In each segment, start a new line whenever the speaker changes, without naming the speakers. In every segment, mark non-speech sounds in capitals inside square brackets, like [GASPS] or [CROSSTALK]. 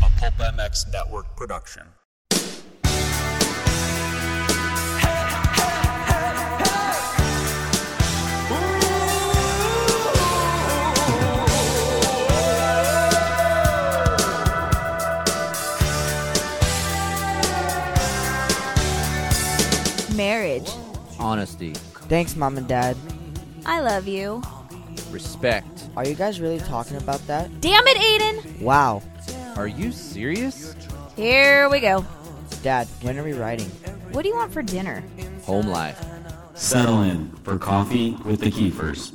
Help MX Network production.
Marriage.
Honesty.
Thanks, mom and dad.
I love you.
Respect.
Are you guys really talking about that?
Damn it, Aiden!
Wow.
Are you serious?
Here we go.
Dad, when are we writing?
What do you want for dinner?
Home life.
Settle in for coffee with the Keefers.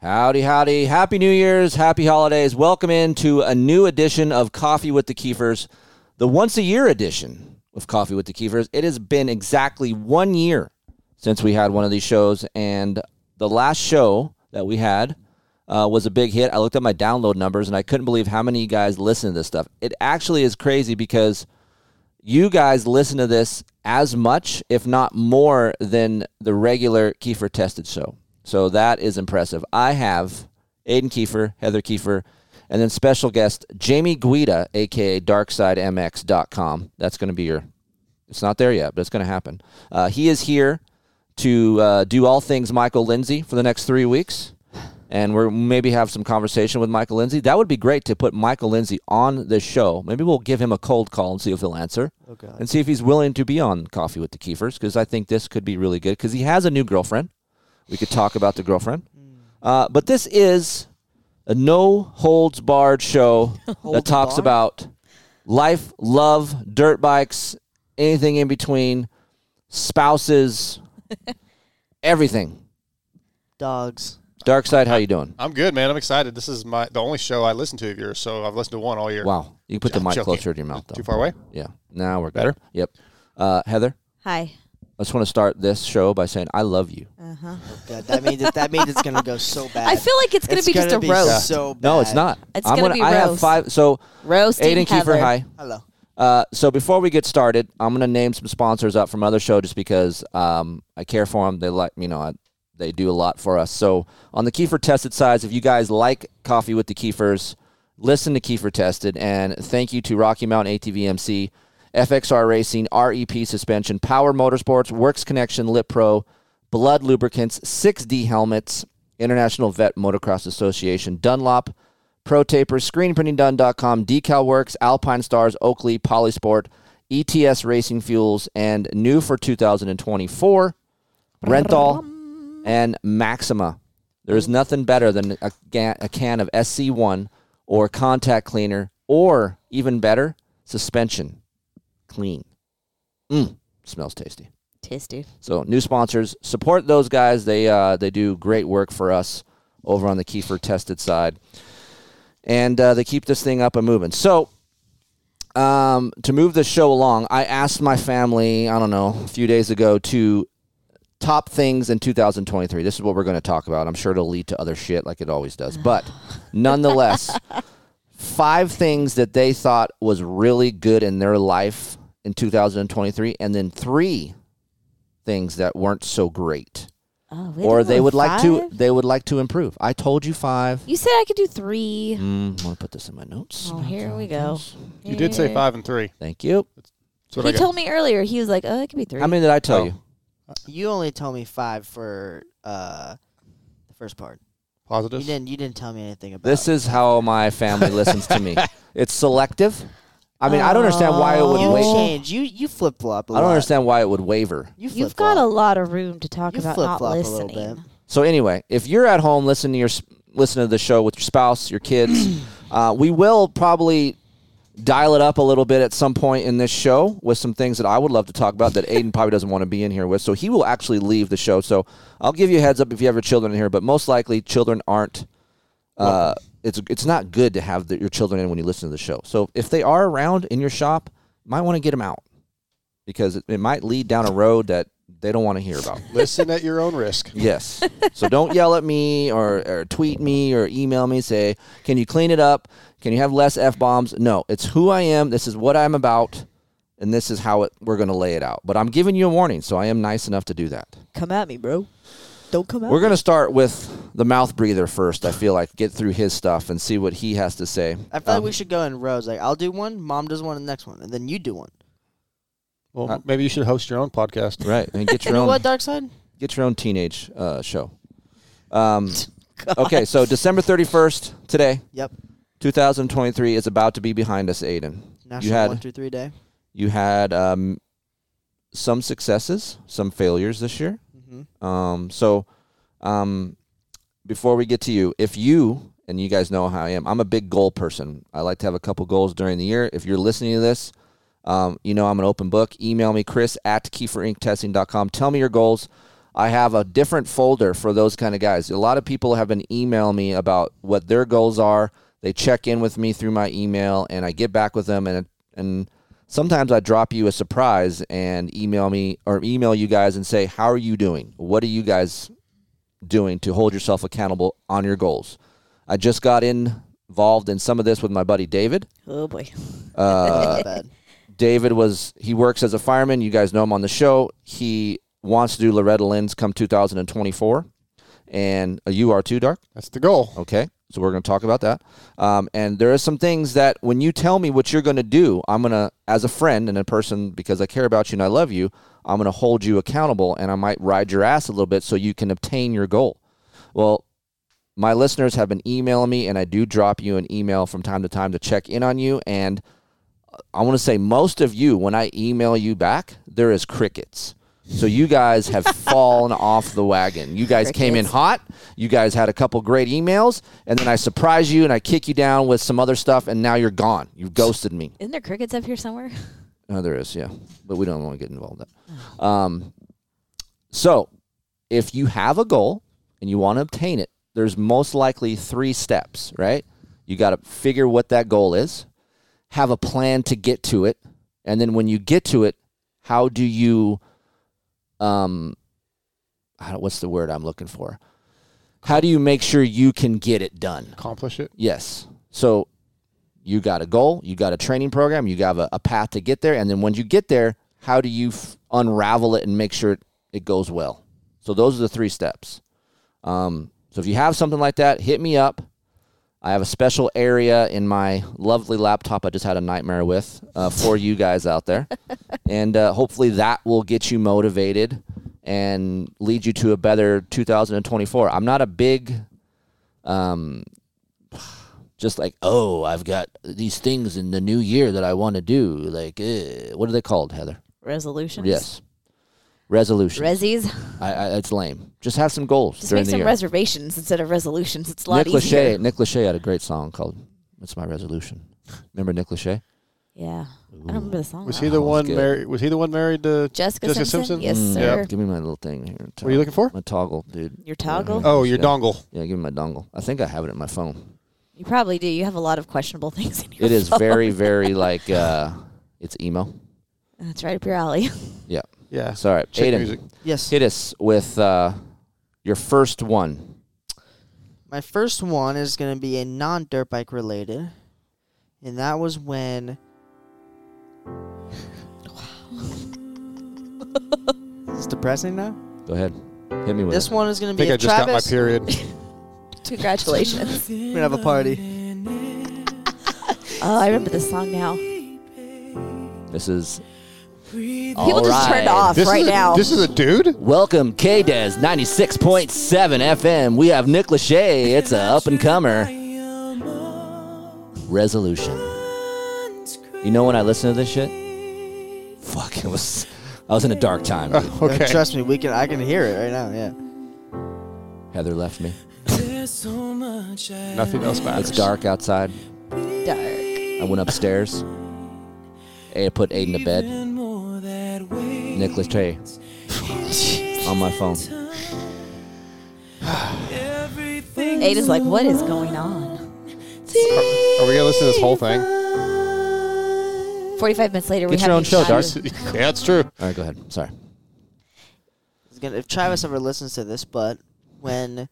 Howdy, howdy. Happy New Year's. Happy holidays. Welcome in to a new edition of Coffee with the Keefers, the once a year edition of Coffee with the Keefers. It has been exactly one year since we had one of these shows, and the last show that we had uh, was a big hit. I looked at my download numbers, and I couldn't believe how many of you guys listen to this stuff. It actually is crazy because you guys listen to this as much, if not more, than the regular Kiefer tested show. So that is impressive. I have Aiden Kiefer, Heather Kiefer, and then special guest Jamie Guida, aka DarksideMX.com. That's going to be your. It's not there yet, but it's going to happen. Uh, he is here to uh, do all things Michael Lindsay for the next three weeks, and we're maybe have some conversation with Michael Lindsay. That would be great to put Michael Lindsay on the show. Maybe we'll give him a cold call and see if he'll answer, and see if he's willing to be on Coffee with the Kiefers because I think this could be really good because he has a new girlfriend. We could talk about the girlfriend, uh, but this is a no holds barred show that talks
barred?
about life, love, dirt bikes, anything in between, spouses, everything.
Dogs.
Dark side, how you doing?
I'm good, man. I'm excited. This is my the only show I listen to of yours, so I've listened to one all year.
Wow, you put the
I'm
mic
joking.
closer to your mouth though.
Too far away?
Yeah, now we're better. Yep. Uh, Heather,
Hi.
I just want to start this show by saying I love you.
God, that means it, that means it's gonna go so
[LAUGHS]
bad.
I feel like it's gonna be just a roast.
So bad.
No, it's not.
It's
I'm
gonna
gonna.
be
I have
roast.
five. So
Roast
Aiden Kiefer, hi.
Hello.
Uh, so before we get started, I'm gonna name some sponsors up from other show just because um, I care for them. They like you know I, they do a lot for us. So on the Kiefer Tested sides, if you guys like coffee with the Kiefers, listen to Kiefer Tested, and thank you to Rocky Mountain ATVMC, FXR Racing, REP Suspension, Power Motorsports, Works Connection, Lip Pro, Blood Lubricants, 6D Helmets, International Vet Motocross Association, Dunlop. Pro Taper, ScreenPrintingDone.com, Decal Works, Alpine Stars, Oakley, Polysport, ETS Racing Fuels, and new for 2024, Renthal and Maxima. There is nothing better than a, ga- a can of SC1 or contact cleaner, or even better, suspension clean. Mm, smells tasty.
Tasty.
So new sponsors, support those guys. They uh, they do great work for us over on the Kiefer tested side, and uh, they keep this thing up and moving. So um, to move the show along, I asked my family, I don't know, a few days ago to top things in 2023. This is what we're going to talk about. I'm sure it'll lead to other shit like it always does, but nonetheless, five things that they thought was really good in their life in 2023, and then three things that weren't so great
Oh,
or they would like to they would like to improve i told you five
You said I could do three.
mm, i'm gonna put this in my notes
Oh, here we go.
You did say five and three.
thank you
That's what I
He
got.
told me earlier. He was like, "Oh, it could be three.
how many did i tell
Oh.
you
You only told me five for uh, the first part. You
Positive.
didn't. You didn't tell me anything about.
this is how my family listens to me it's selective i mean i don't understand why it
Oh,
You
would wait
change. You you flip flop.
i don't understand why it would waver
You flip
You've got a lot of room to talk
You
about not
flip-flop a little
listening.
bit.
So anyway, if you're at home listening to your listen to the show with your spouse, your kids, uh, we will probably dial it up a little bit at some point in this show with some things that I would love to talk about that Aiden probably doesn't want to be in here with. So he will actually leave the show. So I'll give you a heads up if you have your children in here, but most likely children aren't. Uh, it's it's not good to have the, your children in when you listen to the show. So if they are around in your shop, you might want to get them out because it, it might lead down a road that they don't want to hear about.
Listen at your own
[LAUGHS]
risk.
Yes. So don't yell at me or, or tweet me or email me. Say, can you clean it up? Can you have less f bombs? No. It's who I am. This is what I'm about, and this is how it, we're going to lay it out. But I'm giving you a warning, so I am nice enough to do that.
Come at me, bro. Don't come at
We're
me.
going to start with the mouth breather first. I feel like get through his stuff and see what he has to say.
I feel
Um,
like we should go in rows. Like I'll do one, mom does one, and the next one, and then you do one.
Well,
Uh,
maybe you should host your own podcast.
right and get
[LAUGHS] You
your
know
own
what,
[LAUGHS]
Dark Side?
get your own teenage uh, show. Um, okay, so December 31st today,
Yep.
2023 is about to be behind us, Aiden.
National
You had
one through three day.
you had um, some successes, some failures this year.
Mm-hmm.
Um, so, um, before we get to you, if you and you guys know how I am, I'm a big goal person. I like to have a couple goals during the year. If you're listening to this, um, you know I'm an open book. Email me, Chris at keyforinktesting.com. Tell me your goals. I have a different folder for those kind of guys. A lot of people have been emailing me about what their goals are. They check in with me through my email, and I get back with them, and and sometimes I drop you a surprise and email me or email you guys and say, "How are you doing? What are you guys doing to hold yourself accountable on your goals?" I just got involved in some of this with my buddy David.
Oh boy.
Uh,
Not bad.
David was he works as a fireman. You guys know him on the show. He wants to do Loretta Lynn's come 2024, and uh, you are too dark.
That's the goal.
Okay, so we're going to talk about that. Um, and there are some things that when you tell me what you're going to do, I'm going to, as a friend and a person, because I care about you and I love you, I'm going to hold you accountable, and I might ride your ass a little bit so you can obtain your goal. Well, my listeners have been emailing me, and I do drop you an email from time to time to check in on you. And I want to say most of you, when I email you back, there is crickets. So you guys have fallen off the wagon. You guys came in hot. You guys had a couple great emails, and then I surprise you and I kick you down with some other stuff, and now you're gone. You've ghosted me.
Isn't there crickets up here somewhere? [LAUGHS]
Oh, there is, yeah. But we don't want to get involved in that. Um, so, if you have a goal and you want to obtain it, there's most likely three steps, right? You got to figure what that goal is, have a plan to get to it, and then when you get to it, how do you, um, I don't- what's the word I'm looking for? How do you make sure you can get it done?
Accomplish it.
Yes. So you got a goal, you got a training program, you got a, a path to get there, and then when you get there, how do you f- unravel it and make sure it, it goes well? So those are the three steps. Um, so if you have something like that, hit me up. I have a special area in my lovely laptop I just had a nightmare with uh, for you guys out there. And uh, hopefully that will get you motivated and lead you to a better 2024. I'm not a big um, just like oh i've got these things in the new year that i want to do like eh, what are they called heather
Resolutions.
yes resolution
Rezzies.
I, I, it's lame just have some goals
Just
during
make
the
some
year
reservations instead of resolutions. It's a lot
uh, nick lachey
easier.
nick lachey had a great song called "What's my resolution remember nick lachey
Yeah. I don't remember the song.
Was
though.
he the
was
one
good.
married? Was he the one married to?
Jessica,
Jessica
Simpson?
Simpson?
Yes,
Mm,
sir.
give me my little thing here
What are you looking for?
my toggle dude
Your toggle?
Oh, your
Yeah.
dongle.
yeah give me my dongle i think i have it in my phone
You probably do. You have a lot of questionable [LAUGHS] things in your
it is
phone.
very very like uh it's emo
[LAUGHS] That's right up your alley. [LAUGHS]
yeah
Yeah.
sorry
Check
Aiden,
music.
Yes.
hit us with uh your first one
My first one is going to be a non dirt bike related, and that was when. Wow. is this depressing now?
Go ahead. Hit me with
This
it.
one is going
I
to be
think
a
I just got my
Travis.
period.
[LAUGHS]
Congratulations.
We're going to have a party.
[LAUGHS]
oh, I remember this song now.
This is
People
All
just
right.
turned off
This
right
is a,
now.
This is a dude.
Welcome KDES 96.7 FM. We have Nick Lachey. It's a up and comer. Resolution. You know when I listened to this shit? Fuck, it was I was in a dark time. dude.
[LAUGHS]
Okay.
Trust me, we can. I can hear it right now. Yeah.
Heather left me.
Nothing else
It's
matters.
dark outside.
dark.
I went upstairs. I put Aiden to bed. Nick
[LAUGHS]
Lachey on my phone.
Ada's like, what is going on?
Are we gonna listen to this whole thing?
45 minutes later, we
Get
have
your own
these
show, Dark.
guys-
[LAUGHS] yeah, it's true.
All right, go ahead. Sorry.
It's gonna, if Travis ever listens to this, but when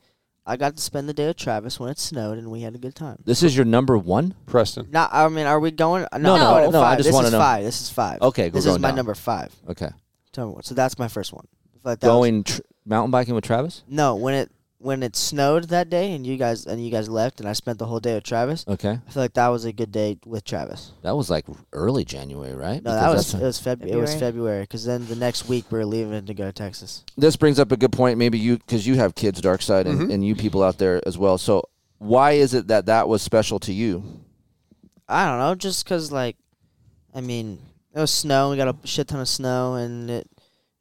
I got to spend the day with Travis when it snowed, and we had a good time.
This is your number one.
Preston.
Not, I mean, are we going? No,
No,
I'm
no,
going at
no, I
five.
just
this
wanna
is
know.
five. This is five.
Okay, we're
this is
going
my
down.
number five.
Okay,
Tell me what. So that's my first one. But that was-
going tr- mountain biking with Travis.
no, when it when it snowed that day, and you guys and you guys left, and I spent the whole day with Travis.
Okay,
I feel like that was a good day with Travis.
that was like early January, right?
No,
Because
that was
that's-
it was Feb- it was
February.
February because then the next week we were leaving to go to Texas.
this brings up a good point. Maybe you, because you have kids, Dark Side, and,
Mm-hmm.
and you people out there as well. So, why is it that that was special to you?
I don't know, just because like, I mean, it was snow. We got a shit ton of snow, and it,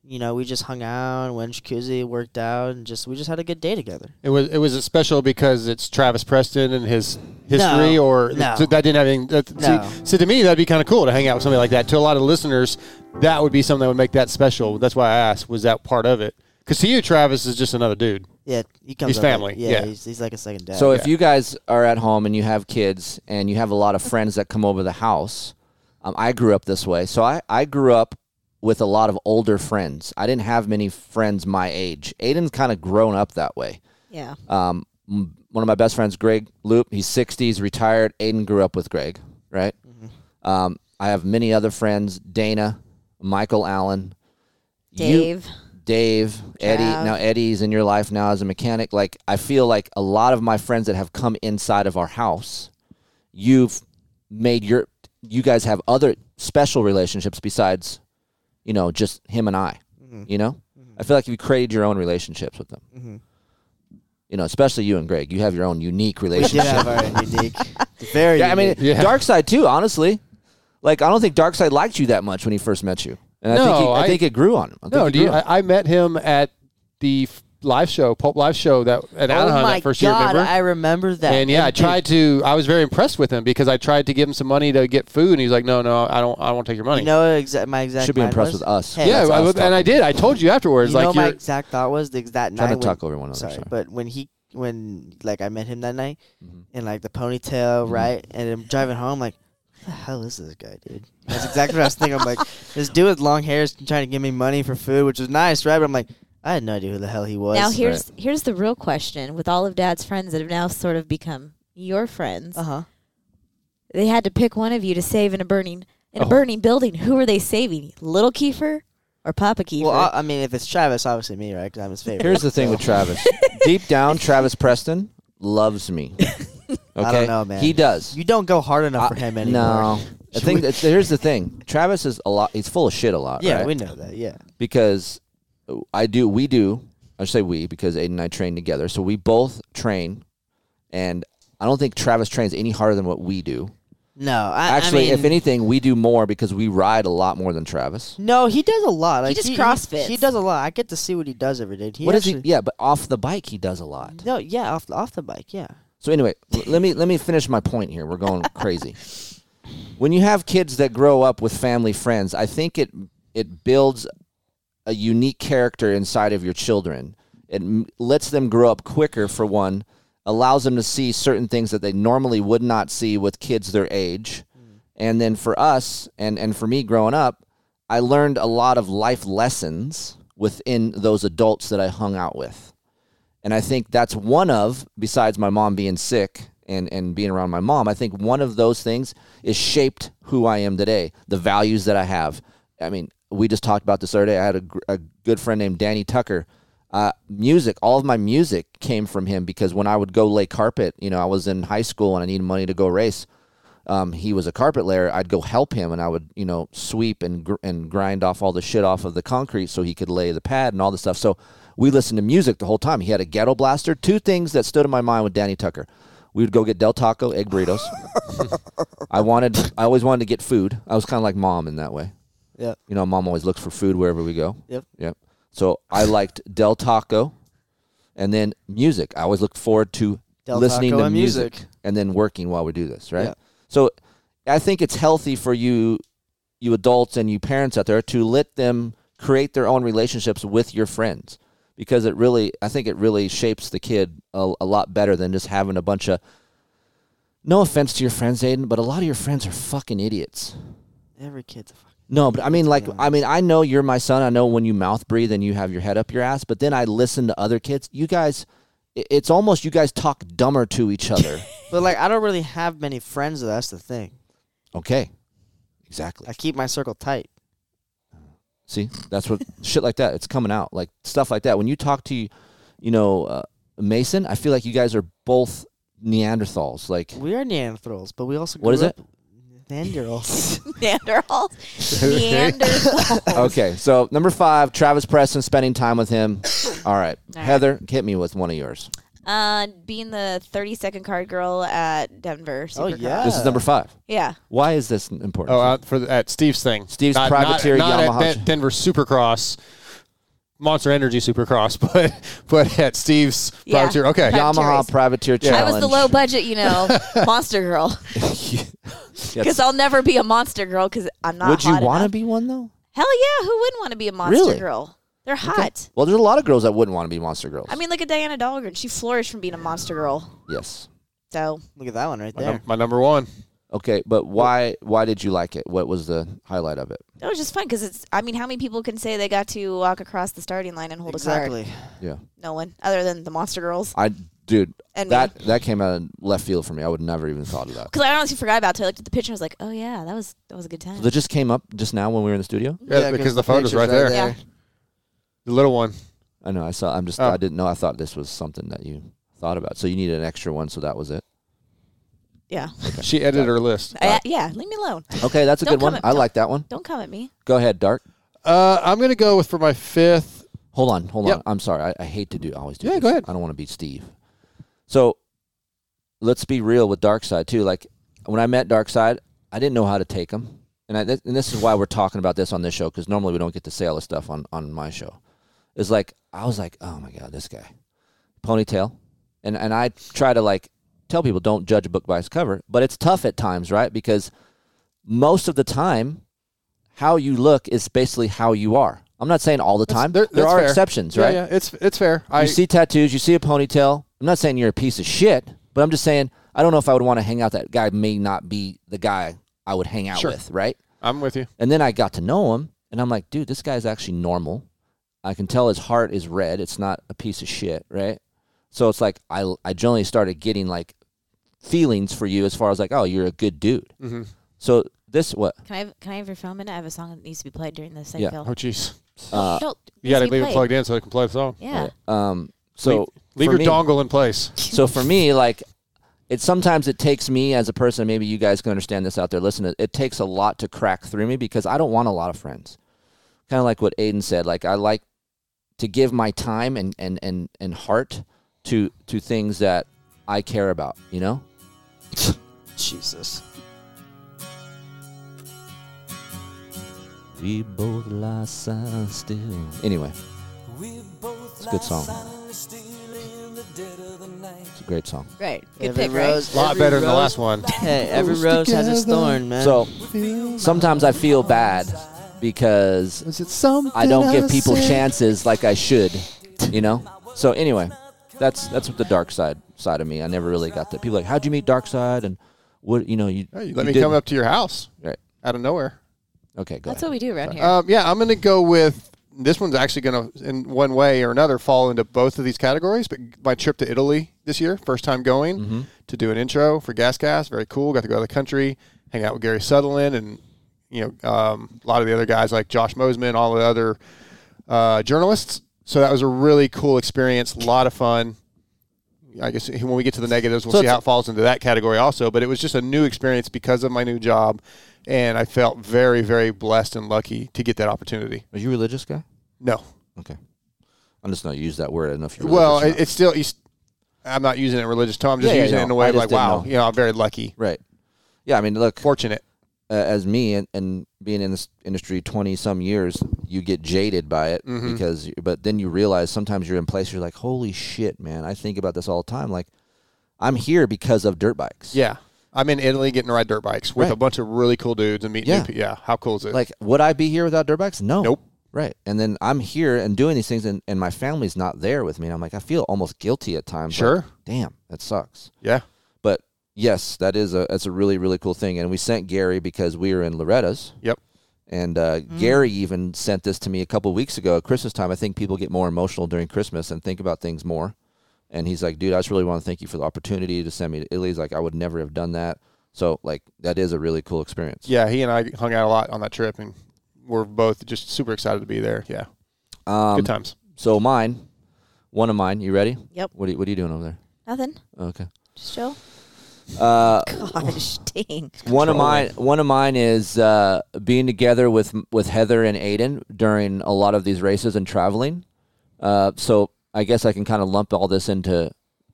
you know, we just hung out and went to jacuzzi, worked out, and just we just had a good day together.
It was it was it special because it's Travis Preston and his history,
No,
or
no.
so that didn't have anything. That,
No.
see, so to me, that'd be kind of cool to hang out with somebody like that. To a lot of listeners, that would be something that would make that special. That's why I asked, was that part of it? Because to you, Travis is just another dude.
Yeah, he comes.
He's
up like-
family,
yeah,
yeah.
He's, he's like a second dad.
So
So
if you guys are at home and you have kids and you have a lot of friends that come over the house, um, I grew up this way. So I, I grew up with a lot of older friends. I didn't have many friends my age. Aiden's kind of grown up that way.
Yeah.
Um, m- one of my best friends, Greg Loop, he's 60, he's retired. Aiden grew up with Greg, right? Um, I have many other friends Dana, Michael Allen, you-
Dave.
Dave, Eddie.
Trav.
Now Eddie's in your life now as a mechanic. Like I feel like a lot of my friends that have come inside of our house, you've made your you guys have other special relationships besides, you know, just him and I.
Mm-hmm.
You know? I feel like you created your own relationships with them. You know, especially you and Greg. You have your own unique
we did
relationship.
[LAUGHS] have our unique, very.
yeah, I mean
unique.
Yeah.
Dark Side too, honestly. Like I don't think Dark Side liked you that much when he first met you. And I
No,
think he, I,
I-
think it grew on him. I think
No,
it
do you,
grew on him.
I, I met him at the f- live show, Pulp Live Show that at
oh
Anaheim
my
that first year,
god,
remember?
I remember that.
and yeah, I
dude,
tried to. I was very impressed with him because I tried to give him some money to get food, and he was like, "No, no, I don't. I won't take your money."
You know, exa- my exact
Should be
mind
impressed
was?
with us.
Hey,
yeah,
that's
I,
us
was- and I
talking.
did. I told you afterwards,
you
like
know, my
you're-
exact thought was the exact
Trying
night.
to
when-
talk over one another.
sorry,
Sorry,
but when he when like I met him that night,
Mm-hmm.
and like the ponytail, right, and I'm driving home like. "Who The hell is this guy, dude? That's exactly what I was thinking. I'm like, [LAUGHS] this dude with long hair is trying to give me money for food, which is nice, right? But I'm like, I had no idea who the hell he was.
Now here's here's the real question with all of dad's friends that have now sort of become your friends.
uh huh.
They had to pick one of you to save in a burning in a burning building. Who are they saving? Little Kiefer or Papa Kiefer?
Well, I, I mean, if it's Travis, obviously me, right? Because I'm his favorite.
Here's the thing with Travis. [LAUGHS] Deep down, Travis Preston loves me. Okay?
I don't know, man.
He does.
you don't go hard enough for him
I-
anymore. [LAUGHS]
No. I think that, here's the thing. Travis is a lot. He's full of shit a lot.
Yeah,
right?
we know that. Yeah.
because I do. We do. I say we because Aiden and I train together, so we both train, and I don't think Travis trains any harder than what we do.
No, I,
Actually,
I mean,
if anything, we do more because we ride a lot more than Travis.
No, he does a lot. Like,
just
he,
Crossfits.
He, does a lot. I get to see what he does every day. He
what is
actually-
he? Yeah, but off the bike, he does a lot.
No, yeah, off the, off the bike, yeah.
So anyway, l- let me let me finish my point here. We're going crazy. When you have kids that grow up with family friends, I think it it builds a unique character inside of your children. It m- lets them grow up quicker for one, allows them to see certain things that they normally would not see with kids their age. And then for us and and for me growing up, I learned a lot of life lessons within those adults that I hung out with. And I think that's one of, besides my mom being sick and, and being around my mom, I think one of those things is shaped who I am today, the values that I have. I mean, we just talked about this the other day. I had a, gr- a good friend named Danny Tucker. Uh, music, all of my music came from him because when I would go lay carpet, you know, I was in high school and I needed money to go race. Um, he was a carpet layer. I'd go help him and I would, you know, sweep and, gr- and grind off all the shit off of the concrete so he could lay the pad and all this stuff. So we listened to music the whole time. He had a ghetto blaster. Two things that stood in my mind with Danny Tucker. We would go get Del Taco, egg burritos. I wanted, I always wanted to get food. I was kind of like mom in that way.
Yep.
You know, mom always looks for food wherever we go.
Yep.
Yep. So I liked Del Taco, and then music. I always look forward to
Del
listening
Taco
to
and
music,
music.
and then working while we do this, right?
Yeah.
So I think it's healthy for you, you adults and you parents out there, to let them create their own relationships with your friends because it really, I think it really shapes the kid a, a lot better than just having a bunch of. No offense to your friends, Aiden, but a lot of your friends are fucking idiots.
Every kid's a fucking.
No, but I mean, like, I mean, I know you're my son. I know when you mouth breathe and you have your head up your ass. But then I listen to other kids. You guys, i- it's almost you guys talk dumber to each other.
But like, I don't really have many friends. Though. That's the thing.
okay, exactly.
I keep my circle tight.
See, that's what shit like that. It's coming out like stuff like that. When you talk to, you know, uh, Mason, I feel like you guys are both Neanderthals. Like
We are Neanderthals, but we also
What
grew
is it?
up
[LAUGHS]
Neanderthals. [LAUGHS]
Neanderthals. Neanderthals.
Okay, so number five, Travis Preston, spending time with him. All right,
All right.
Heather, hit me with one of yours.
Uh, being the 30 second card girl at Denver.
oh
Supercross.
yeah.
This is number five.
Yeah.
Why is this important?
Oh, uh, for the, at Steve's thing.
Steve's privateer
not, not
Yamaha.
at Den- Denver Supercross, Monster Energy Supercross, [LAUGHS] but but at Steve's
Yeah.
privateer. Okay,
Yeah.
Yamaha
Privateers.
Privateer
I
Challenge.
was the low budget, you
[LAUGHS]
know, monster girl. Because I'll never be a monster girl because I'm not.
Would you
want
want to be one though?
Hell yeah! Who wouldn't want to be a monster
Really?
girl? They're hot.
Well, there's a lot of girls that wouldn't want to be monster girls.
I mean, look at Diana Dahlgren. She flourished from being a monster girl.
yes.
So
Look at that one right
my,
there.
num- my number one.
Okay, but why? Why did you like it? What was the highlight of it?
that was just fun because it's. I mean, how many people can say they got to walk across the starting line and hold a card?
Exactly.
Yeah,
No one, other than the monster girls.
I dude,
And
that that came out of left field for me. I would never even thought of that.
Because I honestly forgot about it. till I looked at the picture. and I was like, oh yeah, that was that was a good time.
So that just came up just now when we were in the studio.
Yeah, because the photo's
picture's
right there.
Yeah.
The little one.
I know. I saw. I'm just.
Oh.
I didn't know. I thought this was something that you thought about. So you needed an extra one. So that was it.
yeah.
[LAUGHS]
She edited her list.
I- yeah. Leave me alone.
Okay, that's a
Don't
good one.
comment.
I like that one.
Don't come at me.
Go ahead, Dark.
Uh, I'm gonna go with for my fifth.
Hold on. Hold on.
Yep.
I'm sorry. I, I hate to do. I always do.
Yeah,
this.
go ahead.
I don't want to be Steve. So let's be real with Dark Side too. Like when I met Dark Side, I didn't know how to take him, and I, th- and this is why we're talking about this on this show because normally we don't get to say all this stuff on on my show. It's like I was like, oh my god, this guy, ponytail, and and I try to like tell people don't judge a book by its cover, but it's tough at times, right? Because most of the time, how you look is basically how you are. I'm not saying all the time.
There-
there
that's
are
fair.
exceptions,
Yeah,
right?
Yeah, it's it's fair. I
you see tattoos, you see a ponytail. I'm not saying you're a piece of shit, but I'm just saying I don't know if I would want to hang out. That guy may not be the guy I would hang out
Sure.
with, right?
I'm with you.
And then I got to know him, and I'm like, dude, this guy's actually normal. I can tell his heart is red. It's not a piece of shit, right? So it's like I I generally started getting like feelings for you as far as like, oh, you're a good dude.
Mhm.
So this what
Can I have, can I have your phone minute? I have a song that needs to be played during the
Yeah.
segment.
Oh jeez,
uh,
no,
you gotta
needs to be
leave it
played.
plugged in so it can play the song.
Yeah.
um so
Leave
for
your
me-
dongle in place.
so for me like it sometimes it takes me as a person maybe you guys can understand this out there listen it, it takes a lot to crack through me because i don't want a lot of friends kind of like what aiden said like i like to give my time and and and, and heart to to things that i care about you know
Jesus.
we both lie silent still anyway it's a good song it's a great song
Right. Good
Every
pick, right?
rose,
A lot
every
better than the
rose-
last one.
Hey, every rose has its thorn, man.
so sometimes i feel bad because
Is it something
I don't give people chances like I should, you know. So anyway, that's that's what the dark side side of me. I never really got that. People are like, how'd you meet dark side and what you know you,
Hey,
you
let me
didn't-
come up to your house
Right.
out of nowhere.
Okay, go.
That's
ahead.
what we do around here.
Um, yeah, I'm going to go with this one's actually going to, in one way or another, fall into both of these categories. But my trip to Italy this year, first time going to do an intro for Gas Gas, very cool. Got to go out of the country, hang out with Gary Sutherland, and you know um, a lot of the other guys like Josh Mosman, all the other uh, journalists. So that was a really cool experience, a lot of fun. I guess when we get to the negatives, we'll
So
see
it's-
how it falls into that category also. But it was just a new experience because of my new job, and I felt very, very blessed and lucky to get that opportunity.
Are you a religious guy?
No,
Okay, I'm just gonna use that word. I don't know if you're.
well,
religious or
it, it's still. It's, I'm not using it in religious tone. I'm just
Yeah, yeah,
using
no,
it in a
I
way of
just
like,
didn't
wow,
know.
you know, I'm very lucky,
not. right. Yeah, I mean, look, uh,
fortunate.
as me and, and being in this industry twenty some years, you get jaded by it
Mm-hmm.
because, you- but then you realize sometimes you're in places you're like, holy shit, man. I think about this all the time. Like, I'm here because of dirt bikes.
Yeah, I'm in Italy getting to ride dirt bikes with a
Right.
bunch of really cool dudes and meet
Yeah.
new people. Yeah, how cool is it?
like would I be here without dirt bikes? No.
Nope.
Right. And then I'm here and doing these things and, and my family's not there with me. And I'm like, I feel almost guilty at times. like,
Sure.
Damn, that sucks.
yeah,
But yes, that is a that's a really, really cool thing. And we sent Gary because we were in Loretta's.
yep.
And uh, Gary even sent this to me a couple weeks ago at Christmas time. I think people get more emotional during Christmas and think about things more And he's like, dude, I just really want to thank you for the opportunity to send me to Italy. He's like, I would never have done that. So like, that is a really cool experience.
Yeah, he and I hung out a lot on that trip, and we're both just super excited to be there. Yeah,
Um,
good times.
so mine, one of mine. You ready?
Yep.
What are, you- what are you doing over there?
Nothing.
Okay.
Just chill.
Uh,
Gosh, [LAUGHS] dang.
one of mine
Controlling.
one of mine is uh, being together with with Heather and Aiden during a lot of these races and traveling. Uh, so I guess I can kind of lump all this into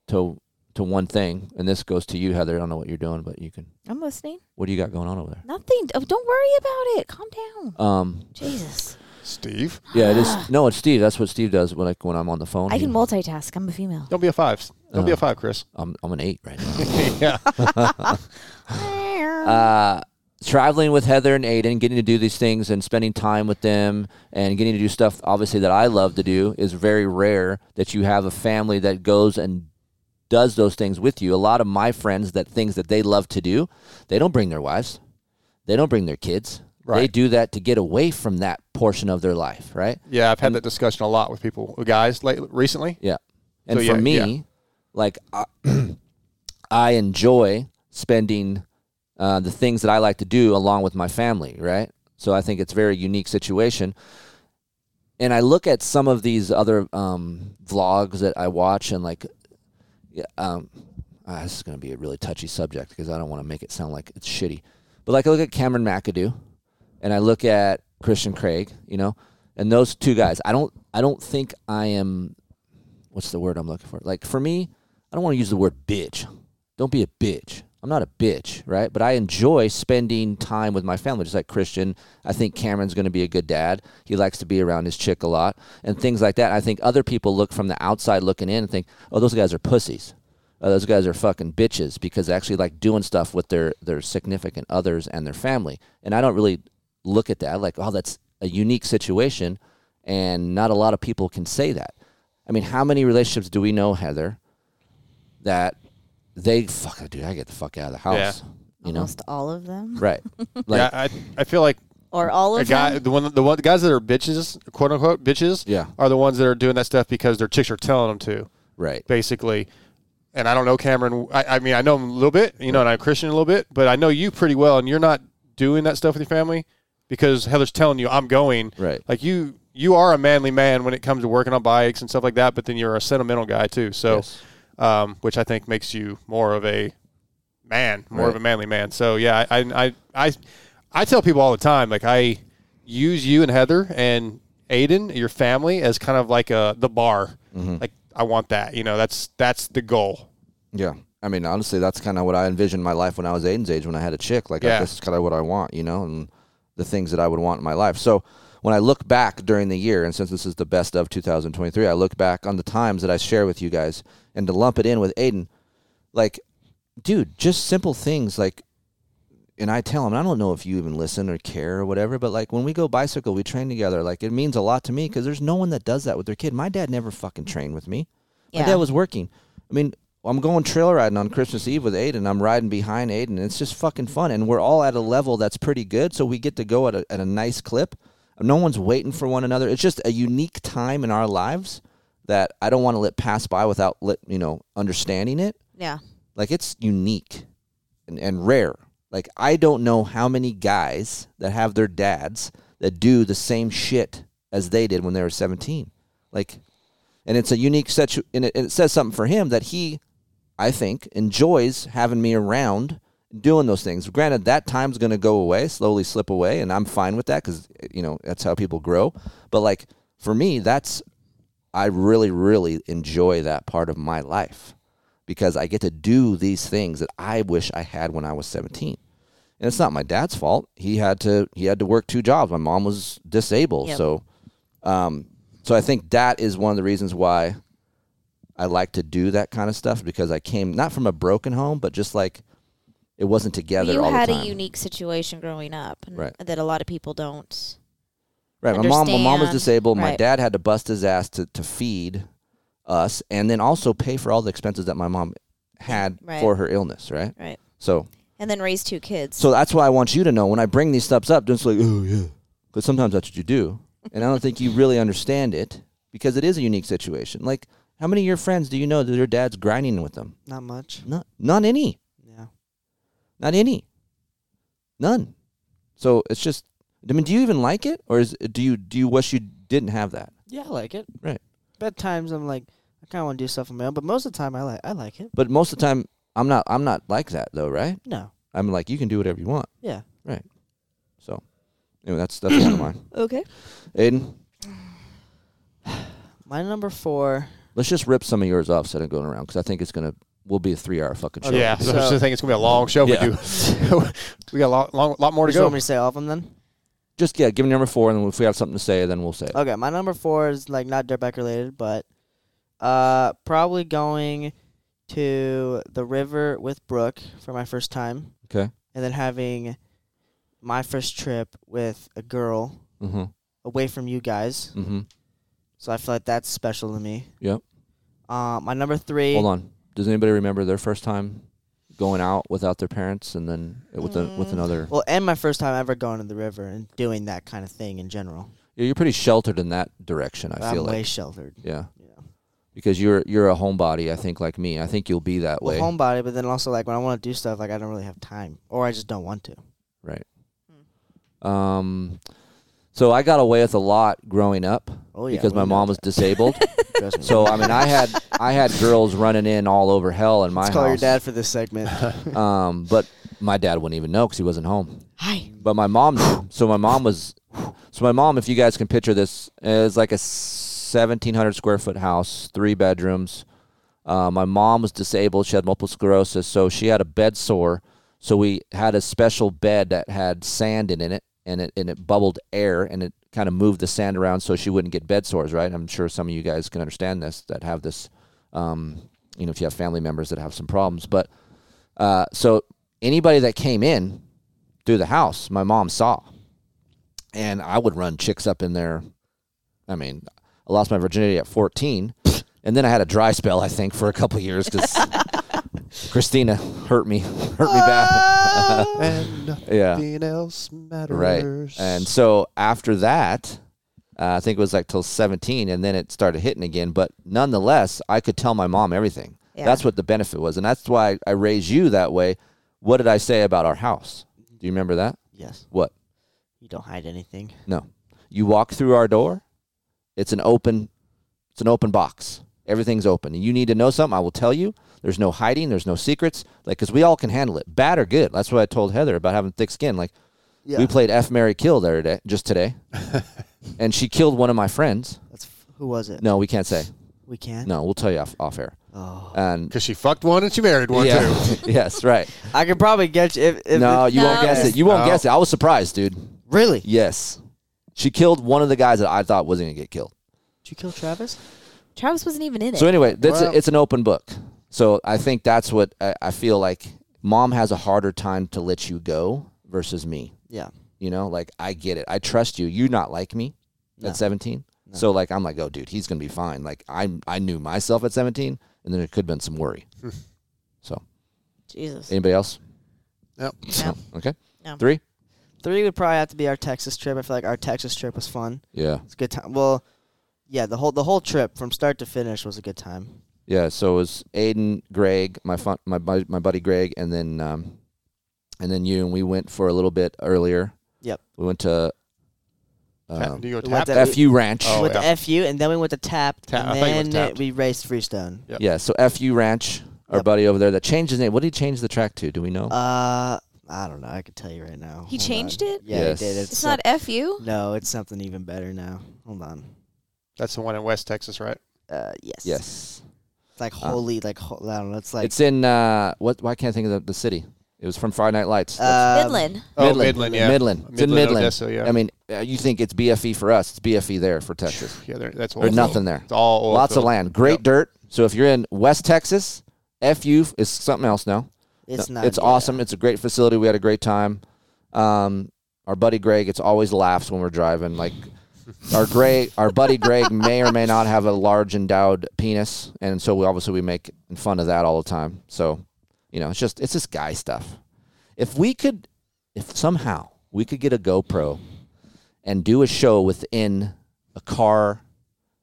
to to one thing, and this goes to you, Heather. I don't know what you're doing, but you can.
I'm listening.
What do you got going on over there?
Nothing. Oh, don't worry about it. Calm down.
Um,
Jesus.
Steve,
yeah,
[SIGHS]
it is. No, it's Steve. That's what Steve does when I when I'm on the phone.
I
He-
can multitask. I'm a female.
don't be a five. Don't
Uh.
be a five, Chris. [LAUGHS]
I'm I'm an eight right now.
yeah,
uh, traveling with Heather and Aiden, getting to do these things and spending time with them and getting to do stuff, obviously, that I love to do is very rare that you have a family that goes and does those things with you. A lot of my friends, that things that they love to do, they don't bring their wives, they don't bring their kids. They
Right.
do that to get away from that portion of their life, right?
yeah. I've had that discussion a lot with people, with guys, late, recently.
Yeah. And
So,
for
yeah,
me,
yeah.
like I, [CLEARS THROAT] I enjoy spending uh, the things that I like to do along with my family, right? So I think it's a very unique situation. And I look at some of these other um, vlogs that I watch and like, yeah, um, ah, this is going to be a really touchy subject because I don't want to make it sound like it's shitty. But like I look at Cameron McAdoo and I look at Christian Craig, you know, and those two guys. I don't, I don't think I am what's the word I'm looking for? Like for me, I don't want to use the word bitch. Don't be a bitch. I'm not a bitch, right? But I enjoy spending time with my family, just like Christian. I think Cameron's going to be a good dad. He likes to be around his chick a lot and things like that. I think other people look from the outside looking in and think, oh, those guys are pussies. Oh, those guys are fucking bitches because they actually like doing stuff with their, their significant others and their family. And I don't really look at that like, oh, that's a unique situation. And not a lot of people can say that. I mean, how many relationships do we know, Heather, that they fuck, dude, I get the fuck out of the house. You know,
Almost all of them.
right?
yeah.
Like,
I, I feel like
Or all
a
of
guy,
them.
the one, the one, the guys that are bitches, quote unquote bitches,
Yeah.
are the ones that are doing that stuff because their chicks are telling them to,
right?
basically. And I don't know Cameron. I, I mean, I know him a little bit, you know, and I'm Christian a little bit, but I know you pretty well, and you're not doing that stuff with your family because Heather's telling you I'm going.
Right.
Like you, you are a manly man when it comes to working on bikes and stuff like that, but then you're a sentimental guy too. So,
Yes.
um, which I think makes you more of a man, more
Right.
of a manly man. So yeah, I, I I I I tell people all the time like I use you and Heather and Aiden, your family, as kind of like a the bar.
Mm-hmm.
Like I want that, you know. That's that's the goal.
Yeah. I mean, honestly, that's kind of what I envisioned my life when I was Aiden's age, when I had a chick. Like,
Yeah.
this is kind of what I want, you know, and the things that I would want in my life. So when I look back during the year, and since this is the best of 2023, I look back on the times that I share with you guys and to lump it in with Aiden, like, dude, just simple things like, and I tell him, I don't know if you even listen or care or whatever, but like when we go bicycle, we train together. Like it means a lot to me because there's no one that does that with their kid. My dad never fucking trained with me. My
Yeah.
dad was working. I mean, I'm going trail riding on Christmas Eve with Aiden. I'm riding behind Aiden. and It's just fucking fun. And we're all at a level that's pretty good. So we get to go at a, at a nice clip. No one's waiting for one another. It's just a unique time in our lives that I don't want to let pass by without, let, you know, understanding it
yeah.
like it's unique and, and rare like i don't know how many guys that have their dads that do the same shit as they did when they were 17 like and it's a unique situ- and it, and it says something for him that he i think enjoys having me around doing those things granted that time's going to go away slowly slip away and i'm fine with that because you know that's how people grow but like for me that's I really, really enjoy that part of my life because I get to do these things that I wish I had when I was 17. And it's not my dad's fault. He had to he had to work two jobs. My mom was disabled,
Yep.
so um, so I think that is one of the reasons why I like to do that kind of stuff because I came not from a broken home, but just like it wasn't together
You
all
had
the time.
a unique situation growing up and
Right.
that a lot of people don't.
Right. My mom, my mom was
understand.
disabled. My
Right.
dad had to bust his ass to, to feed us and then also pay for all the expenses that my mom had
Right.
for her illness. Right.
Right.
So,
And then raise two kids.
so that's why I want you to know when I bring these steps up, just like, oh, yeah. Because sometimes that's what you do. And I don't think you really understand it because it is a unique situation. Like, How many of your friends do you know that their dad's grinding with them?
Not much.
Not, not any.
Yeah.
Not any. None. So it's just. I mean, do you even like it, or is do you do you wish you didn't have that?
Yeah, I like it.
Right.
But times I'm like, I kind of want to do stuff on my own. But most of the time, I like, I like it.
But most of the time, I'm not. I'm not like that though, right?
No.
I'm like, you can do whatever you want.
Yeah.
So, anyway, that's that's one of mine.
Okay.
Aiden,
My number four.
let's just rip some of yours off instead of going around because I think it's gonna will be a three hour fucking show.
Oh, Yeah, so, I was
So-
just thinking it's gonna be a long show.
Yeah.
We do. [LAUGHS] we got a lot, long, lot more to
You just
go.
want me to say all of them then?
Just yeah, give me number four, and then if we have something to say, then we'll say. it.
Okay, my number four is like not dirtbag related, but uh, probably going to the river with Brooke for my first time,
Okay.
and then having my first trip with a girl
Mhm.
away from you guys.
Mhm.
So I feel like that's special to me.
Yep.
Uh, my number three.
Hold on. Does anybody remember their first time going out without their parents and then with a, with another?
Well, and my first time ever going to the river and doing that kind of thing in general.
Yeah, You're pretty sheltered in that direction. I
I'm
feel
way
like.
sheltered.
Yeah.
Yeah.
Because you're you're a homebody, I think, like me. I think you'll be that
Well,
way.
homebody, but then also like when I want to do stuff, like I don't really have time, or I just don't want to.
Right. Um, so I got away with a lot growing up
Oh, yeah,
because
we
my
know
mom was disabled. [LAUGHS]
Trust me.
so I mean, I had I had girls running in all over hell in my
Let's
house.
call your dad for
[LAUGHS]
this segment.
Um, but my dad wouldn't even know because he wasn't home.
Hi.
But my mom knew. So my mom was. So my mom, if you guys can picture this, is like a seventeen hundred square foot house, three bedrooms. Uh, my mom was disabled; she had multiple sclerosis, so she had a bed sore. So we had a special bed that had sand in it, and it and it bubbled air, and it kind of moved the sand around so she wouldn't get bed sores. Right? I'm sure some of you guys can understand this that have this. Um, you know, if you have family members that have some problems, but uh, so anybody that came in through the house, my mom saw, and I would run chicks up in there. I mean, I lost my virginity at 14, and then I had a dry spell, I think, for a couple years because Christina hurt me, hurt me bad.
and
[LAUGHS] yeah,
nothing else matters.
right. And so after that, uh, I think it was like till 17, and then it started hitting again. But nonetheless, I could tell my mom everything.
Yeah.
That's what the benefit was, and that's why I raised you that way. What did I say about our house? Do you remember that?
yes,
What?
you don't hide anything.
No. You walk through our door, it's an open it's an open box. Everything's open. And you need to know something, I will tell you. There's no hiding, there's no secrets. Like cuz we all can handle it. Bad or good. That's what I told Heather about having thick skin. Like
Yeah,
we played F Mary Kill the other day, just
[LAUGHS]
today. and she killed one of my friends.
That's f- who was it?
No, we can't say.
we can't.
No, we'll tell you off, off air.
Oh.
And
Because she fucked one and she married one
yeah.
too.
yes, right.
I could probably get you [LAUGHS] if, Oh. if
no,
it-
you won't
No.
guess it. You won't
No.
guess it. I was surprised, dude.
really.
Yes. She killed one of the guys that I thought wasn't going to get killed.
Did you kill Travis?
Travis wasn't even in it.
So anyway, that's
Well-
it's an open book. So I think that's what I, I feel like. Mom has a harder time to let you go versus me.
Yeah.
You know, like I get it. I trust you. You're not like me
No.
at 17. So like I'm like, oh, dude, he's gonna be fine. Like I I knew myself at 17, and then there could have been some worry. so
Jesus.
anybody else?
Yep.
No.
Okay.
No.
Three.
Three would probably have to be our Texas trip. I feel like our Texas trip was fun.
Yeah.
It's a good time. Well, yeah, the whole the whole trip from start to finish was a good time.
Yeah, so it was Aiden, Greg, my fun, my bu- my buddy Greg, and then um, and then you and we went for a little bit earlier.
Yep.
We went to [LAUGHS] um,
Do you go
we went
tap?
to- that-
FU Ranch.
Oh,
we went
yeah.
to FU and then we went to Tap,
Tap- I
and
thought you went
then
to Tapped.
we raced Freestone.
Yep.
Yeah, so FU Ranch, our
Yep.
buddy over there that changed his name. What did he change the track to? Do we know?
Uh, I don't know. I could tell you right now.
He
Hold
changed
on.
it?
Yeah,
Yes.
he did. It's,
It's not F you.
some- No, it's something even better now. Hold on.
That's the one in West Texas, right?
Uh, yes.
yes. Uh.
It's like holy, like ho- I don't know. It's like
it's in uh what why can't I think of the, the city? It was from Friday Night Lights. That's-
um,
Midland.
Oh, Midland, yeah.
Midland. It's in Midland.
Odessa, yeah.
I mean, uh, you think it's BFE for us, it's BFE there for Texas.
yeah, there- that's
There's
oil
nothing
field.
there.
It's all oil
Lots of
field.
land, great
Yep.
dirt. So if you're in West Texas, FU is something else now.
It's
No,
not.
It's
yeah.
awesome. It's a great facility. We had a great time. Um, our buddy Greg, it's always laughs when we're driving. Like our Greg, our buddy Greg may or may not have a large endowed penis, and so we obviously we make fun of that all the time. So, you know, it's just it's just guy stuff. If we could, if somehow we could get a GoPro and do a show within a car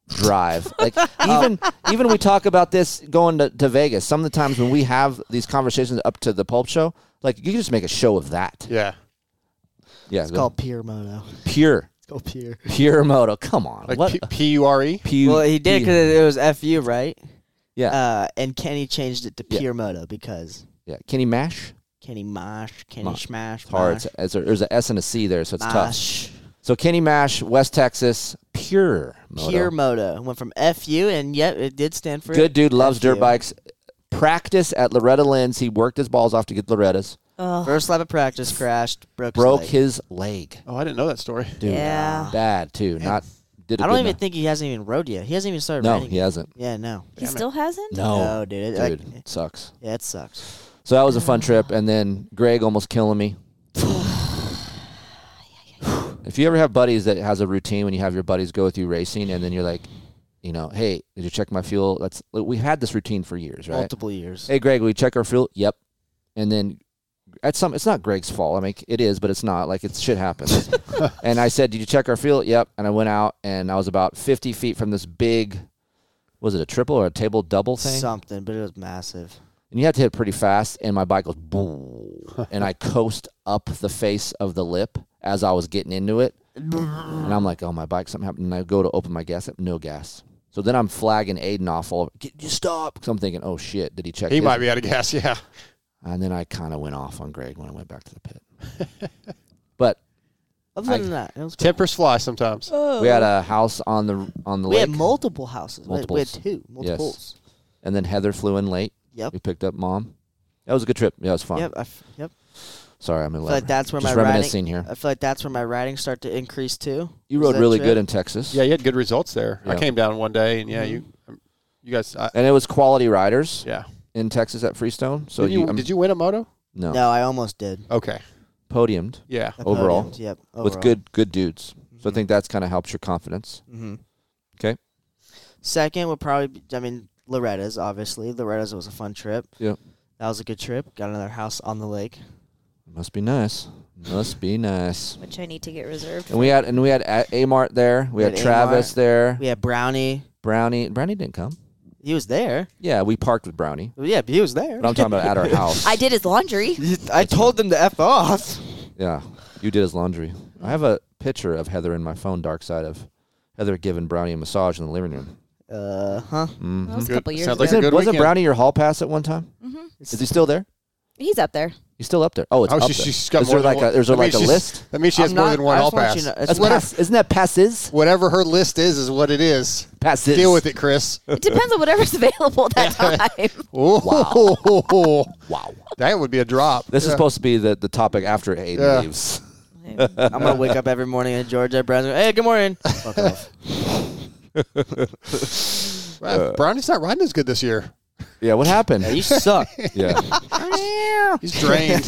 drive.
[LAUGHS]
Like even even we talk about this going to, to Vegas. Some of the times when we have these conversations up to the pulp show, like you can just make a show of that.
Yeah.
Yeah,
It's called Pier Mono. [LAUGHS]
pure
It's called Pier.
pure moto. Come on,
Like
what?
P- E? P-U-R-E?
P-
well, he
P-
did because it was FU, right?
yeah,
Uh, and Kenny changed it to
Yeah.
Pier Moto because
yeah. Kenny Mash.
Kenny Mosh, Kenny
Mosh.
Smash,
It's hard.
Mosh,
It's, it's a, there's an S and a C there, so it's tough.
Mosh.
So Kenny Mash, West Texas, pure moto.
Pure Moto. Went from FU, and yep, it did stand for
Good dude, loves
F you.
dirt bikes. Practice at Loretta Lynn's. He worked his balls off to get Loretta's.
Oh,
First lap of practice, crashed, broke,
Broke
his. leg.
his leg.
Oh, I didn't know that story.
Dude,
Yeah.
bad too. Not did. I
I don't even think he hasn't even rode yet. He hasn't even started
No,
riding.
he hasn't.
Yeah, no.
he still hasn't.
No,
No, dude. It, like,
dude, it sucks.
yeah, it sucks.
So that was a fun trip, and then Greg almost killing
[SIGHS]
me. if you ever have buddies that has a routine when you have your buddies go with you racing, and then you're like, you know, hey, did you check my fuel? That's we've had this routine for years, right?
Multiple years.
Hey, Greg, will you check our fuel? Yep. And then at some, it's not Greg's fault. I mean, it is, but it's not. Like, it's shit happens. and I said, Did you check our fuel? Yep. And I went out and I was about 50 feet from this big, was it a triple or a table double thing?
Something, but it was massive.
and you had to hit pretty fast. And my bike goes boom. and I coast up the face of the lip as I was getting into it. and I'm like, Oh, my bike, something happened. And I go to open my gas up, no gas. So then I'm flagging Aiden off all Get you stop. Because I'm thinking, Oh shit, did he check
He
his
might be out of gas, [LAUGHS] yeah.
and then I kind of went off on Greg when I went back to the pit. [LAUGHS] but
Other than
I-
that, it was good.
Tempers fly sometimes.
we had a house on the on the
We
lake,
had multiple houses. We had- We
Multiples.
had two. Multiples.
and then Heather flew in late.
Yep.
We picked up mom. That was a good trip. Yeah, it was fun.
Yep. I f- yep.
Sorry, I'm in
I feel like that's where
Just
my
reminiscing
riding.
here.
I feel like that's where my riding start to increase too.
You
Was
rode
that
really
trip?
good in Texas.
Yeah, you had good results there. I
Yeah. Mm-hmm.
came down one day, and yeah, you, um, you guys, I,
and it was quality riders
yeah.
in Texas at Freestone. So
did you,
I'm-
did you win a moto?
no,
No, I almost did.
Okay,
podiumed
yeah.
I
Overall?
podiumed, Yep.
with good good dudes. So
Mm-hmm.
I think that's kind of helps your confidence.
hmm
Okay.
Second would probably. Be, I mean, Loretta's obviously. Loretta's was a fun trip.
Yep.
That was a good trip. Got another house on the lake.
Must be nice. Must be nice.
Which I need to get reserved.
And we had and we had A- Amart there. We
We
had
had
Travis
Amart.
there.
We had Brownie.
Brownie Brownie didn't come.
He was there.
Yeah, we parked with Brownie.
Yeah, he was there.
But I'm talking about at
[LAUGHS]
our house.
I did his laundry.
I told them to f off.
Yeah, you did his laundry. I have a picture of Heather in my phone, dark side of Heather giving Brownie a massage in the living room.
Uh huh.
That was a
Good.
couple years
Sounds
ago.
like a
Wasn't,
good
wasn't
weekend.
Brownie your hall pass at one time?
Mhm.
Mm-hmm.
Is he still there?
He's up there.
He's still up there. Oh, it's
Oh,
up
she-
there.
she's got
is
more
there
than
like a,
one-
is there
that means
like a
she's-
list?
That means she has
I'm
more
not-
than one
I
all
just want
pass.
you to know-
That's
it's not-
pass, isn't that passes?
Whatever her list is, is what it is.
Passes.
Deal with
[LAUGHS]
it, Chris.
It depends on whatever's [LAUGHS] available at that time.
[LAUGHS] Wow. [LAUGHS]
Wow.
that would be a drop.
This is
Yeah.
supposed to be the, the topic after Aiden
Yeah.
leaves. [LAUGHS]
[LAUGHS]
I'm gonna wake up every morning in Georgia. Brown's like, hey, good morning. Fuck
[LAUGHS]
off.
Wow, Brownie's not riding as good this year.
Yeah, what happened?
Yeah, you suck.
[LAUGHS]
[LAUGHS]
yeah.
He's
[LAUGHS]
drained.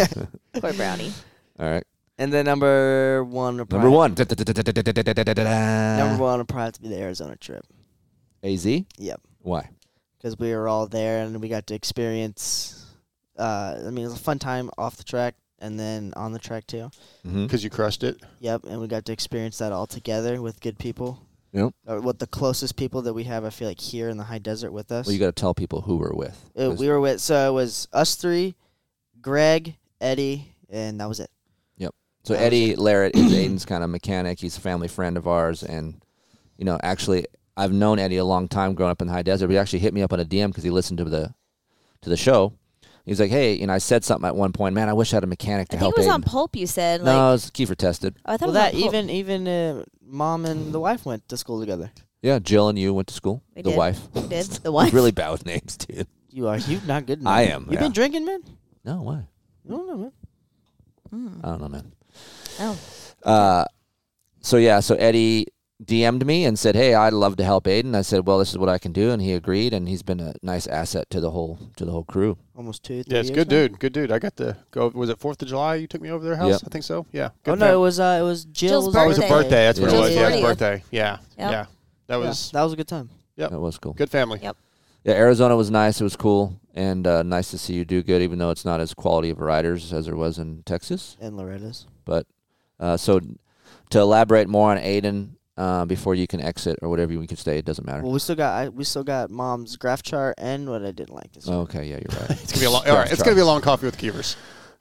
Poor brownie.
All right.
and then number one. would
Number
probably-
one. [LAUGHS]
Number
Number
one would probably have to be the Arizona trip.
AZ?
Yep.
Why?
because we were all there and we got to experience. Uh, I mean, it was a fun time off the track and then on the track too.
Mm-hmm.
Because you crushed it.
Yep, and we got to experience that all together with good people.
Yep.
Or with the closest people that we have, I feel like here in the high desert with us.
Well, you got to tell people who we're with.
Uh,
'cause-
we were with so it was us three, Greg, Eddie, and that was it.
So
That was
Eddie Larrett is Aiden's kind of mechanic. He's a family friend of ours, and you know, actually, I've known Eddie a long time, growing up in the High Desert. But he actually hit me up on a DM because he listened to the to the show. He was like, "Hey," you know, I said something at one point. Man, I wish I had a mechanic to
I think
help.
it was
Aiden."
on pulp. You said like.
no, it was Kiefer tested.
Oh, I thought
Well,
it was on
that
Pulp.
even even uh, mom and the wife went to school together.
Yeah, Jill and you went to school.
We
the
did.
wife.
[LAUGHS] We did the wife.
really bad with names, dude.
You are you not good enough.
I am,
You've
yeah.
been drinking, man.
No, why?
No, no, man.
I don't know,
Hmm.
man.
Oh.
Uh, so yeah, so Eddie DM'd me and said, "Hey, I'd love to help Aiden." I said, "Well, this is what I can do," and he agreed. And he's been a nice asset to the whole to the whole crew.
Almost two. Three
Yeah, it's
years
good
now. Oh,
dude. Good dude. I got to go. Was it 4th of July you took me over to their house?
Yep.
I think so. Yeah.
Oh
Good
no, it
fam-
was uh, it was Jill's,
Jill's
Oh, it was a
birthday.
birthday. That's what it
Yeah.
was. Yeah, it was
Jill's
birthday. Yeah.
Yep.
Yeah. That was
that was a good time.
Yep.
That was cool.
good family.
Yep.
Yeah, Arizona was nice. It was cool and uh, nice to see you do good, even though it's not as quality of riders as there was in Texas.
And Loretta's.
But uh, so to elaborate more on Aiden, uh, before you can exit or whatever you can stay. It doesn't matter.
Well, we still got I, we still got mom's graph chart and what I didn't like this.
okay, yeah, you're right.
[LAUGHS] It's gonna be a long. All right, it's gonna be a long coffee with Keevers.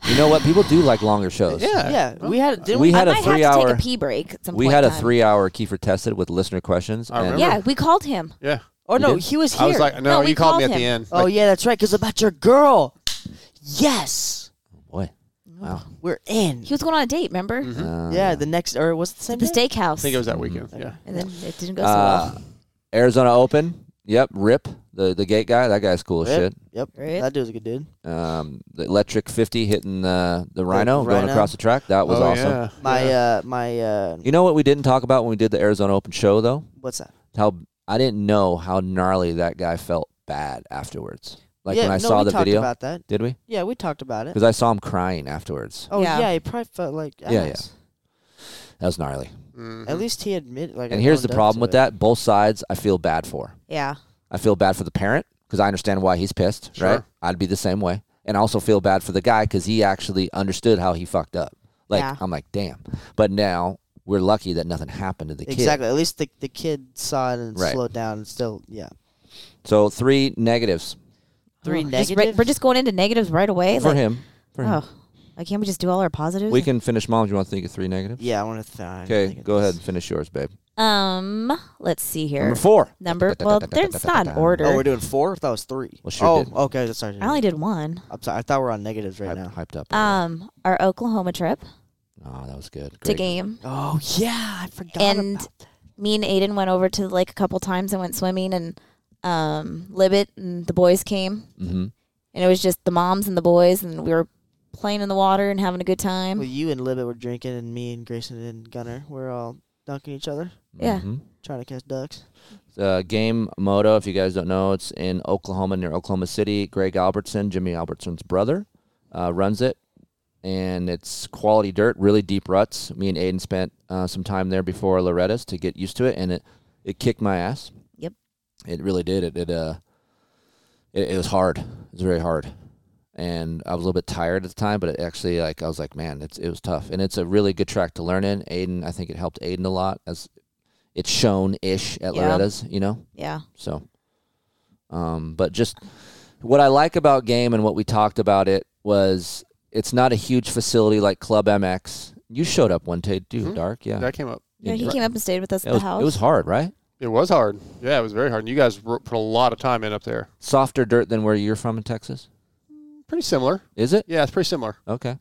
You know what? People do like longer shows.
Yeah.
yeah, we had didn't
We
we,
had
I
a
might
three
have to
hour.
take a pee break. At some
We
point
had a
in time.
three hour Kiefer tested with listener questions.
I
and-
remember.
Yeah, we called him.
Yeah.
or Oh, no,
did?
he was here.
I was like, no,
No, we
you called, me at
called
the
him.
end.
oh yeah, that's right, because about your girl. Yes,
Boy. Wow.
we're in.
He was going on a date, remember?
Uh,
Mm-hmm. yeah, the next or what's the same?
At the
day?
steakhouse.
I think it was that weekend. Yeah.
and then it didn't go so
Uh,
well.
Arizona Open. Yep. Rip, the, the gate guy. That guy's cool as
Rip.
shit.
Yep,
Right?
that dude's a good dude.
Um, the electric 50 hitting the, the rhino going
rhino.
across the track. That was
oh,
awesome.
Yeah.
My
yeah.
uh, my uh,
You know what we didn't talk about when we did the Arizona Open show, though?
what's that?
How I didn't know how gnarly that guy felt bad afterwards. Like
yeah,
when I
no,
saw
we
the
talked
video.
about that.
Did we?
Yeah, we talked about it.
Because I saw him crying afterwards.
Oh yeah.
Yeah.
he probably felt like ass.
Yeah, yeah. That was gnarly.
Mhm.
At least he admitted. Like, oh,
And here's the
owned up
problem
to
with
it.
that both sides I feel bad for.
Yeah.
I feel bad for the parent because I understand why he's pissed,
Sure.
right? I'd be the same way. And I also feel bad for the guy because he actually understood how he fucked up. Like,
Yeah.
I'm like, damn. But now we're lucky that nothing happened to the kid.
Exactly. At least the the kid saw it and
Right.
slowed down and still yeah.
So, three negatives
Three
Ugh, just right-
negatives.
we're just going into negatives right away.
for
like,
him. For him.
Oh, like can't we just do all our positives?
We can finish mom. Do you want to think of three negatives?
Yeah, I want to. Th-
Okay, go ahead and finish yours, babe.
Um, let's see here.
Number four.
Number well, there's not an order.
Oh, we're doing four. I thought it was three.
Well, sure
oh,
did.
okay. Sorry.
I only did one.
I'm sorry. I thought we are on negatives right
Hyped,
now.
hyped up.
Um, our Oklahoma trip
oh, that was good.
to
Great.
game.
Oh yeah, I forgot.
And-
about that.
Me and Aiden went over to the lake a couple times and went swimming and um Libet and the boys came
Mhm.
and it was just the moms and the boys and we were playing in the water and having a good time.
well, you and Libby were drinking, and me and Grayson and Gunner were all dunking each other,
yeah.
Mhm.
trying to catch ducks.
uh, Game Moto, if you guys don't know, it's in Oklahoma near Oklahoma City. Greg Albertson, Jimmy Albertson's brother, uh, runs it, and it's quality dirt, really deep ruts. Me and Aiden spent uh, some time there before Loretta's to get used to it, and it it kicked my ass.
Yep.
it really did. It it uh, it, it was hard. It was very hard, and I was a little bit tired at the time, but it actually like I was like, man, it's it was tough, and it's a really good track to learn in. Aiden, I think it helped Aiden a lot as. It's shown ish at
Yeah.
Loretta's, you know.
Yeah.
So, um, but just what I like about game and what we talked about it was it's not a huge facility like Club MX. You showed up one day, dude.
Mhm.
Dark, yeah.
That came up.
No, he
Right.
came up and stayed with us at
it
the
was
house.
it was hard, right?
It was hard. Yeah, it was very hard. And you guys wr- put a lot of time in up there.
Softer dirt than where you're from in Texas,
Pretty similar.
is it?
Yeah, it's pretty similar.
Okay.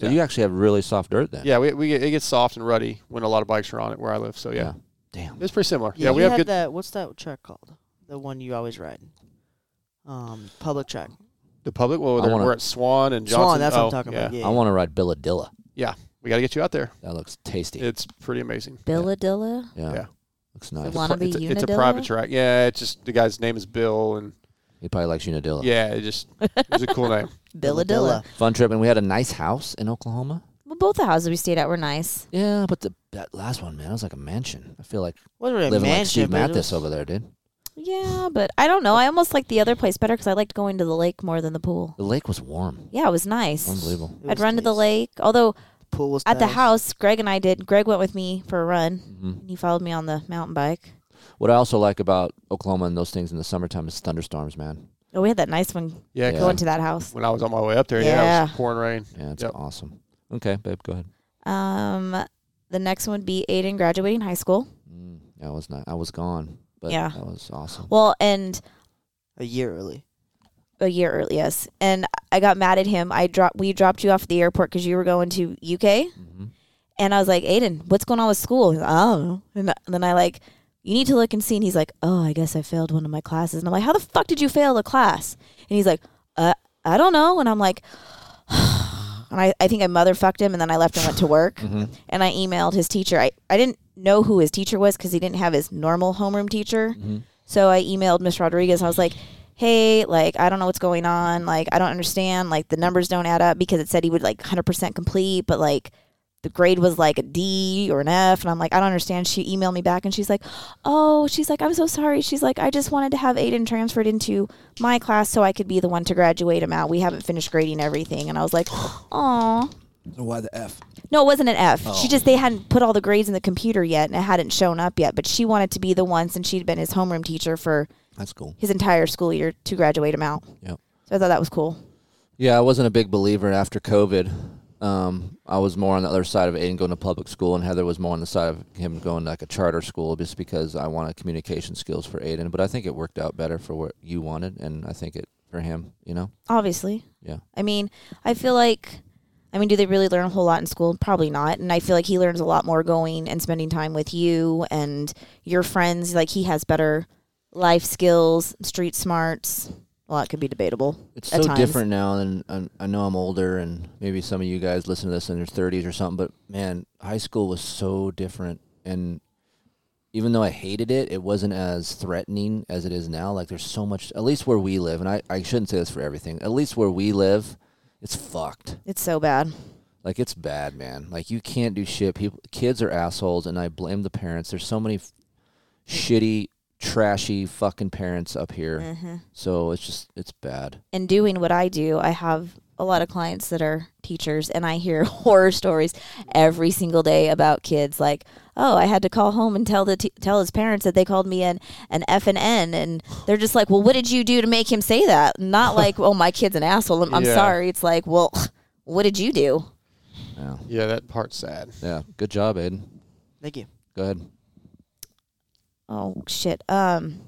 So
Yeah.
you actually have really soft dirt then.
Yeah, we, we get, it gets soft and ruddy when a lot of bikes are on it where I live. So yeah,
Yeah. Damn.
it's pretty similar. Yeah,
you
we have
had
good.
that. What's that track called? The one you always ride. Um, public track.
The public. Well,
I
they're-
wanna-
we're at Swan and Johnson.
Swan. That's what
Oh,
I'm talking
yeah.
about. Yeah.
I want to ride Billadilla.
We got to get you out there.
That looks tasty.
It's pretty amazing.
Billadilla.
yeah.
yeah.
Looks nice.
The one- Wanna
Pri- it's,
be
a, it's a
Unadilla?
private track. Yeah, it's just the guy's name is Bill, and
He probably likes Unadilla.
yeah, it just it was a cool name.
Billadilla.
Fun trip, and we had a nice house in Oklahoma.
Well, both the houses we stayed at were nice.
Yeah, but the that last one, man, it was like a mansion. I feel like
What a
living like
mansion,
Steve
but it
Mathis
was-
over there, dude.
Yeah, but I don't know. I almost liked the other place better because I liked going to the lake more than the pool.
The lake was warm.
Yeah, it was nice.
Unbelievable.
it
I'd
was
run to the
nice.
lake. Although
Pool was
at the
nice.
house, Greg and I did. Greg went with me for a run.
hmm
And he followed me on the mountain bike.
What I also like about Oklahoma and those things in the summertime is thunderstorms, man.
Oh, we had that nice one
Yeah, 'cause
Yeah.
going to that house.
when I was on my way up there, yeah, it was
Yeah.
pouring rain.
Yeah, it's
Yep.
awesome. Okay, babe, go ahead.
Um, the next one would be Aiden graduating high school.
Mm, yeah, I was not. I was gone, but
Yeah.
that was awesome.
Well, and
a year early.
a year early, yes. And I got mad at him. I dropped. We dropped you off at the airport because you were going to UK.
hmm
And I was like, Aiden, what's going on with school? He's like, I don't know. And th- then I like, you need to look and see. And he's like, oh, I guess I failed one of my classes. And I'm like, how the fuck did you fail the class? And he's like, uh, I don't know. And I'm like, [SIGHS] and I, I think I motherfucked him. And then I left and went to work. And I emailed his teacher. I, I didn't know who his teacher was because he didn't have his normal homeroom teacher. So I emailed Miss Rodriguez. I was like, hey, like, I don't know what's going on. Like, I don't understand. Like, the numbers don't add up because it said he would like 100% complete, but like, the grade was like a D or an F. And I'm like, I don't understand. She emailed me back and she's like, oh, she's like, I'm so sorry. She's like, I just wanted to have Aiden transferred into my class so I could be the one to graduate him out. We haven't finished grading everything. And I was like, oh,
So why the F?
No, it wasn't an F. She just they hadn't put all the grades in the computer yet, and it hadn't shown up yet. But she wanted to be the one since she'd been his homeroom teacher for
That's cool.
his entire school year to graduate him out.
Yeah.
So I thought that was cool.
Yeah, I wasn't a big believer after COVID. Um, I was more on the other side of Aiden going to public school, and Heather was more on the side of him going to like a charter school, just because I wanted communication skills for Aiden. But I think it worked out better for what you wanted, and I think it for him. You know,
Obviously,
yeah,
I mean, I feel like, I mean, do they really learn a whole lot in school? Probably not. And I feel like he learns a lot more going and spending time with you and your friends. Like he has better life skills, street smarts. Well, that could be debatable.
it's
at
so
times.
different now. And and I know I'm older, and maybe some of you guys listen to this in your 30s or something. But man, high school was so different, and even though I hated it, it wasn't as threatening as it is now. Like there's so much, at least where we live, and I, I shouldn't say this for everything. At least where we live, it's fucked.
It's so bad.
Like it's bad, man. Like you can't do shit. People, kids are assholes, and I blame the parents. There's so many f- shitty, trashy, fucking parents up here.
Mm-hmm.
So it's just it's bad.
in doing what I do, I have a lot of clients that are teachers, and I hear [LAUGHS] horror stories every single day about kids. Like, oh, I had to call home and tell the t- tell his parents that they called me an an F and N, and they're just like, well, what did you do to make him say that? Not like, oh, my kid's an asshole. I'm, I'm
Yeah.
sorry. It's like, well, what did you do?
Yeah,
Yeah, that part's sad.
yeah. Good job, Aiden.
Thank you.
Go ahead.
Oh shit. Um.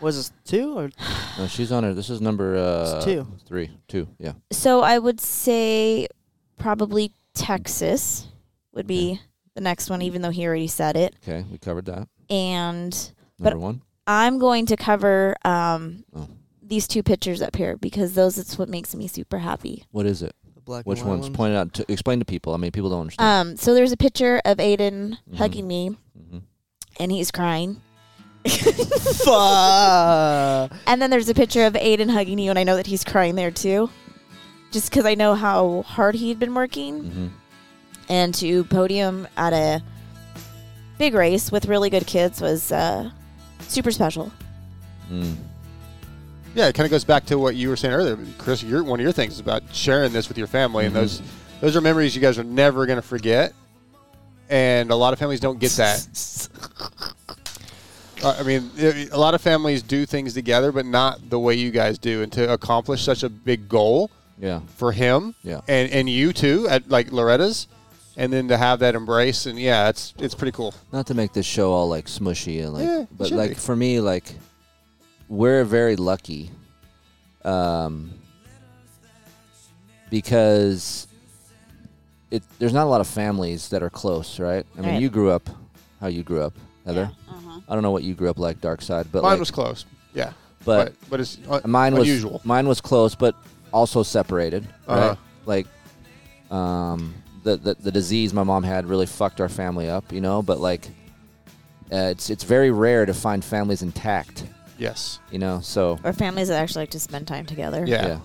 Was this two or
No, she's on her. This is number uh,
It's two.
three, two. Yeah.
So I would say probably Texas would be the next one, even though he already said it.
Okay, we covered that.
And But-
Number one.
I'm going to cover um,
Oh.
these two pictures up here because those it's what makes me super happy.
What is it?
the black?
Which
and white [LAUGHS]
one's pointed out? To, explain to people. I mean, people don't understand.
Um, so there's a picture of Aiden
Mhm.
hugging me,
Mhm.
and he's crying.
Fuck.
And then there's a picture of Aiden hugging you, and I know that he's crying there too, just because I know how hard he'd been working
Mhm.
and to podium at a big race with really good kids was uh, super special.
Mm.
Yeah, it kind of goes back to what you were saying earlier, Chris. Your one of your things is about sharing this with your family,
Mm-hmm.
and those those are memories you guys are never going to forget. And a lot of families don't
[LAUGHS]
get that. Uh, I mean, i- a lot of families do things together, but not the way you guys do. And to accomplish such a big goal
Yeah.
for him,
Yeah.
and and you too, at like Loretta's, and then to have that embrace, and yeah, it's it's pretty cool.
not to make this show all like smushy and like
Yeah, it
but
should
like
be.
for me like we're very lucky um because it there's not a lot of families that are close right i mean
Right.
you grew up how you grew up heather i don't know what you grew up like dark side but
Mine
like,
was close, yeah,
but
but but it's uh,
mine was
unusual.
mine was close but also separated
Uh-huh.
right like um the, the the disease my mom had really fucked our family up you know but like uh, it's it's very rare to find families intact
yes,
you know so
Or families that actually like to spend time together.
yeah.
yeah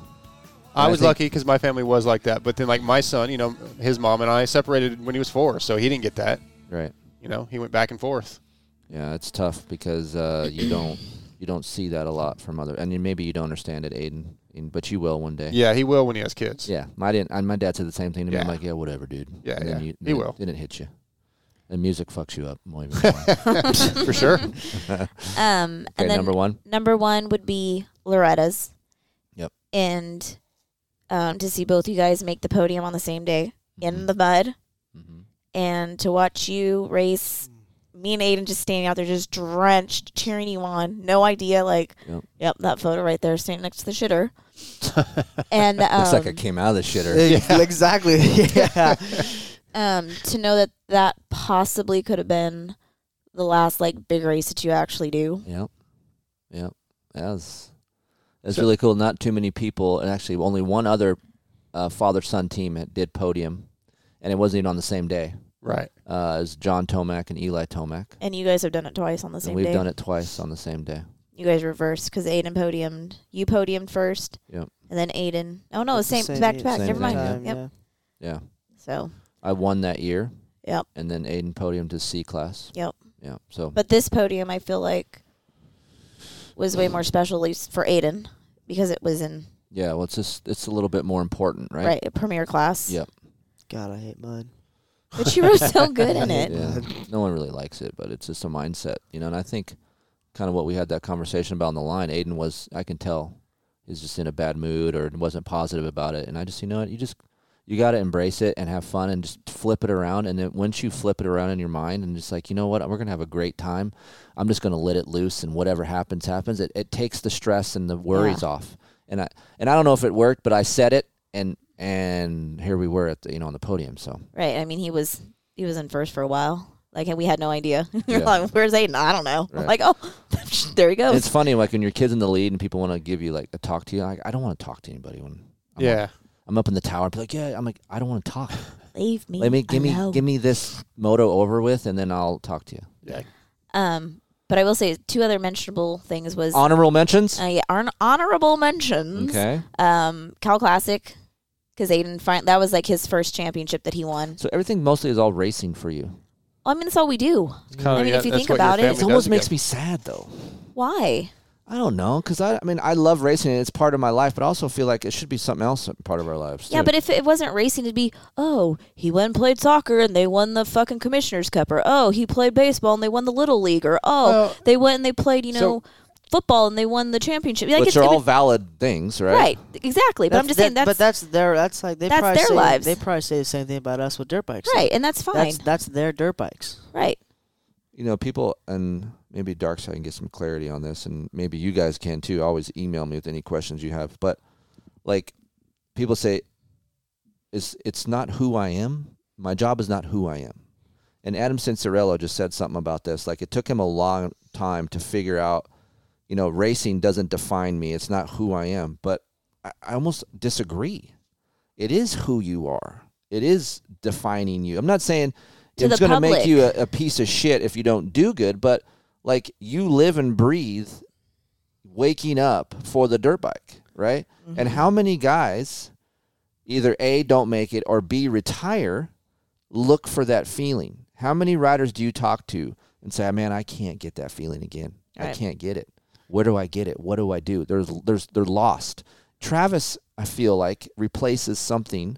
I
I
was
think-
lucky because my family was like that. But then, like my son, you know, his mom and I separated when he was four, so he didn't get that.
right
You know, he went back and forth.
yeah it's tough because uh you don't you don't see that a lot from other and maybe you don't understand it aiden and- but you will one day
Yeah, he will when he has kids.
Yeah, my didn't. and My dad said the same thing to me. I'm
Yeah.
like, yeah, whatever, dude.
Yeah,
and then
yeah.
You,
He
then
will.
Then it hits you. And music fucks you up. more
[LAUGHS]
even more. okay,
for sure.
Um, and then
number one.
number one would be Loretta's.
Yep.
And um, to see both you guys make the podium on the same day
Mm-hmm.
in the mud
Mhm.
and to watch you race,
Mm.
me and Aiden just standing out there, just drenched, cheering you on. No idea. Like,
Yep.
yep, that photo right there, standing next to the
[LAUGHS]
shitter. and um,
Looks like I came out of the shitter.
Exactly. Yeah.
um, to know that that possibly could have been the last like big race that you actually do.
Yep. Yep. That was that's really cool. Not too many people, and actually only one other uh, father son team had- did podium, and it wasn't even on the same day.
Right.
Uh, it was John Tomac and Eli Tomac,
And you guys have done it twice on the same
and we've
day.
done it twice on the same day.
You guys reversed because Aiden podiumed. You podiumed first.
Yep.
And then Aiden. Oh no,
It's the
same,
same-
back to back.
same
Never mind.
time,
yep.
yeah.
Yeah,
So,
I won that year.
Yep.
And then Aiden podium to C class.
Yep.
Yeah. So
but this podium, I feel like, was way more special, at least for Aiden, because it was in
yeah, well, it's just it's a little bit more important, right?
right, a premier class.
Yep.
God, I hate mud.
But she was so
[LAUGHS]
good in it.
Yeah, no one really likes it, but it's just a mindset, you know. And I think kind of what we had that conversation about on the line, Aiden was I can tell is just in a bad mood or wasn't positive about it, and I just you know what you just you got to embrace it and have fun and just flip it around. And then once you flip it around in your mind and just like you know what we're gonna have a great time, I'm just gonna let it loose and whatever happens happens. It it takes the stress and the worries off. And I and I don't know if it worked, but I said it and. And here we were at the, you know on the podium, so
Right. I mean, he was he was in first for a while. Like we had no idea. [LAUGHS] We're
Yeah.
like, where's Aiden? I don't know. I'm like,
Right.
oh, [LAUGHS] there he goes.
it's funny like when your kid's in the lead and people want to give you like a talk to you like i don't want to talk to anybody when I'm
Yeah.
like- i'm up in the tower be like yeah i'm like i don't want
[LAUGHS]
to talk
Leave me.
let me give me
alone.
give me this moto over with and then i'll talk to you
Um, but I will say two other mentionable things was uh,
honorable mentions
yeah, hon- honorable mentions.
okay
Um, Cal Classic because Aiden fin- that was like his first championship that he won.
so everything mostly is all racing for you
I mean, that's all we do.
kinda-
I mean,
yeah,
if you
that's
think
what your
about it,
it
family- does
almost makes
get-
me sad though
why?
i don't know because I, I mean i love racing and it's part of my life but i also feel like it should be something else part of our lives
Yeah,
too.
but if it wasn't racing, it'd be oh he went and played soccer and they won the fucking commissioner's cup, or oh he played baseball and they won the little league, or oh
Well,
they went and they played you
so-
know football and they won the championship. Like
which
it's
are
it
all
would-
valid things right
right, exactly. But I'm
That's-
just saying
that-
that's,
but that's their. That's like they
that's
probably
their
say,
lives.
They probably say the same thing about us with dirt bikes.
right, and that's fine.
That's that's their dirt bikes.
right.
you know, people and maybe Dark Side can get some clarity on this, and maybe you guys can too. Always email me with any questions you have. But like, people say, "Is it's not who I am. My job is not who I am." And Adam Cincerello just said something about this. Like, it took him a long time to figure out. You know, racing doesn't define me. It's not who I am. But I, I almost disagree. It is who you are. It is defining you. I'm not saying
To
it's
the
going to make
public.
you a, a piece of shit if you don't do good, but like you live and breathe waking up for the dirt bike, right?
Mm-hmm.
And how many guys either A don't make it or B retire look for that feeling? How many riders do you talk to and say, "Man, I can't get that feeling again. I
Right.
can't get it. Where do I get it? What do I do?" There's there's they're lost. Travis, I feel like replaces something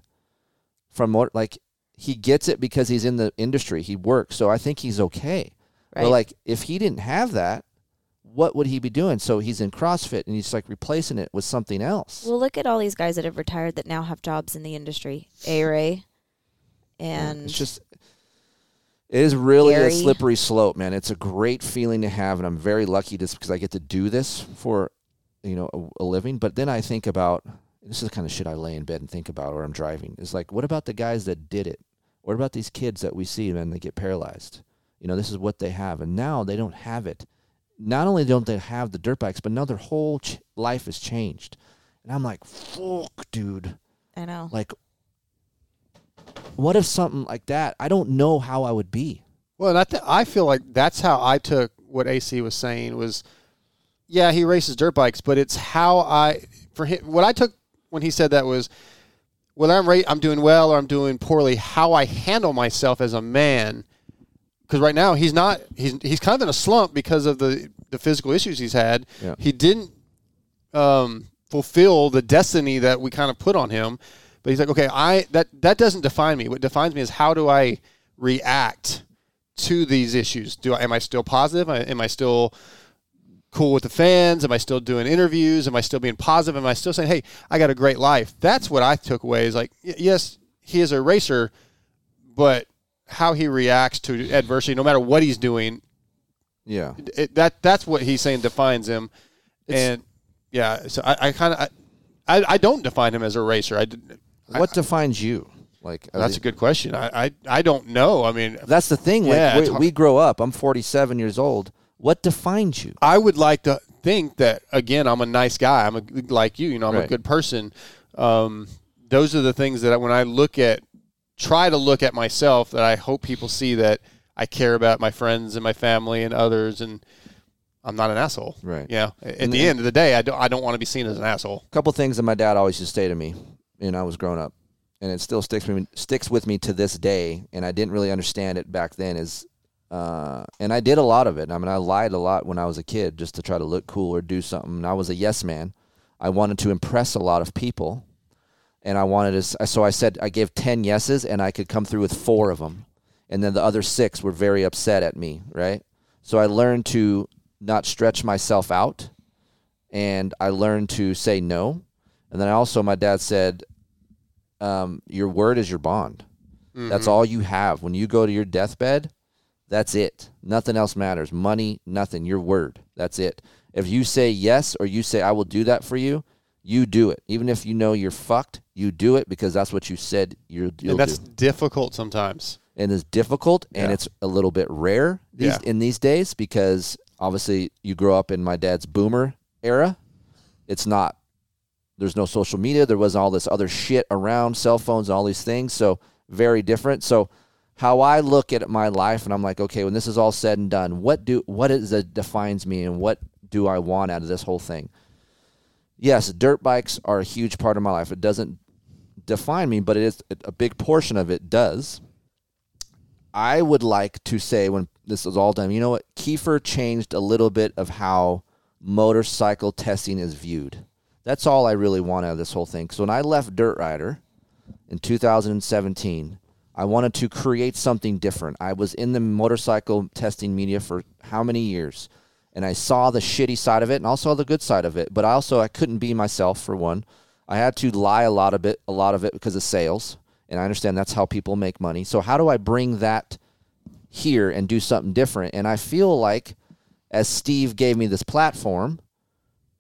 from what like he gets it because he's in the industry. He works, so I think he's okay. But
Right.
like if he didn't have that, what would he be doing? So he's in CrossFit and he's like replacing it with something else.
Well, look at all these guys that have retired that now have jobs in the industry. A Ray, and
it's just it is really a
Gary.
slippery slope, man. It's a great feeling to have, and I'm very lucky just because I get to do this for you know a, a living. But then I think about this is the kind of shit I lay in bed and think about, or I'm driving. It's like, what about the guys that did it? What about these kids that we see, man? They get paralyzed. You know, this is what they have, and now they don't have it. Not only don't they have the dirt bikes, but now their whole ch- life is changed. And I'm like, fuck, dude
I know.
like what if something like that i don't know how i would be
Well, and I, th- I feel like that's how I took what AC was saying was, yeah, he races dirt bikes, but it's how I for him. What I took when he said that was whether I'm ra- I'm doing well or I'm doing poorly, how I handle myself as a man. Because right now he's not he's he's kind of in a slump because of the the physical issues he's had.
Yeah.
He didn't um, fulfill the destiny that we kind of put on him. But he's like, okay, I that that doesn't define me. What defines me is how do I react to these issues? Do I am I still positive? Am I, am I still cool with the fans? Am I still doing interviews? Am I still being positive? Am I still saying, hey, I got a great life? That's what I took away. Is like, y- yes, he is a racer, but how he reacts to adversity, no matter what he's doing,
yeah
it, that that's what he's saying defines him. and yeah, so I, I kind of I, I I don't define him as a racer. I did-
what defines you like are
that's a
the-
good question. I, I I don't know. I mean,
that's the thing like
Yeah,
we,
it's hard.
we grow up i'm 47 years old what defines you
I would like to think that again. I'm a nice guy. I'm a, like you. You know, I'm a
Right.
good person. Um, those are the things that I, when I look at, try to look at myself. That I hope people see that I care about my friends and my family and others, and I'm not an asshole.
Right.
Yeah. At
And-
the end of the day, I don't. I don't want to be seen as an asshole.
a couple things that my dad always used to say to me when I was growing up, and it still sticks with me, sticks with me to this day. And I didn't really understand it back then. Is uh, and I did a lot of it. I mean, I lied a lot when I was a kid just to try to look cool or do something. And I was a yes man. I wanted to impress a lot of people, and I wanted to. s- So I said I gave ten yeses, and I could come through with four of them, and then the other six were very upset at me, right? So I learned to not stretch myself out, and I learned to say no, and then I also my dad said, um, "Your word is your bond.
Mm-hmm.
That's all you have when you go to your deathbed." That's it. Nothing else matters. Money, nothing. Your word. That's it. If you say yes or you say I will do that for you, you do it. Even if you know you're fucked, you do it because that's what you said you, you'll
and that's
do.
difficult sometimes.
And it's difficult and
Yeah.
it's a little bit rare these,
Yeah.
in these days because obviously you grow up in my dad's boomer era. It's not there's no social media. There was all this other shit around cell phones and all these things. So very different. So how I look at my life and I'm like, okay, when this is all said and done, what do what is that defines me and what do I want out of this whole thing? Yes, dirt bikes are a huge part of my life. It doesn't define me, but it is a big portion of it does. I would like to say when this is all done, you know what? Kiefer changed a little bit of how motorcycle testing is viewed. That's all I really want out of this whole thing. So when I left Dirt Rider in 2017, I wanted to create something different. I was in the motorcycle testing media for how many years? And I saw the shitty side of it and also the good side of it. But I also I couldn't be myself for one. I had to lie a lot of it a lot of it because of sales. And I understand that's how people make money. So how do I bring that here and do something different? And I feel like as Steve gave me this platform,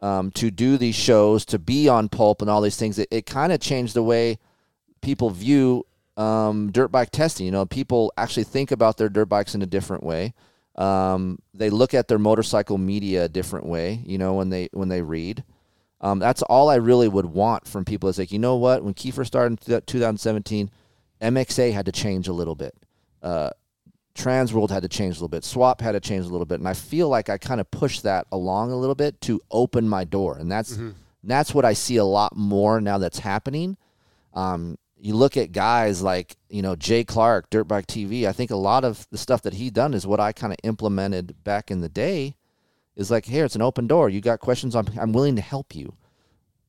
um, to do these shows, to be on Pulp and all these things, it, it kind of changed the way people view um, dirt bike testing. You know, people actually think about their dirt bikes in a different way. Um, they look at their motorcycle media a different way. You know, when they when they read, um, that's all I really would want from people. Is like, you know what? When Kiefer started in th- 2017, MXA had to change a little bit. Uh, Trans World had to change a little bit. Swap had to change a little bit, and I feel like I kind of pushed that along a little bit to open my door, and that's that's what I see a lot more now that's happening. Um, you look at guys like you know Jay Clark, Dirt Bike TV. I think a lot of the stuff that he done is what I kind of implemented back in the day. Is like, here, it's an open door. You got questions? I'm I'm willing to help you.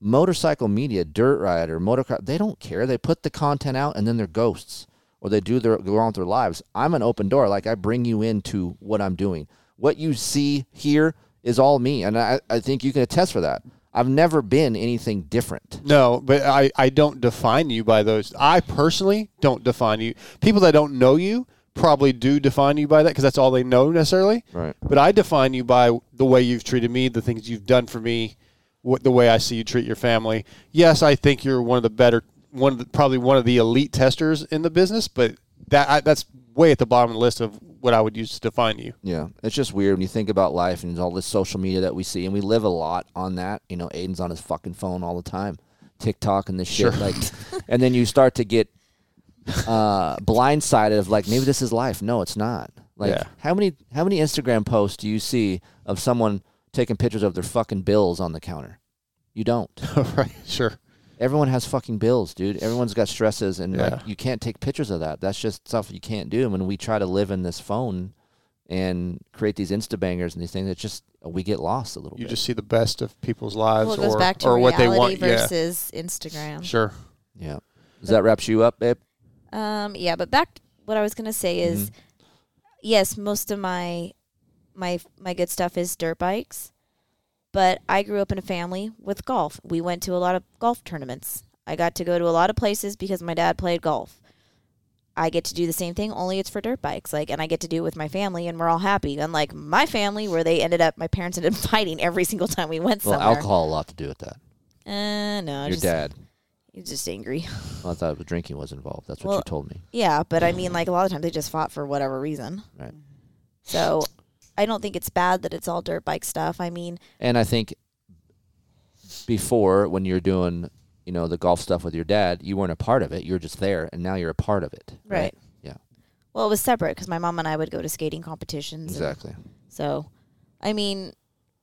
Motorcycle media, dirt rider, motocross, they don't care. They put the content out and then they're ghosts or they do their go on with their lives. I'm an open door. Like I bring you into what I'm doing. What you see here is all me, and I, I think you can attest for that. I've never been anything different.
No, but I, I don't define you by those. I personally don't define you. People that don't know you probably do define you by that because that's all they know necessarily.
Right.
But I define you by the way you've treated me, the things you've done for me, what the way I see you treat your family. Yes, I think you're one of the better, one of the, probably one of the elite testers in the business, but that I, that's way at the bottom of the list of what I would use to define you.
Yeah, it's just weird when you think about life and all this social media that we see, and we live a lot on that. You know, Aiden's on his fucking phone all the time, TikTok and this shit.
[LAUGHS]
Like, and then you start to get uh, blindsided of like, maybe this is life. No, it's not. Like,
Yeah.
how many how many Instagram posts do you see of someone taking pictures of their fucking bills on the counter? You don't.
[LAUGHS] right. Sure.
Everyone has fucking bills, dude. Everyone's got stresses, and
Yeah.
like, you can't take pictures of that. That's just stuff you can't do. And when we try to live in this phone and create these insta bangers and these things, it's just uh, we get lost a little
You
bit.
just see the best of people's lives
Well, it
or,
goes back to
or what
reality
they want.
versus
yeah.
Instagram.
Sure.
yeah. Does that wraps you up, babe?
Um, yeah, but back what I was gonna say is,
Mm-hmm.
Mm-hmm.
yes, most of my my my good stuff is dirt bikes, but I grew up in a family with golf. We went to a lot of golf tournaments. I got to go to a lot of places because my dad played golf. I get to do the same thing, only it's for dirt bikes. Like, and I get to do it with my family, and we're all happy. Unlike my family, where they ended up, my parents ended up [LAUGHS] fighting every single time we went
Well,
somewhere.
alcohol a lot to do with that.
Uh, no,
Your
just,
dad.
he's just angry.
Well, I thought it was drinking was involved. That's what you
Well-
told me.
Yeah, but I mean, like a lot of times they just fought for whatever reason.
Right.
So I don't think it's bad that it's all dirt bike stuff. I mean,
And I think before when you're doing, you know, the golf stuff with your dad, you weren't a part of it. You were just there, and now you're a part of it.
Right.
Yeah.
well, it was separate because my mom and I would go to skating competitions. and-
Exactly.
so, I mean,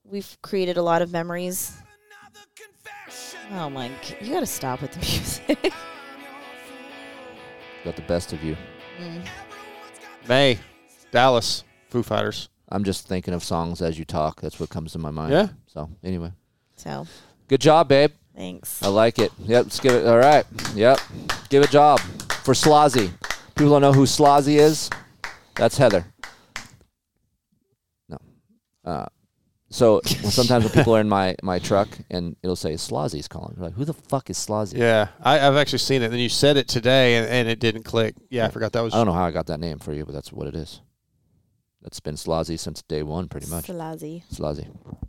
we've created a lot of memories. Oh my! g- You gotta stop with the [LAUGHS] music.
Got the best of you.
May, Dallas, Foo Fighters.
I'm just thinking of songs as you talk. That's what comes to my mind.
Yeah.
So anyway,
so
good job, babe.
Thanks.
I like it. Yep, let's give it. All right. Yep, give a job for Slazy. People don't know who Slazy is. That's Heather. No. Uh,
[LAUGHS]
so sometimes when people are in my, my truck and it'll say Slazy's calling, We're like, who the fuck is Slazy?
Yeah, I, I've actually seen it. Then you said it today, and, and it didn't click. Yeah, I forgot that was.
I don't know how I got that name for you, but that's what it is. That's been Slazy since day one, pretty much.
Slazy.
Slazy.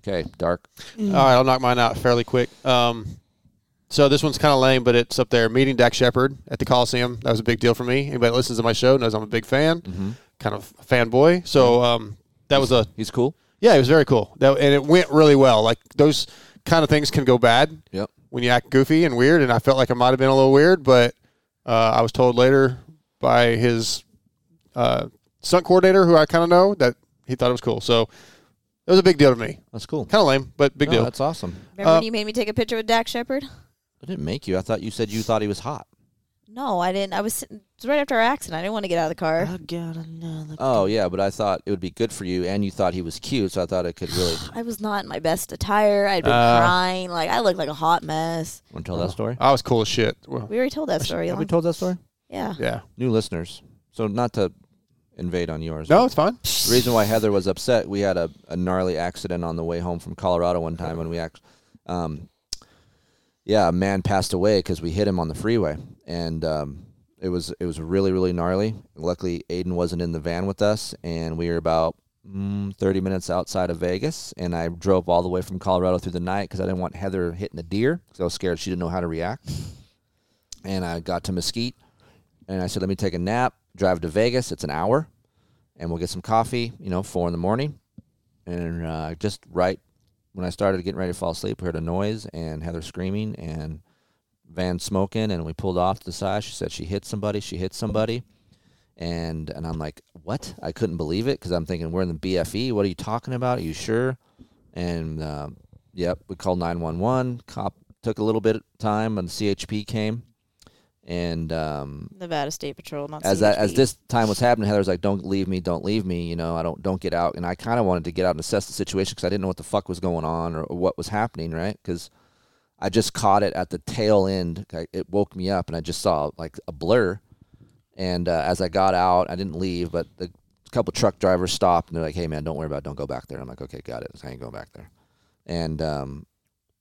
Okay, dark.
All right, I'll knock mine out fairly quick. Um, so this one's kind of lame, but it's up there. Meeting Dak Shepard at the Coliseum. That was a big deal for me. Anybody that listens to my show knows I'm a big fan, kind of a fanboy. So um, that was a
Mm-hmm. He's cool.
yeah, it was very cool. That, and it went really well. Like those kind of things can go bad
Yep.
when you act goofy and weird. And I felt like I might have been a little weird, but uh, I was told later by his uh, stunt coordinator, who I kind of know, that he thought it was cool. So it was a big deal to me.
That's cool.
Kind of lame, but big
No,
deal.
That's awesome.
Remember
Uh,
when you made me take a picture with Dak Shepard?
I didn't make you. I thought you said you thought he was hot.
No, I didn't. I was, sitting, it was right after our accident. I didn't want to get out of the car.
I got another.
Oh yeah, but I thought it would be good for you, and you thought he was cute, so I thought it could [SIGHS] really.
I was not in my best attire. I'd been
Uh,
crying. Like I looked like a hot mess.
Want to tell that story?
I was cool as shit. Well,
We already told that story.
Have
long-
we told that story?
yeah.
yeah.
New listeners, so not to invade on yours.
No, it's fine.
The reason why Heather was upset, we had a, a gnarly accident on the way home from Colorado one time when we act, um, yeah, a man passed away because we hit him on the freeway, and um, it was it was really really gnarly. Luckily, Aiden wasn't in the van with us, and we were about mm, thirty minutes outside of Vegas. And I drove all the way from Colorado through the night because I didn't want Heather hitting a deer because I was scared she didn't know how to react. And I got to Mesquite, and I said, "Let me take a nap, drive to Vegas. It's an hour." and we'll get some coffee, you know, four in the morning. And uh, just right when I started getting ready to fall asleep, we heard a noise and Heather screaming and van smoking. And we pulled off to the side. She said she hit somebody. She hit somebody. And and I'm like, what? I couldn't believe it because I'm thinking we're in the BFE. What are you talking about? Are you sure? And um, yep, we called 911. Cop took a little bit of time, and CHP came. And um,
Nevada State Patrol. Not
as that, as
CHP.
this time was happening, Heather was like, "Don't leave me, don't leave me." You know, I don't don't get out. And I kind of wanted to get out and assess the situation because I didn't know what the fuck was going on or, or what was happening, right? Because I just caught it at the tail end. I, it woke me up, and I just saw like a blur. And uh, as I got out, I didn't leave, but the couple truck drivers stopped and they're like, "Hey, man, don't worry about, it. don't go back there." And I'm like, "Okay, got it. I ain't going back there." And um,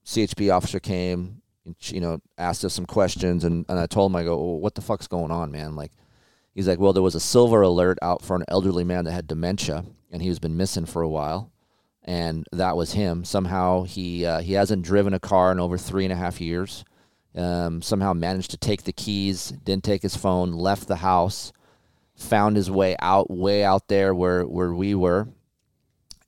CHP officer came, and she, you know, asked us some questions, and, and I told him, I go, well, "What the fuck's going on, man?" Like. He's like, well, there was a silver alert out for an elderly man that had dementia, and he was been missing for a while, and that was him. Somehow he uh, he hasn't driven a car in over three and a half years. Um, somehow managed to take the keys, didn't take his phone, left the house, found his way out, way out there where where we were,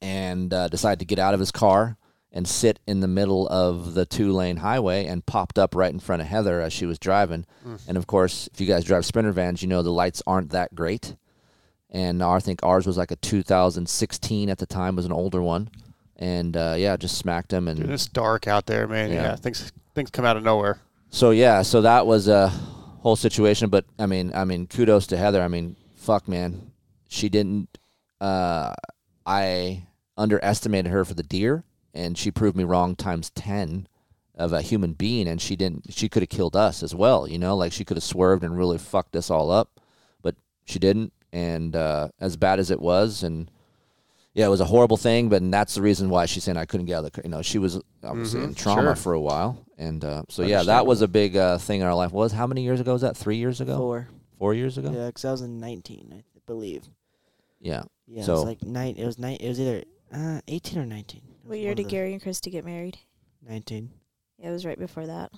and uh, decided to get out of his car and sit in the middle of the two lane highway and popped up right in front of Heather as she was driving. And of course, if you guys drive sprinter vans, you know the lights aren't that great. And I think ours was like a 2016 at the time, was an older one. And uh, yeah, just smacked him. And
Dude, it's dark out there, man.
Yeah.
Yeah. things things come out of
[LAUGHS]
nowhere.
So yeah, so that was a whole situation. But I mean, I mean, kudos to Heather. I mean, fuck, man, she didn't. Uh, I underestimated her for the deer, and she proved me wrong times ten of a human being. And she didn't. She could have killed us as well. You know, like she could have swerved and really fucked us all up, but she didn't. And uh, as bad as it was, and yeah, it was a horrible thing, but and that's the reason why she's saying I couldn't get out of the. car. You know, she was obviously in trauma
sure.
for a while, and uh, so yeah, that was a big uh, thing in our life. Was how many years ago was that? Three years ago?
Four.
Four years ago?
Yeah, because I was in 19, I believe.
Yeah.
Yeah, it
So-
was like nine. It was nine. It was either uh, 18 or 19. It was
What
one
year
of
did
the-
Gary and Christy get married?
19.
It was right before that.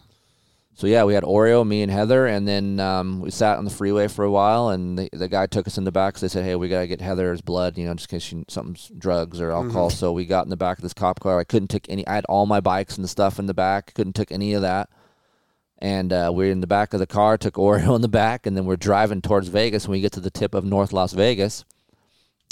So yeah, we had Oreo, me and Heather, and then um, we sat on the freeway for a while, and the, the guy took us in the back. 'cause they said, "Hey, we gotta get Heather's blood, you know, just in case she, something's drugs or alcohol." So we got in the back of this cop car. I couldn't take any. I had all my bikes and stuff in the back. Couldn't take any of that. And uh, we're in the back of the car. Took Oreo in the back, and then we're driving towards Vegas. When we get to the tip of North Las Vegas,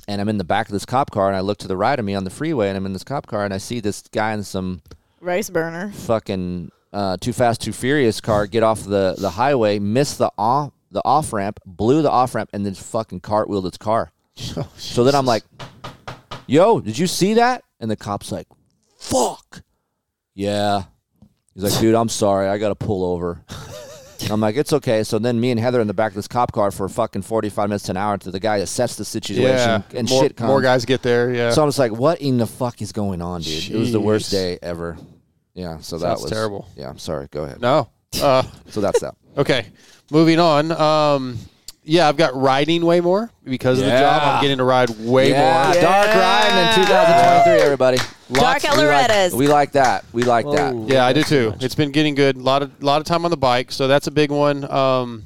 and I'm in the back of this cop car, and I look to the right of me on the freeway, and I'm in this cop car, and I see this guy in some
Rice burner.
fucking uh, Too Fast Too Furious car get off the, the highway, missed the off the off ramp, blew the off ramp, and then fucking cartwheeled its car. so then I'm like, "Yo, did you see that?" And the cop's like, "Fuck, yeah." He's like, dude, I'm sorry. I got to pull over. And I'm like, it's okay. So then me and Heather in the back of this cop car for fucking 45 minutes to an hour until the guy assessed the situation
Yeah,
and
more,
shit comes.
more guys get there. Yeah,
So I'm just like, what in the fuck is going on, dude? It was the worst
Jeez.
day ever. Yeah. So that
Sounds
was
terrible.
Yeah. I'm sorry. Go ahead.
no.
[LAUGHS]
Uh,
So that's that.
okay, moving on. Um, yeah, I've got riding way more because of the job.
Yeah.
I'm getting to ride [LAUGHS] way
yeah,
more.
Dark Ryan in 2023, everybody.
Dark
Lots-
Elaretta's.
We like that. We like that.
Whoa.
Yeah, I do too. It's been getting good. A lot of lot of time on the bike, so that's a big one. Um,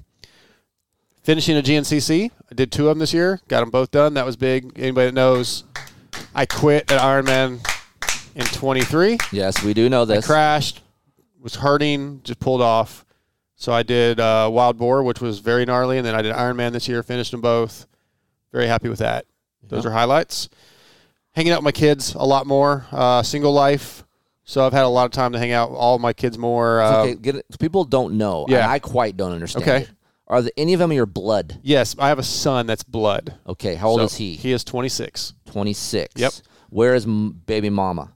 finishing a GNCC, I did two of them this year. Got them both done. That was big. Anybody that knows, I quit at Ironman in 23.
Yes, we do know
I
this.
crashed, was hurting, just pulled off. So I did uh, Wild Boar, which was very gnarly, and then I did Ironman this year. Finished them both. Very happy with that. Those are highlights. Hanging out with my kids a lot more. Uh, single life. So I've had a lot of time to hang out with all my kids more. Uh,
okay, get it. people don't know. and
yeah.
I quite don't understand.
Okay.
it. Are the, any of them your blood?
Yes, I have a son that's blood.
Okay. How old
So
is he?
He is 26.
26.
Yep.
Where is m- baby mama?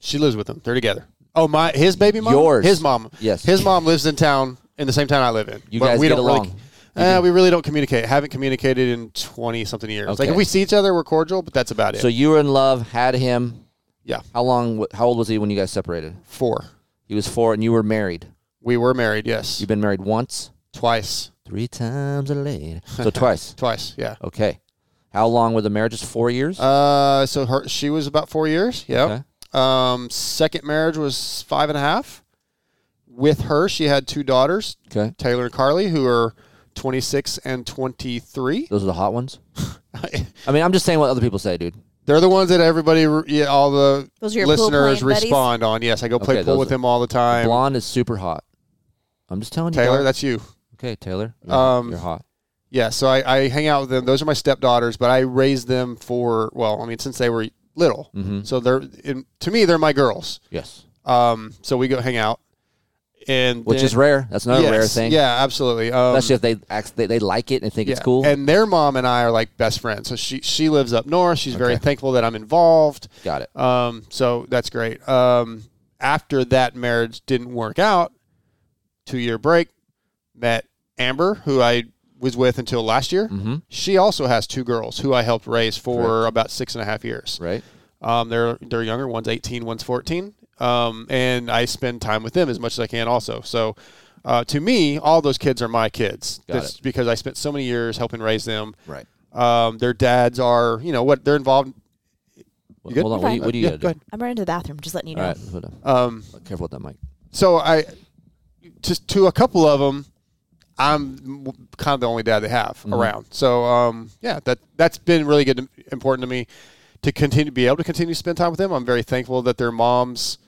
She lives with him. They're together. Oh my, his baby mom.
Yours.
His mom.
Yes.
His mom lives in town in the same town I live in.
You guys get along.
Really, Eh, we really don't communicate. Haven't communicated in 20 something years. Like
Okay.
if we see each other, we're cordial, but that's about it.
So you were in love, had him.
yeah,
How long? w- How old was he when you guys separated?
four.
He was four, and you were married.
We were married. Yes,
You've been married once,
twice.
three times a
[LAUGHS]
lady. So twice.
Twice. Yeah.
Okay. How long were the marriages? Four years.
Uh, so her she was about four years. Yeah.
Okay.
Um, second marriage was five and a half. With her, she had two daughters,
okay.
Taylor and Carly, who are 26
[LAUGHS]
and [LAUGHS] 23.
Those are the hot ones. I mean, I'm just saying what other people say, dude.
They're the ones that everybody, yeah, all the
Those are your pool
listeners
playing buddies?
respond on. Yes, I go play
Okay,
pool
those
with
are-
them all the time.
Blonde is super hot. I'm just telling you.
Taylor,
dog.
that's you.
okay, Taylor. You're,
Um,
you're hot.
Yeah, so I, I hang out with them. Those are my stepdaughters, but I raised them for well, I mean, since they were little.
Mm-hmm.
So they're in, to me, they're my girls.
Yes,
Um, so we go hang out, and
which
then-
is rare. That's another rare
Yes,
thing.
Yeah, absolutely. Um,
especially if they act, they, they like it and think it's
Yeah.
cool.
And their mom and I are like best friends. So she she lives up north. She's very
Okay.
thankful that I'm involved.
Got it.
Um, so that's great. Um, after that marriage didn't work out, two year break, met Amber, who I was with until last year.
Mm-hmm.
She also has two girls who I helped raise for about six and a half years.
right.
Um, they're they're younger. One's 18, one's 14. Um, and I spend time with them as much as I can, also. So, uh, to me, all those kids are my kids.
Got
That's because I spent so many years helping raise them.
Right.
Um, their dads are, you know, what they're involved.
Hold
good?
on. What do you, what do you
Yeah,
gotta
go ahead.
I'm running to the bathroom. Just letting you
do?
know.
All right. Hold on.
Um,
Careful with that mic.
so I just to a couple of them, I'm kind of the only dad they have
Mm-hmm.
around. So um, yeah, that that's been really good, important to me to continue be able to continue to spend time with them. I'm very thankful that their moms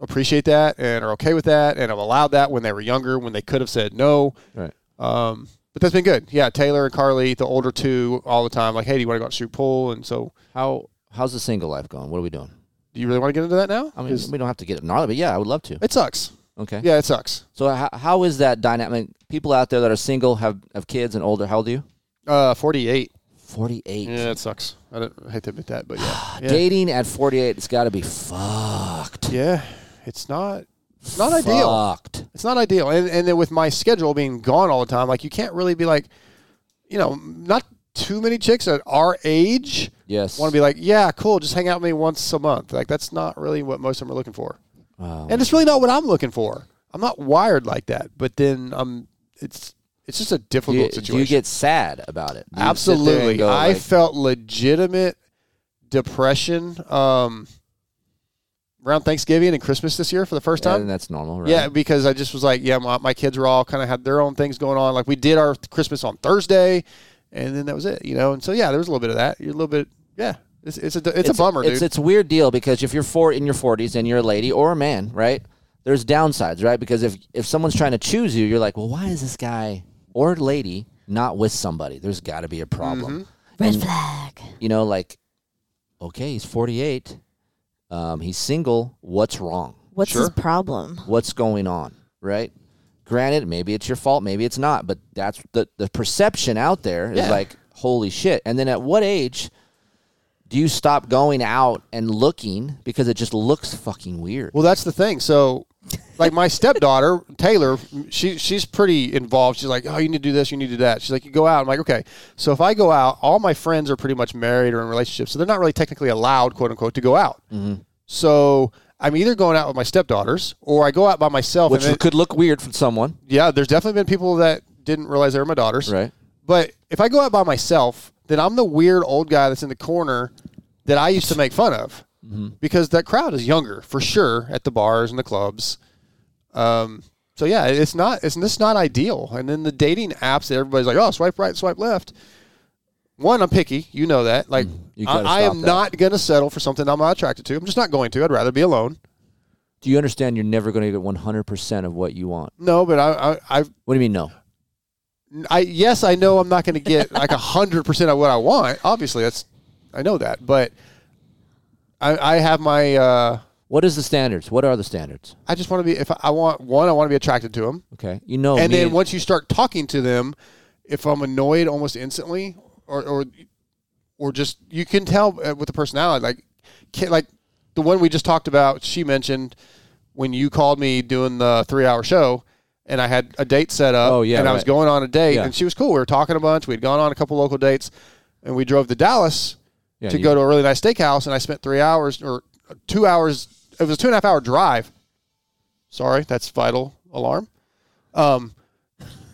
appreciate that and are okay with that and have allowed that when they were younger when they could have said no.
Right.
Um, but that's been good. Yeah, Taylor and Carly, the older two, all the time. Like, hey, do you want to go out and shoot pool? And so,
How how's the single life going? What are we doing?
do you really want to get into that now?
I mean,
'Cause
we don't have to get it gnarly, but yeah, I would love to.
it sucks.
Okay.
Yeah, it sucks.
So how, how is that dynamic? People out there that are single have have kids and older. How old are you?
Uh, forty-eight.
Forty eight.
Yeah, it sucks. I, don't, I hate to admit that,
[SIGHS]
but yeah, yeah,
Ah, Dating at forty eight, it's got to be fucked.
Yeah, it's not it's not ideal.
Fucked.
It's not ideal, and and then with my schedule being gone all the time, like you can't really be like, you know, not too many chicks at our age
Yes.
want to be like, yeah, cool, just hang out with me once a month. Like that's not really what most of them are looking for,
Wow.
and it's really not what I'm looking for. I'm not wired like that, but then I'm it's it's just a
do,
difficult
you, do
situation.
you get sad about it? Do you sit there and
Absolutely.
go,
I
like,
felt legitimate depression um, around Thanksgiving and Christmas this year for the first
yeah,
time.
and "Eh, that's normal, right?
Yeah, because I just was like, yeah, my, my kids were all kind of had their own things going on. Like we did our Christmas on Thursday, and then that was it, you know. And so yeah, there was a little bit of that. You're a little bit, yeah. It's it's a it's, a bummer,
it's,
dude.
It's a weird deal because if you're four in your 40s and you're a lady or a man, right? There's downsides, right? Because if if someone's trying to choose you, you're like, well, why is this guy or lady not with somebody? There's got to be a
Mm-hmm.
problem.
Red flag.
You know, like, okay, he's 48, um, he's single. What's wrong?
What's his
Sure.
problem?
What's going on, right? Granted, maybe it's your fault, maybe it's not, but that's the the perception out there is
Yeah.
like, holy shit. And then at what age? do you stop going out and looking because it just looks fucking weird?
well, that's the thing. So like my stepdaughter Taylor, she she's pretty involved. She's like, oh, you need to do this, you need to do that. She's like, you go out. I'm like, okay. So if I go out, all my friends are pretty much married or in relationships, so they're not really technically allowed, quote unquote, to go out.
Mm-hmm.
So I'm either going out with my stepdaughters or I go out by myself.
which
and it-
could look weird for
[SNIFFS]
someone,
yeah, there's definitely been people that didn't realize they were my daughters.
right?
But if I go out by myself, then I'm the weird old guy that's in the corner that I used to make fun of
Mm-hmm.
because that crowd is younger for sure at the bars and the clubs. Um, so yeah, it's not it's this not ideal. And then the dating apps that everybody's like, oh, swipe right, swipe left. One, I'm picky. You know that. Like,
Mm-hmm. you
I,
gotta
I
stop
am
that.
not going to settle for something I'm not attracted to. I'm just not going to. I'd rather be alone.
Do you understand? You're never going to get 100 percent of what you want.
No, but I, I, I
What do you mean? No,
I yes, I know I'm not going to get like hundred percent of what I want. Obviously, that's I know that, but I, I have my. Uh,
What is the standards? What are the standards?
I just want to be. If I, I want one, I want to be attracted to them,
Okay, you know,
and
me
then once you start talking to them, if I'm annoyed almost instantly, or or or just you can tell uh, with the personality, like can, like the one we just talked about. She mentioned when you called me doing the three hour show. And I had a date set up.
Oh, yeah,
And I was
right.
going going on a date,
Yeah.
and she was cool. We were talking a bunch. We'd gone on a couple local dates, and we drove to Dallas
Yeah,
to
you-
go to a really nice steakhouse. And I spent three hours or two hours. It was a two and a half hour drive. Sorry, that's vital alarm. Um,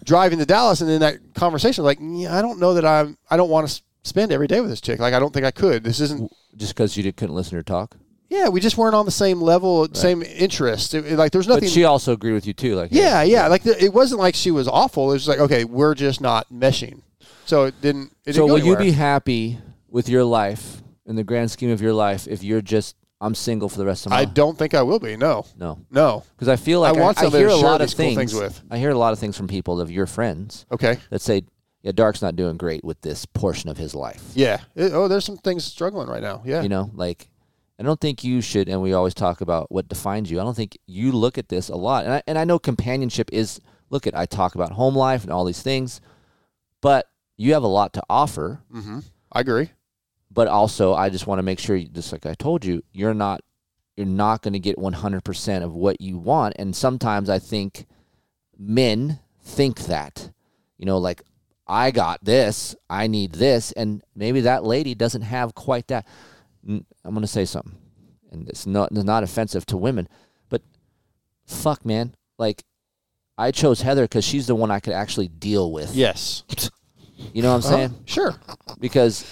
driving to Dallas, and then that conversation, like, "Yeah, I don't know that I'm. I don't want to spend every day with this chick. Like, I don't think I could. This isn't.
just because you did- couldn't listen to her talk.
Yeah, we just weren't on the same level, same interest. It- it- like, there's nothing.
But she also agreed with you too. Like, hey,
Yeah, yeah. Like the, it wasn't like she was awful. It was like okay, we're just not meshing. So it didn't. It
So
didn't go
will
anywhere.
you be happy with your life in the grand scheme of your life if you're just I'm single for the rest of my
I
[SIGHS] life?
don't think I will be. No,
No,
no.
because I feel like
I
I,
want
I
somebody
hear
to
a
share
lot of
these cool
things.
things with.
I hear a lot of things from people of your friends
Okay.
that say, "Yeah, Dark's not doing great with this portion of his life."
Yeah. It- oh, there's some things struggling right now. Yeah.
You know, like I don't think you should. And we always talk about what defines you. I don't think you look at this a lot. And I, and I know companionship is. Look at I talk about home life and all these things, but you have a lot to offer.
hmm I agree.
But also, I just want to make sure, you- just like I told you, you're not you're not going to get 100% of what you want. And sometimes I think men think that, you know, like I got this, I need this, and maybe that lady doesn't have quite that. N- I'm going to say something, and it's not it's not offensive to women, but fuck, man, like I chose Heather because she's the one I could actually deal with.
Yes.
you know what I'm saying?
Uh-huh. Sure.
Because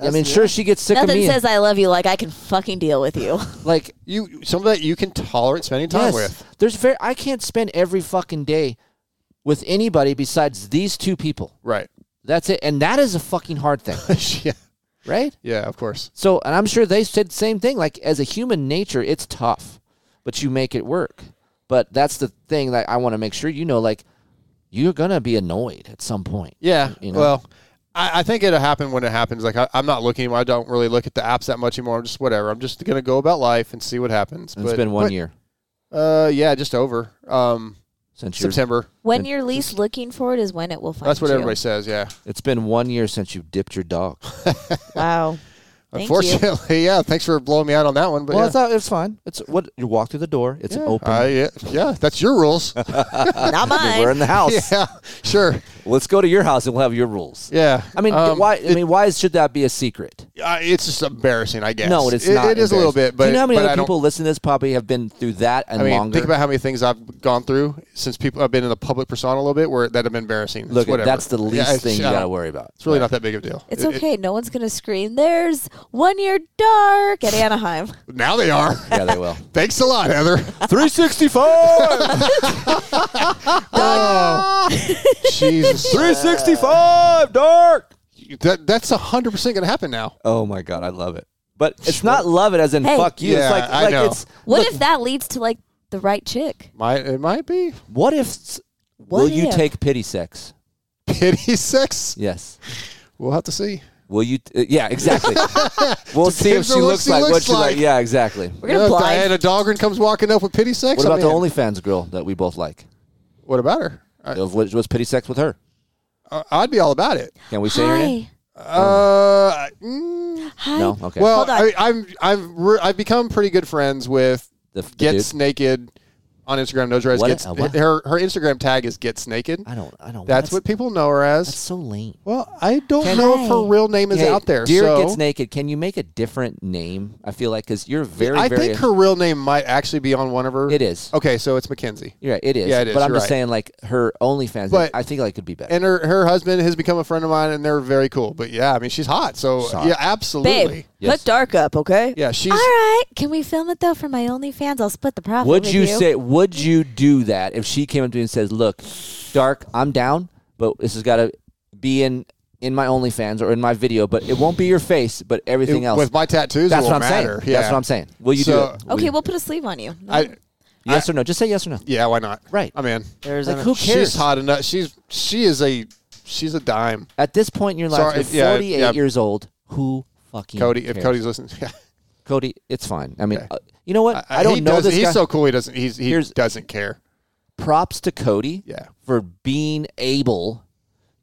I mean, sure, she gets sick of
Nothing
me. and-
says I love you like I can fucking deal with
[LAUGHS]
you.
like
You some of that you can tolerate spending time
Yes.
with.
There's very I can't spend every fucking day with anybody besides these two people.
Right. [LAUGHS]
That's it. And that is a fucking hard thing,
yeah.
right?
Yeah. Of course.
So, and I'm sure they said the same thing like as a human nature, it's tough, but you make it work. But that's the thing that I want to make sure you know like you're going to be annoyed at some point.
Yeah.
You know?
Well, I, I think it'll happen when it happens. Like I, I'm not looking. I don't really look at the apps that much anymore. I'm just whatever. I'm just gonna go about life and see what happens.
And it's been one
but,
year
Uh, yeah, just over. Um,
since you
September.
When you're least looking for it is when it will find
That's what
you.
everybody says. Yeah.
It's been 1 year since you've dipped your dog.
Wow. [LAUGHS] Thank you.
[LAUGHS]
Unfortunately, [LAUGHS] yeah. Thanks for blowing me out on that one. [LAUGHS] But
well,
yeah.
it's not, it's fine. It's what you walk through the door, it's
Yeah.
open.
I- yeah, yeah, that's your
[LAUGHS]
rules.
Not
We're
mine.
in the house.
[LAUGHS] yeah, sure.
Let's go to your house and we'll have your rules.
Yeah.
I mean,
Um,
why? I mean, why should that be a secret?
uh, it's just embarrassing, I guess.
No, it's
It-
not.
It is a little bit, but
do you know how many
but I
other
don't-
people listening to this probably have been through that and
I mean,
longer?
think about how many things I've gone through since people have been in the public persona a little bit, where that have been embarrassing. It's
Look,
whatever.
that's the least
Yeah, it's-
thing you
I
got to
don't-
worry about.
It's really not that big of a deal.
It's
It- it-
okay. no one's gonna scream. There's one year dark at Anaheim.
now
[LAUGHS]
they are.
Yeah, they
[LAUGHS]
will.
Thanks a lot,
[LAUGHS]
Heather.
365!
Jesus,
365, dark!
that that's hundred percent gonna happen now.
Oh my God, I love it. But it's not love it as in
Hey.
fuck you.
Yeah,
it's like,
I
like
know.
it's.
What
look,
if that leads to like the right chick?
Might it might be
What if. s-
What
will you
if?
take pity sex?
pity sex.
Yes.
We'll have to see.
Will you? uh, yeah,
[LAUGHS]
exactly. we'll see if
Depends
she
on what
looks
she
like. what
looks
she like.
like.
Yeah, exactly.
We're gonna
if
blind
Uh, Diana Dahlgren comes walking up with pity sex.
What
I'm
about the
in.
OnlyFans girl that we both like?
What about her? I,
Of what was pity sex with her?
I- I'd be all about it.
Can we say her name?
Hi.
Uh, mm,
Hi.
No. Okay.
well,
Hold on.
I, I'm I've re- I've become pretty good friends with
the, the
gets
dude.
naked on Instagram. Nose Res
What?
gets
Uh, what?
her her Instagram tag is gets naked.
I don't. I don't.
That's what people know her
That's
as.
so lame.
Well, I don't
Can
know
I-
if her real name is
Hey,
out there.
Deer
so
gets naked. Can you make a different name? I feel like because you're very.
I
very
think her real name might actually be on one of her.
It is.
Okay, so it's Mackenzie.
You're right. It is.
Yeah, it is.
But I'm
You're
just
right.
saying, like her OnlyFans.
But-
I think like could be better.
And her, her husband has become a friend of mine, and they're very cool. But yeah, I mean, she's hot. So
hot.
yeah,
Babe,
absolutely.
Yes.
hook Dark up, okay?
Yeah, she's
All right. Can we film it though for my OnlyFans? I'll split the profit.
would
with
you, say? Would you do that if she came up to you and says, "Look, Dark, I'm down, but this has got to be in in my OnlyFans or in my video, but it won't be your face, but everything
it-
else."
with my tattoos.
That's
it
what I'm
won't matter.
saying.
Yeah.
That's what I'm saying. Will you
So-
do it? Will
Okay,
you-
we'll put a sleeve on you. No.
I,
yes or no? Just say yes or no.
yeah, why not?
Right.
I'm in.
Arizona.
who cares?
She's hot enough. She's she is a she's a dime.
At this point in your life,
Sorry, if-
you're
yeah,
48
yeah.
years old. Who fucking
Cody, if
cares?
Cody's listening, [LAUGHS] yeah.
Cody, it's fine. I mean, uh, you know what? I,
he
don't know
doesn't-
this
He's
guy.
so cool. He doesn't. He's, he
Here's-
doesn't care.
Props to Cody
Yeah.
for being able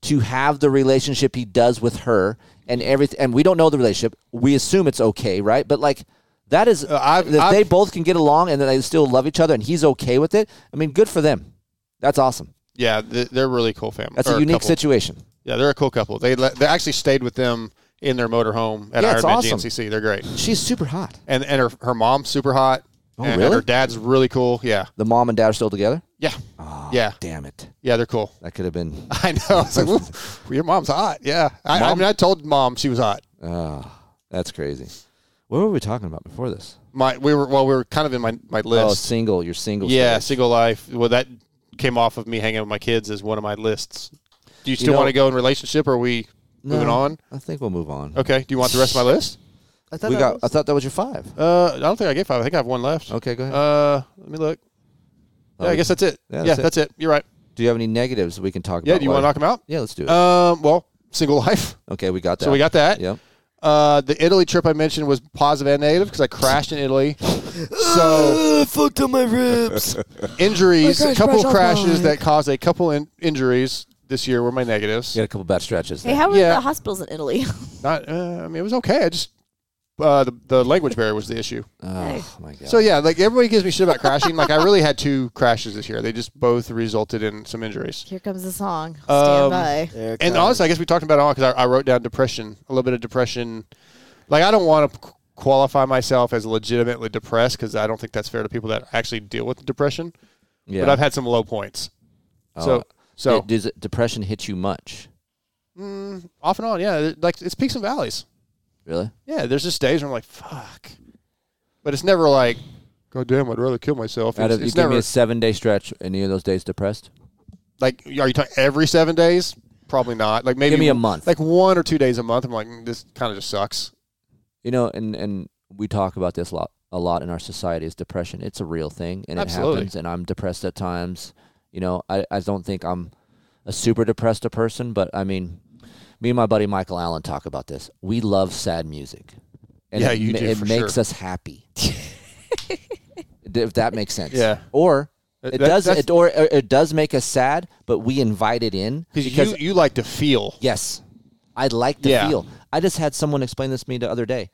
to have the relationship he does with her and everything. And we don't know the relationship. We assume it's okay, right? But like that is
Uh, I've-
if
I've-
they both can get along and they still love each other and he's okay with it. I mean, good for them. That's awesome.
Yeah, th- they're a really cool family.
That's
or
a unique
couple.
situation.
Yeah, they're a cool couple. They let, they actually stayed with them in their motorhome at
Yeah, it's
Ironman
awesome.
GNCC. They're great.
She's super hot.
And and her her mom's super hot.
Oh,
and, and
really?
her dad's really cool. Yeah.
The mom and dad are still together.
Yeah. yeah.
Damn it.
Yeah, they're cool. [LAUGHS]
That could have been.
I know. I was like, "Oof, your mom's hot. Yeah. I, I
Mom-
mean, I told mom she was hot.
Oh, that's crazy. What were we talking about before this?
My we were well, we were kind of in my my
Oh,
list.
single. You're single.
yeah,
stage.
single life. Well, that came off of me hanging with my kids as one of my lists. Do you still
know-
want to go in relationship? Or are we moving
No,
on?
I think we'll move on.
Okay. Do you want the rest of my list?
I thought
we
that
got. I
was-
thought that was your five.
Uh, I don't think I gave five. I think I have one left.
Okay, go ahead.
Uh, let me look.
Oh,
Yeah, I
we-
guess that's it.
yeah,
Yeah,
that's it.
that's it. You're right.
Do you have any negatives we can talk
Yeah,
about?
do you want to
while-
knock them out?
Yeah, let's do it.
Um, well, single [LAUGHS] life.
okay, we got that.
So we got that.
Yep.
Uh, the Italy trip I mentioned was positive and negative because I crashed
[LAUGHS]
in Italy. so
I Ah, fucked up my
[LAUGHS]
ribs.
injuries, a couple
fresh off
crashes
my-
that caused a couple in- injuries this year were my negatives.
We got a couple bad stretches.
Hey,
there.
how were
Yeah.
the hospitals in Italy? [LAUGHS]
Not, uh, I mean, it was okay. I just uh, the the language barrier was
[LAUGHS]
the issue.
oh my god.
So yeah, like everybody gives me shit about crashing. like I really had two crashes this year. They just both resulted in some injuries.
Here comes the song. Stand
Um,
by.
There it
And
comes.
uh,
honestly, I guess we talked about it all because I, I wrote down depression, a little bit of depression. Like I don't want to qu- qualify myself as legitimately depressed because I don't think that's fair to people that actually deal with depression.
yeah.
But I've had some low points. So so
Did- does it- depression hit you much?
mm, off and on, yeah. it- Like it's peaks and valleys.
Really?
Yeah, there's just days where I'm like, fuck. But it's never like, God damn, I'd rather kill myself.
Out
It's,
of, you
it's
give me
never
a seven day stretch. Any of those days depressed?
like, are you talking every seven days? Probably not. Like maybe
Give me a month.
Like one or two days a month. I'm like, "Mm, this kind of just sucks.
you know, and and we talk about this a lot a lot in our society is depression. It's a real thing, and
Absolutely.
it happens. And I'm depressed at times. You know, I I don't think I'm a super depressed person, but I mean, me and my buddy Michael Allen talk about this. We love sad music, and
Yeah,
it,
you
ma-
do,
it
for
makes
sure.
us happy. if that makes sense,
Yeah.
Or
That-
it does,
that's-
it, or it it does make us sad, but we invite it in
Because you, you like to feel.
Yes. I like to
Yeah.
feel. I just had someone explain this to me the other day.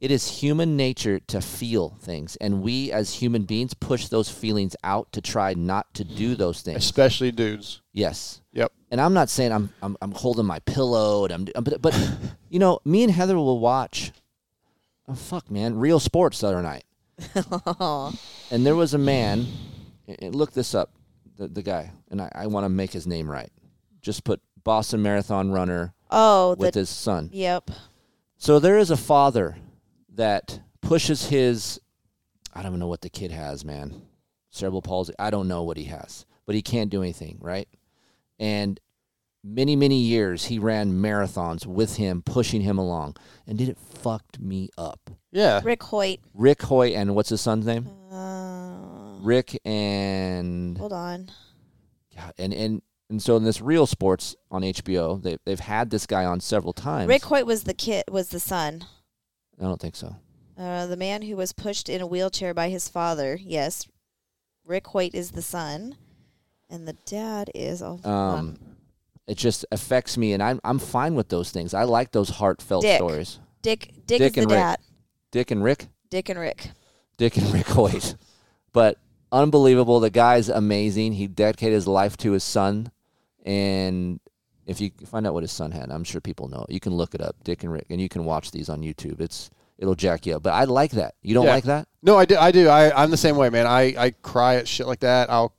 It is human nature to feel things, and we as human beings push those feelings out to try not to do those things.
especially dudes.
Yes.
Yep.
And I'm not saying I'm I'm, I'm holding my pillow and I'm but, but you know, me and Heather will watch oh fuck man, real sports the other night. and there was a man and- and look this up, the, the guy, and I, I want to make his name right. Just put Boston Marathon runner
Oh,
with
the,
his son.
yep.
So there is a father that pushes his I don't know what the kid has, man. Cerebral palsy. I don't know what he has, but he can't do anything, right? And many, many years he ran marathons with him, pushing him along. And did it fucked me up.
Yeah.
Rick Hoyt.
Rick Hoy and what's his son's name?
Uh,
Rick and
hold on.
God, and and and so in this real sports on HBO, they they've had this guy on several times.
Rick Hoyt was the kid. Was the son.
I don't think so.
Uh, the man who was pushed in a wheelchair by his father. Yes, Rick Hoyt is the son, and the dad is oh,
um, it just affects me, and I'm I'm fine with those things. I like those heartfelt
Dick.
stories.
Dick. Dick,
Dick
is the
and Rick.
dad.
Dick and [LAUGHS] Rick,
Dick and Rick.
Dick and Rick Hoyt, but unbelievable. The guy's amazing. He dedicated his life to his son, and if you find out what his son had, I'm sure people know. You can look it up, Dick and Rick, and you can watch these on YouTube. It's it'll jack you up. But I like that. You don't
Yeah.
like that?
No, I do. I do. I, I'm the same way, man. I, I cry at shit like that. I'll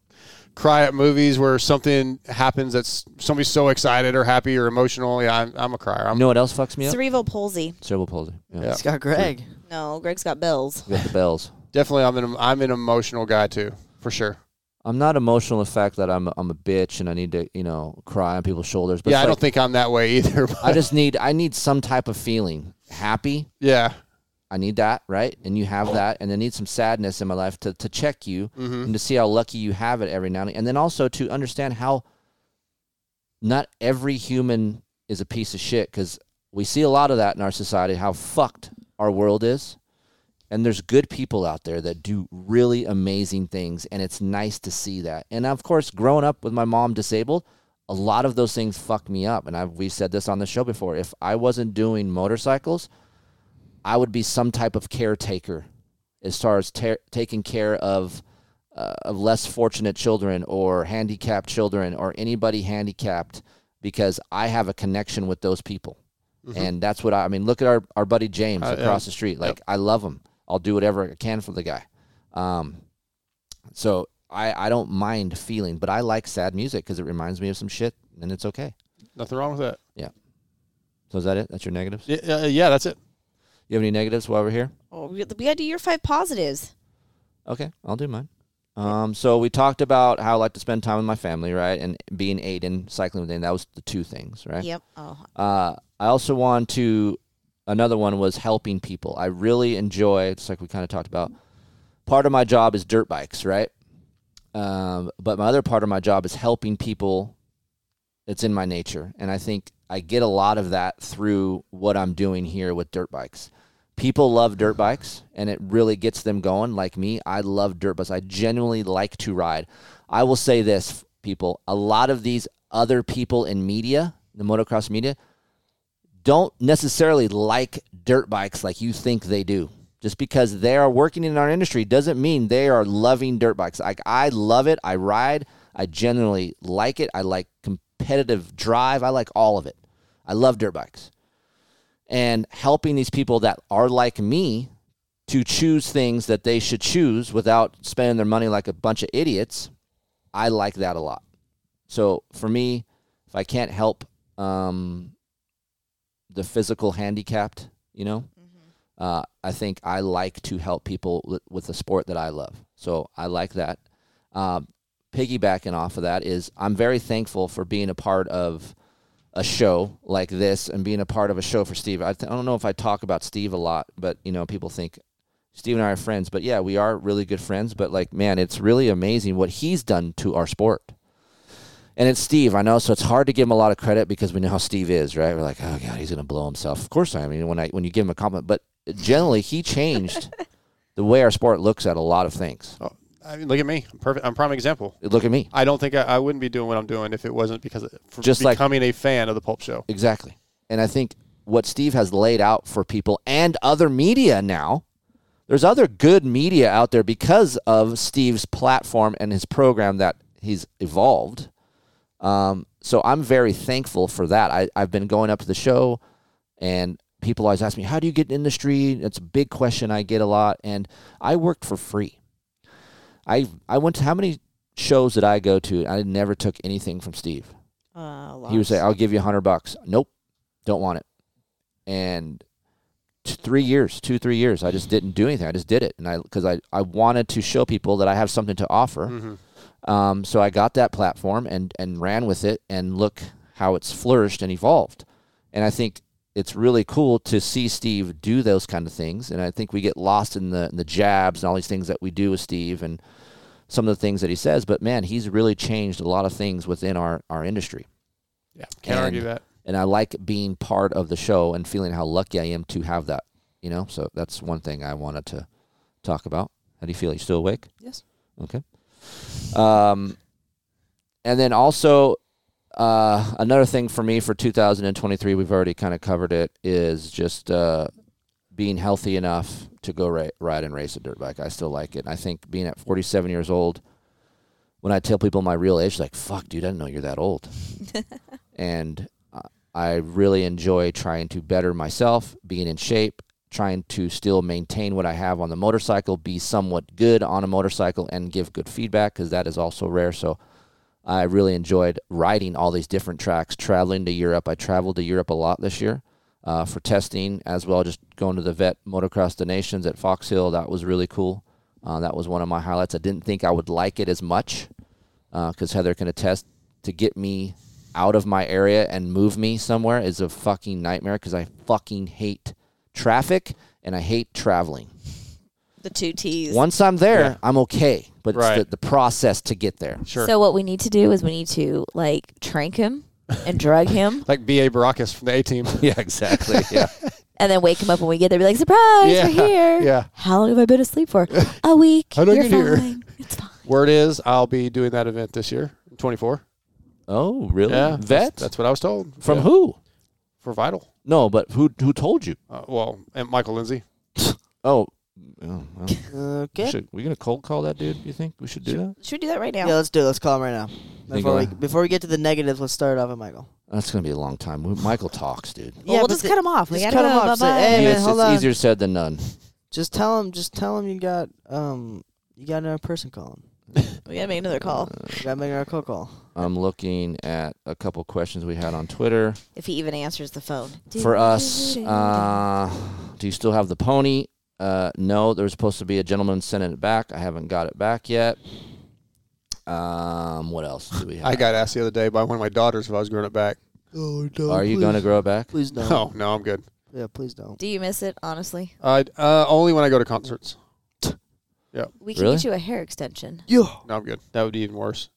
cry at movies where something happens that's somebody's so excited or happy or emotional. Yeah, I'm, I'm a crier. I'm
You know what else fucks me up?
Cerebral palsy.
Cerebral palsy. Yeah.
[LAUGHS]
Yeah.
Scott Gregg.
No, Greg's got bills.
With the bells.
definitely I'm an I'm an emotional guy too, for sure.
I'm not emotional in the fact that I'm a, I'm a bitch and I need to you know cry on people's shoulders. But
yeah,
it's
I
like-
don't think I'm that way either. [LAUGHS] But
I just need I need some type of feeling. Happy,
yeah,
I need that, right? And you have that, and I need some sadness in my life to, to check you and to see how lucky you have it every now and then. And then also to understand how not every human is a piece of shit because we see a lot of that in our society, how fucked our world is. And there's good people out there that do really amazing things, and it's nice to see that. And of course, growing up with my mom disabled, a lot of those things fucked me up. And I've, we've said this on the show before. If I wasn't doing motorcycles, I would be some type of caretaker as far as ta- taking care of uh, of less fortunate children or handicapped children or anybody handicapped because I have a connection with those people. And that's what I, I mean. Look at our, our buddy James
Mm-hmm. Uh,
across
yeah.
the street. Like, I love him. I'll do whatever I can for the guy. Um, so I, I don't mind feeling, but I like sad music because it reminds me of some shit and it's okay.
nothing wrong with that.
So is that it? That's your negatives?
Yeah, uh, yeah, that's it.
You have any negatives while we're here?
Oh, we we gotta do your five positives.
Okay, I'll do mine. Um, so we talked about how I like to spend time with my family, right? And being eight and cycling with Aiden, that was the two things, right?
Yep. Oh,
Uh, I also want to, another one was helping people. I really enjoy, just like we kind of talked about, part of my job is dirt bikes, right? Um, but my other part of my job is helping people. It's in my nature. And I think I get a lot of that through what I'm doing here with dirt bikes. People love dirt bikes and it really gets them going. Like me, I love dirt bikes. I genuinely like to ride. I will say this, people a lot of these other people in media, the motocross media, don't necessarily like dirt bikes like you think they do. Just because they are working in our industry doesn't mean they are loving dirt bikes. Like I love it. I ride. I generally like it. I like competitive drive. I like all of it. I love dirt bikes. And helping these people that are like me to choose things that they should choose without spending their money like a bunch of idiots, I like that a lot. So for me, if I can't help um, the physical handicapped, you know, uh, I think I like to help people with, with the sport that I love. So I like that. Um, piggybacking off of that is I'm very thankful for being a part of a show like this and being a part of a show for Steve. I, th- I don't know if I talk about Steve a lot, but you know, people think Steve and I are friends, but yeah, we are really good friends. But like, man, it's really amazing what he's done to our sport. And it's Steve, I know, so it's hard to give him a lot of credit because we know how Steve is, right? We're like, oh god, he's gonna blow himself. Of course I am. You know, when I when you give him a compliment, but generally he changed the way our sport looks at a lot of things.
Oh, I mean, look at me. I'm perfect. I'm prime example.
Look at me,
I don't think I, I wouldn't be doing what I'm doing if it wasn't because of, for
Just like-
becoming a fan of the Pulp Show.
exactly. And I think what Steve has laid out for people and other media now, there's other good media out there because of Steve's platform and his program that he's evolved. Um, so I'm very thankful for that. I, I've been going up to the show, and people always ask me, How do you get in the street? It's a big question I get a lot. And I worked for free. I, I went to how many shows did I go to? I never took anything from Steve.
uh,
He would say,
lots.
"I'll give you a hundred bucks." Nope, don't want it. And t- three years, two three years, I just didn't do anything. I just did it, and I because I I wanted to show people that I have something to offer. Um, so I got that platform and and ran with it, and look how it's flourished and evolved. And I think it's really cool to see Steve do those kind of things. And I think we get lost in the in the jabs and all these things that we do with Steve and some of the things that he says. But man, he's really changed a lot of things within our our industry
Yeah, can't
And-
argue that.
and I like being part of the show and feeling how lucky I am to have that. You know, so that's one thing I wanted to talk about. How do you feel? You still awake?
Yes.
Okay. Um, and then also uh, another thing for me for 2023, we've already kind of covered it, is just uh, being healthy enough to go ra- ride and race a dirt bike. I still like it. I think being at 47 years old, when I tell people my real age, like, fuck, dude, I didn't know you're that old. and uh, I really enjoy trying to better myself, being in shape, trying to still maintain what I have on the motorcycle, be somewhat good on a motorcycle, and give good feedback because that is also rare. So I really enjoyed riding all these different tracks, traveling to Europe. I traveled to Europe a lot this year uh, for testing as well, just going to the Vet Motocross the Nations at Fox Hill. That was really cool. Uh, that was one of my highlights. I didn't think I would like it as much because uh, Heather can attest to get me out of my area and move me somewhere is a fucking nightmare because I fucking hate traffic and I hate traveling.
The two T's.
Once I'm there, I'm okay, but
Right.
it's the, the process to get there.
Sure.
So what we need to do is we need to like trank him and drug
[LAUGHS]
him
like B.A. Baracus from the A Team.
[LAUGHS]
[LAUGHS]
Yeah, exactly. Yeah.
and then wake him up when we get there. Be like, surprise,
Yeah,
we're here.
yeah.
How long have I been asleep for? A week.
How did I
You're
get here?
fine. It's fine.
Word is I'll be doing that event this year, 24.
[LAUGHS] oh, really?
Yeah.
Vet?
That's, that's what I was told.
From
Yeah.
who?
For Vital.
No, but who who told you?
Uh, well, and Michael Lindsay.
Oh, oh well,
[LAUGHS]
we
Okay.
should, we gonna cold call that dude? You think we should do that?
Should we do that right now?
Yeah, let's do it. Let's call him right now.
Think
Before we,
about it.
before we get to the negatives, let's start off with Michael.
That's gonna be a long time. We- Michael talks, dude.
Well, we'll just cut him off. We
Just
gotta
cut him
go.
off. Say,
Bye-bye.
hey, man,
it's,
hold
it's
on.
easier said than done.
Just tell him. Just tell him you got um you got another person calling.
We gotta make another call.
Uh,
You got to make another call call.
I'm looking at a couple questions we had on Twitter
If he even answers the phone.
for us. Uh, do you still have the pony? Uh, no, there was supposed to be a gentleman sending it back. I haven't got it back yet. Um, what else do we have?
I got asked the other day by one of my daughters if I was growing it back.
Oh no.
Are you gonna grow it back?
Please don't.
No, no, I'm good.
Yeah, please don't.
Do you miss it, honestly?
I uh, only when I go to concerts.
We can
Really?
get you a hair extension.
Yeah.
No, I'm good. That would be even worse.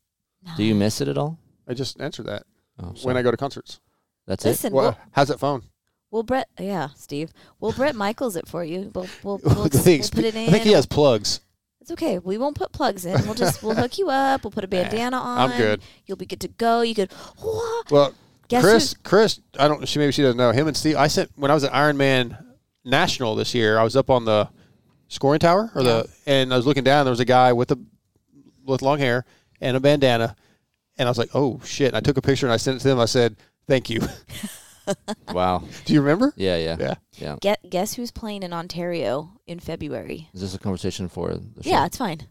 Do you miss it at all?
I just answered that
Oh,
when
sorry.
I go to concerts.
That's it.
Listen,
Well,
we'll,
how's that phone?
we'll Brett, yeah, Steve, we'll Brett Michaels it for you. We'll we'll, we'll, we'll
The thing's-
put it in.
[LAUGHS] I think he has plugs.
It's okay. We won't put plugs in. We'll just we'll hook you up. We'll
[LAUGHS]
put a bandana on.
I'm good.
You'll be good to go. You could. Whoa.
Well,
Guess
Chris, Chris, I don't. She maybe she doesn't know him and Steve. I sent when I was at Iron Man National this year. I was up on the scoring tower or the, and I was looking down. There was a guy with a with long hair and a bandana, and I was like, oh shit! And I took a picture and I sent it to them. I said, thank you. [LAUGHS]
Wow.
Do you remember?
Yeah, yeah,
Yeah.
yeah.
Guess, guess who's playing in Ontario in February?
Is this a conversation for the show?
Yeah, it's fine.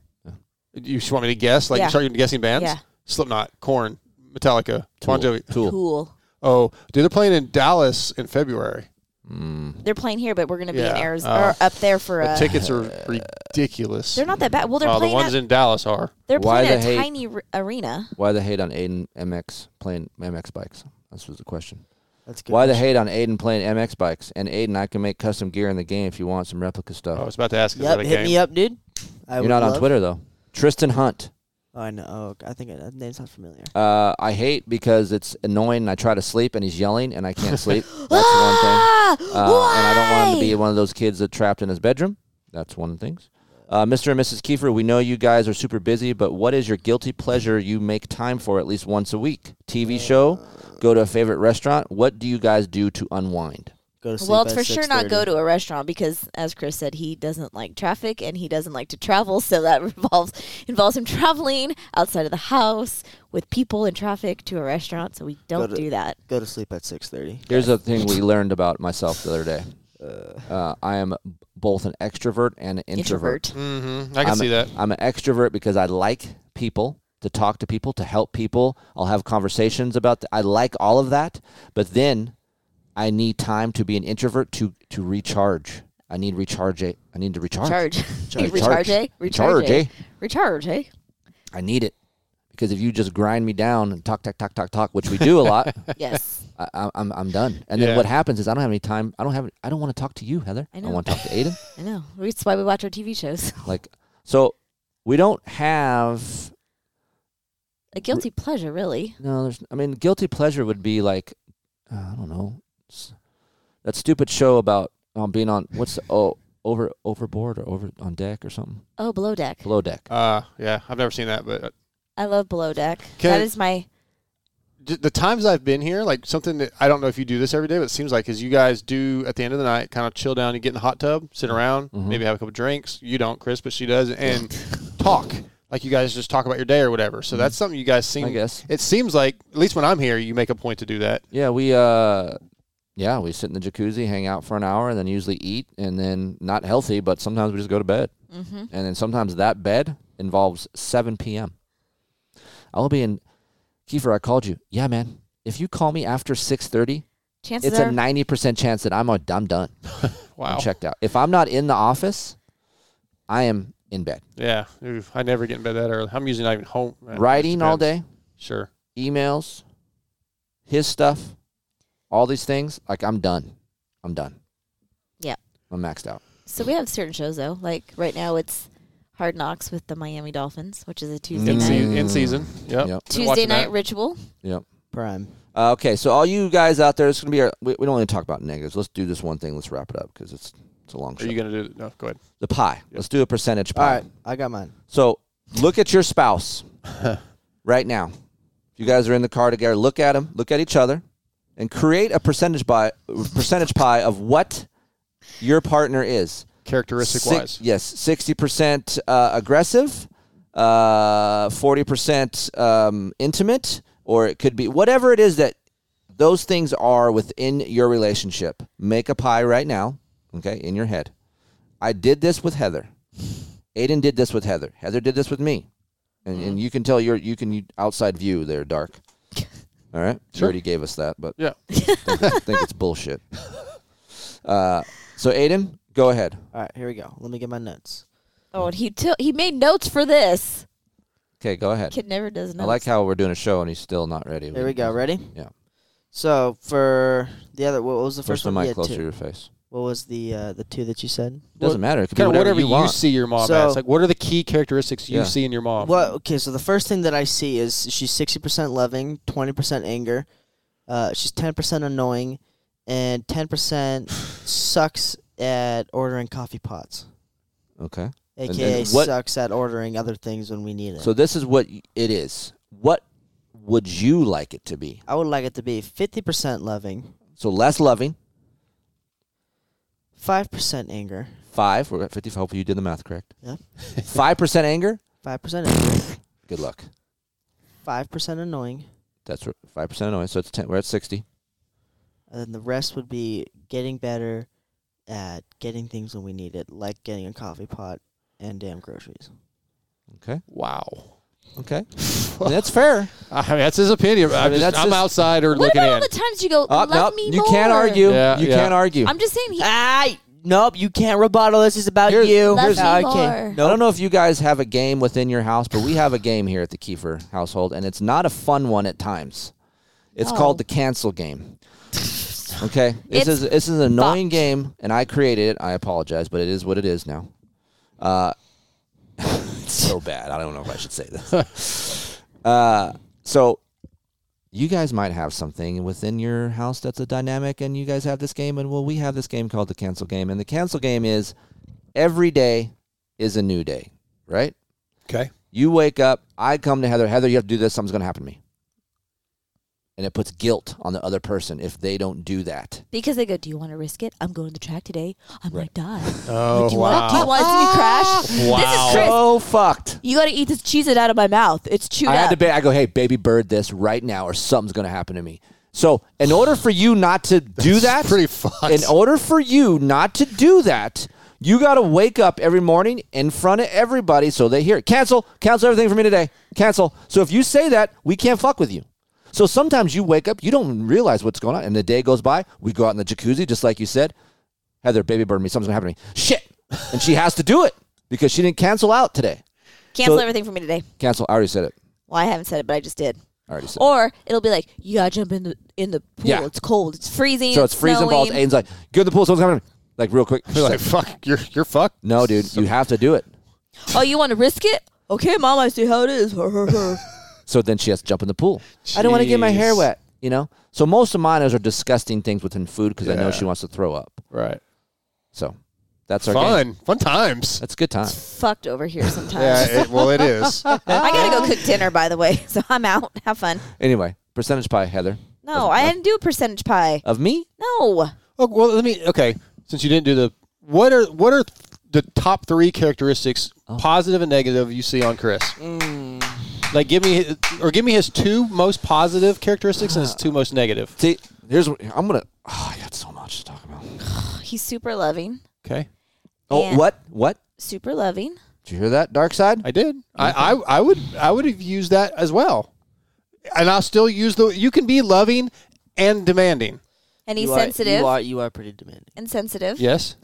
You just want me to guess? Like
Yeah.
you start guessing bands?
Yeah.
Slipknot, Corn, Metallica,
Tool.
Bon Jovi.
Tool.
Cool.
Oh, dude, they're playing in Dallas in February.
Mm.
They're playing here, but we're gonna be
Yeah.
in Arizona
Oh.
or up there for.
The
Uh,
tickets are ridiculous.
they're not that bad. Well, they're
Oh, the
playing.
ones
at,
in Dallas are.
they're
Why
playing
the
at a
hate?
tiny r- arena.
Why the hate on Aiden MX playing MX bikes? This was the question.
That's good.
Why the hate on Aiden playing MX bikes? And Aiden, I can make custom gear in the game if you want some replica stuff.
I was about to ask. Is
Yep.
that a
Hit
game?
me up, dude. Oh, I
You're
would
not on
love-
Twitter though. Tristan Hunt.
Oh, I know. Oh, okay. I think it, that name's not familiar.
Uh, I hate because it's annoying. and I try to sleep and he's yelling and I
[LAUGHS]
can't sleep.
[GASPS]
That's one thing. Uh, and I don't want him to be one of those kids that trapped in his bedroom. That's one of the things. Uh, Mr. and Mrs. Kiefer, we know you guys are super busy, but what is your guilty pleasure you make time for at least once a week? TV show, go to a favorite restaurant. What do you guys do to unwind?
Go to sleep
well, it's
at
for sure not
6:30.
go to a restaurant because, as Chris said, he doesn't like traffic and he doesn't like to travel. So that [LAUGHS] revolves involves him traveling outside of the house with people in traffic to a restaurant. So we don't
to-
do that.
Go to sleep at six thirty.
Here's a thing we learned about myself the other day. Uh, I am b- both an extrovert and an introvert.
Introvert.
Mm-hmm. I can
I'm,
see that.
I'm an extrovert because I like people to talk to people, to help people. I'll have conversations about. th- I like all of that, but then I need time to be an introvert to to recharge. I need recharge. I need to
[LAUGHS]
recharge.
Charge.
Charge.
Recharge. eh?
Recharge, Hmm. eh?
Recharge.
[LAUGHS]
eh?
I need it because if you just grind me down and talk, talk, talk, talk, talk, which we do a
[LAUGHS]
lot,
Yes.
I, I- I'm I'm done. And then
Yeah.
what happens is I don't have any time. I don't have. I don't want to talk to you, Heather.
I know.
want to talk to Aiden.
I know. That's why we watch our TV shows.
like, so we don't have
A guilty pleasure, really.
No, there's. I mean, guilty pleasure would be like, uh, I don't know, s- that stupid show about um, being on what's the, oh over overboard or over on deck or something
Oh, Below Deck.
below deck.
Uh, yeah, I've never seen that, but uh,
I love Below Deck.
Can-
that is my
j- the times I've been here, like something that I don't know if you do this every day, but it seems like is you guys do at the end of the night, kind of chill down, you get in the hot tub, sit
Mm-hmm.
around, maybe have a couple drinks. You don't, Chris, but she does, and talk. Like you guys just talk about your day or whatever. So that's something you guys seem.
Mm-hmm. I guess.
it seems like at least when I'm here, you make a point to do that.
Yeah, we uh yeah, we sit in the jacuzzi, hang out for an hour, and then usually eat, and then not healthy, but sometimes we just go to bed. Mm-hmm. And then sometimes that bed involves 7 p.m. I'll be in. Kiefer, I called you. Yeah, man. If you call me after 6:30,
Chances
it's a
are,
90% chance that I'm a, I'm done.
Wow.
I'm checked out. If I'm not in the office, I am in bed,
Yeah. Oof, I never get in bed that early. I'm usually not even home. Uh, it
writing all
depends.
day,
Sure.
emails, his stuff, all these things. Like I'm done. I'm done.
Yep.
I'm maxed out.
so we have certain shows though. Like right now, it's Hard Knocks with the Miami Dolphins, which is a Tuesday
In,
night.
sea- in season. Yep.
Yep.
Been
Tuesday
watching
night
that.
ritual.
Yep.
Prime.
Uh, okay, so all you guys out there, it's gonna be our. We, we don't want to talk about negatives. Let's do this one thing. Let's wrap it up because it's it's a long
Are
show.
you gonna do? No. Go ahead.
the pie. Let's do a percentage
All
pie.
right, I got mine.
So look at your spouse right now. If you guys are in the car together, look at them, look at each other, and create a percentage pie, percentage pie of what your partner is.
Characteristic
Six-
wise.
Yes, sixty percent uh, aggressive, uh, forty percent um, intimate, or it could be whatever it is that those things are within your relationship. Make a pie right now, okay, in your head. I did this with Heather. Aiden did this with Heather. Heather did this with me, and,
Mm-hmm.
and you can tell your you can you outside view there,
[LAUGHS]
dark. All right, you
Sure.
already gave us that, but
Yeah.
I think, think it's
[LAUGHS]
bullshit. Uh, so Aiden, go ahead.
All right, here we go. Let me get my notes.
Oh, and he took he made notes for this.
Okay, go ahead.
Kid never does notes.
I like how we're doing a show and he's still not ready.
Here we go. Ready?
Yeah.
So for the other, what was the
Push
first,
the
one?
mic
Yeah,
closer
two.
to your face.
What was the uh, the two that you said?
Doesn't matter. It could be
Kind of
whatever,
whatever you,
want.
see your mom
So-
as. Like, what are the key characteristics you
Yeah.
see in your mom?
Well, okay, so the first thing that I see is she's 60% loving, 20% anger, uh, she's 10% annoying, and 10% sucks at ordering coffee pots,
Okay. And-
aka
and what-
sucks at ordering other things when we need it.
So this is what y- it is. What would you like it to be?
I would like it to be 50% loving,
So less loving,
5% anger,
five. We're at 55. Hopefully you did the math correct. [LAUGHS]
Yeah.
5% anger.
5% anger,
[LAUGHS] Good luck.
5% annoying,
That's r- 5% annoyance. So it's 10. We're at 60.
and then the rest would be getting better at getting things when we need it, like getting a coffee pot and damn groceries.
wow.
[LAUGHS]
Okay. And that's fair.
I mean, that's his opinion. I'm,
I mean,
just,
that's
I'm
just-
outside or
what
looking
about all
in.
the times you go,
Uh,
love
no,
me
you
more?
can't argue.
Yeah,
you
yeah.
can't argue.
I'm just saying he
I nope. You can't rebuttal this. It's about
Here's-
you.
Here's-
No, I
Lefty
can't.
I
No,
don't know if you guys have a game within your house, but we have a game here at the Kiefer household, and it's not a fun one at times. It's
No.
called the cancel game. Okay, this
It's
is this is an annoying
fucked.
game, and I created it. I apologize, but it is what it is now. Uh, [LAUGHS] it's so bad. I don't know if I should say this. [LAUGHS] Uh, so you guys might have something within your house that's a dynamic, and you guys have this game, and well, we have this game called the cancel game, and the cancel game is every day is a new day, right?
Okay.
You wake up, I come to Heather, Heather, you have to do this, something's going to happen to me. And it puts guilt on the other person if they don't do that.
because they go, "Do you want to risk it? I'm going to the track today. I might
[LAUGHS]
die.
Oh,
Do you want? Do you want to see me
Ah!
crash? This is Chris.
So fucked.
You got to eat this cheese it out of my mouth. It's chewed
I
up.
had to ba- I go, hey, baby bird this right now or something's going to happen to me. So, in order for you not to do that,
pretty fucked.
In order for you not to do that, you got to wake up every morning in front of everybody so they hear it. Cancel, cancel everything for me today. Cancel. So, if you say that, we can't fuck with you. So, sometimes you wake up, you don't realize what's going on, and the day goes by. We go out in the jacuzzi, just like you said. Heather, baby bird me, something's going to happen to me. Shit. And she has to do it because she didn't cancel out today.
Cancel
so-
everything for me today.
Cancel. I already said it.
Well, I haven't said it, but I just did.
I already said it.
Or it'll be like, "You got to jump in the in the pool.
Yeah.
It's cold. It's freezing.
So it's freezing balls.
snowing."
Aiden's like, go to the pool. Someone's coming. Like real
[LAUGHS]
quick. She's
[LAUGHS] You're like,
like,
fuck, you're, you're fucked.
no, dude, you have to do it.
Oh, you want to risk it? Okay, mom. I see how it is. [LAUGHS]
So then she has to jump in the pool. I don't want to get my hair
Jeez.
wet. You know. So most of mine is are disgusting things within food because I know
Yeah.
she wants to throw up.
Right.
So that's our game.
Fun. Fun times.
That's a good time.
Fucked over here sometimes.
[LAUGHS] Yeah, it, well, it is.
[LAUGHS] I gotta go cook dinner, by the way. So I'm out. Have fun.
Anyway, Percentage pie, Heather.
No, I didn't do a percentage pie.
Of me?
No.
Oh, well, let me. Okay, since you didn't do the what are what are the top three characteristics, positive and negative, you see on Chris? Like, give me his- or give me his two most positive characteristics and his two most negative.
See, here's what I'm gonna. Oh, I got so much to talk about.
He's super loving.
Okay,
Oh,
And-
what? What?
Super loving.
Did you hear that? Dark side.
I did. I, I I would I would have used that as well, and I'll still use the. You can be loving and demanding.
And he's
you Are,
sensitive
you are you are pretty demanding.
and sensitive.
Yes,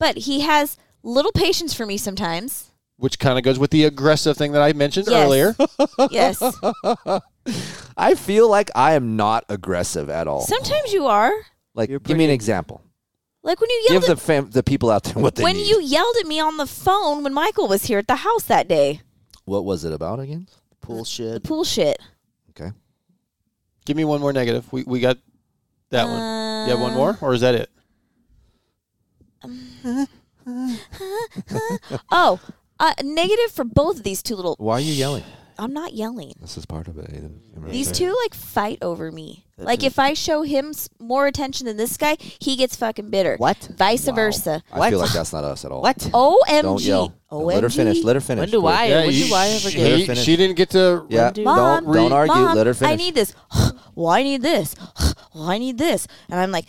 But he has little patience for me sometimes.
which kind of goes with the aggressive thing that I mentioned
Yes.
earlier.
Yes.
[LAUGHS] I feel like I am not aggressive at all.
sometimes you are.
like,
You're
give me an example.
Like when you
Give
yelled
the
at,
fam- the people out there what they
when
need.
you yelled at me on the phone when Michael was here at the house that day.
what was it about again?
Pool
The
shit.
pool shit.
Okay.
Give me one more negative. We we got that one. You have one more, or is that it?
Oh, uh, negative for both of these two little.
Why are you yelling?
I'm not yelling.
[SIGHS] This is part of it. Aiden. Remember
These
that.
two like fight over me. Like if I show him s- more attention than this guy, he gets fucking bitter.
What?
Vice versa.
I feel like that's not us at all.
What?
OMG.
Don't yell. Let her finish. Let her finish.
When do I?
Yeah,
when
you-
do I ever
she-
get?
Let her finish.
She didn't get to.
Yeah.
do-
Mom,
don't don't argue.
Mom,
Let her finish.
I need this. [SIGHS] well, I need this. [SIGHS] well, I need this. And I'm like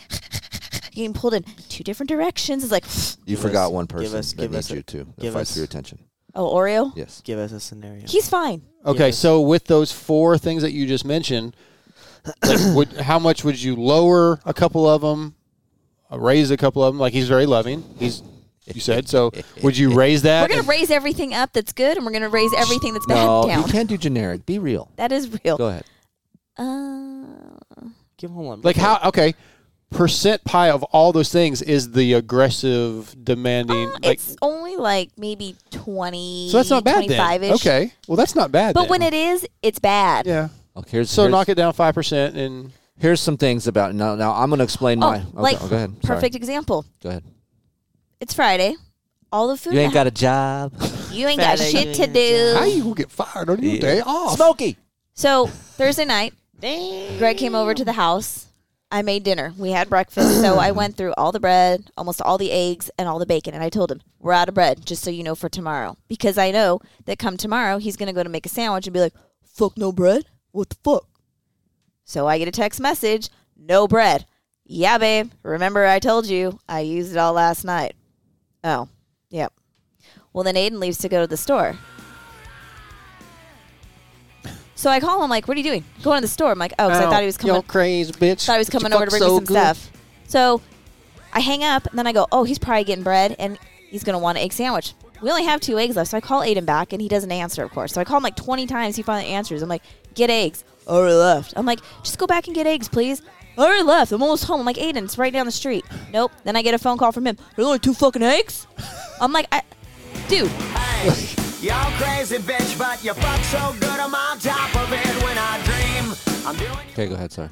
[SIGHS] getting pulled in two different directions. It's like, [SIGHS]
you
Give
forgot
us-
one
give
person
us-
that
give
needs
us a-
you too. That
give
fights for
us-
your attention.
oh, Oreo.
Yes.
Give us a scenario.
He's fine.
Okay,
Yes.
so with those four things that you just mentioned, [CLEARS THROAT] like would, how much would you lower a couple of them, raise a couple of them? Like he's very loving. He's you said so. Would
[LAUGHS]
you raise that?
We're gonna
and-
raise everything up that's good, and we're gonna raise everything that's bad
No, you
down.
can't do generic. Be real.
That is real.
Go ahead.
Uh,
Give him one.
like how? Okay, percent pie of all those things is the aggressive, demanding.
uh,
like
it's only like maybe twenty.
so that's not bad then.
25-ish.
Okay, well that's not bad.
But
then.
when it is, it's bad.
yeah,
Okay, here's,
so
here's,
knock it down five percent and
here's some things about now. Now I'm going to explain
Oh,
my. Okay,
like
oh, go ahead. Sorry.
perfect example.
Go ahead.
It's Friday. All the food
You ain't
in
got a job.
the- you ain't got
Friday,
shit
you
to
ain't got
how
do.
you gonna get fired on your day off?
Smoky.
So Thursday night, Greg came over to the house. I made dinner. We had breakfast, so I went through all the bread, almost all the eggs, and all the bacon. And I told him, "We're out of bread, just so you know for tomorrow, because I know that come tomorrow he's gonna go to make a sandwich and be like, fuck no bread, what the fuck." So I get a text message, no bread. Yeah, babe. Remember I told you I used it all last night. Oh, yep. Well, then Aiden leaves to go to the store. So I call him like, "What are you doing? Going to the store?" I'm like, "Oh, because I thought he was coming."
Yo, crazy bitch.
thought he was
But you
coming over to
fuck
bring me
so
some
good.
stuff. So I hang up and then I go, oh, he's probably getting bread and he's going to want an egg sandwich. We only have two eggs left. So I call Aiden back and he doesn't answer, of course. So I call him like 20 times. He finally answers. I'm like, get eggs. Already left. I'm like, just go back and get eggs, please. Already left. I'm almost home. I'm like, Aiden, it's right down the street. Nope. Then I get a phone call from him. There's only two fucking eggs? I'm like, I, dude,
Y'all crazy bitch, but you fuck so good I'm on top of it when I dream. I'm doing
Okay, go ahead. Sorry.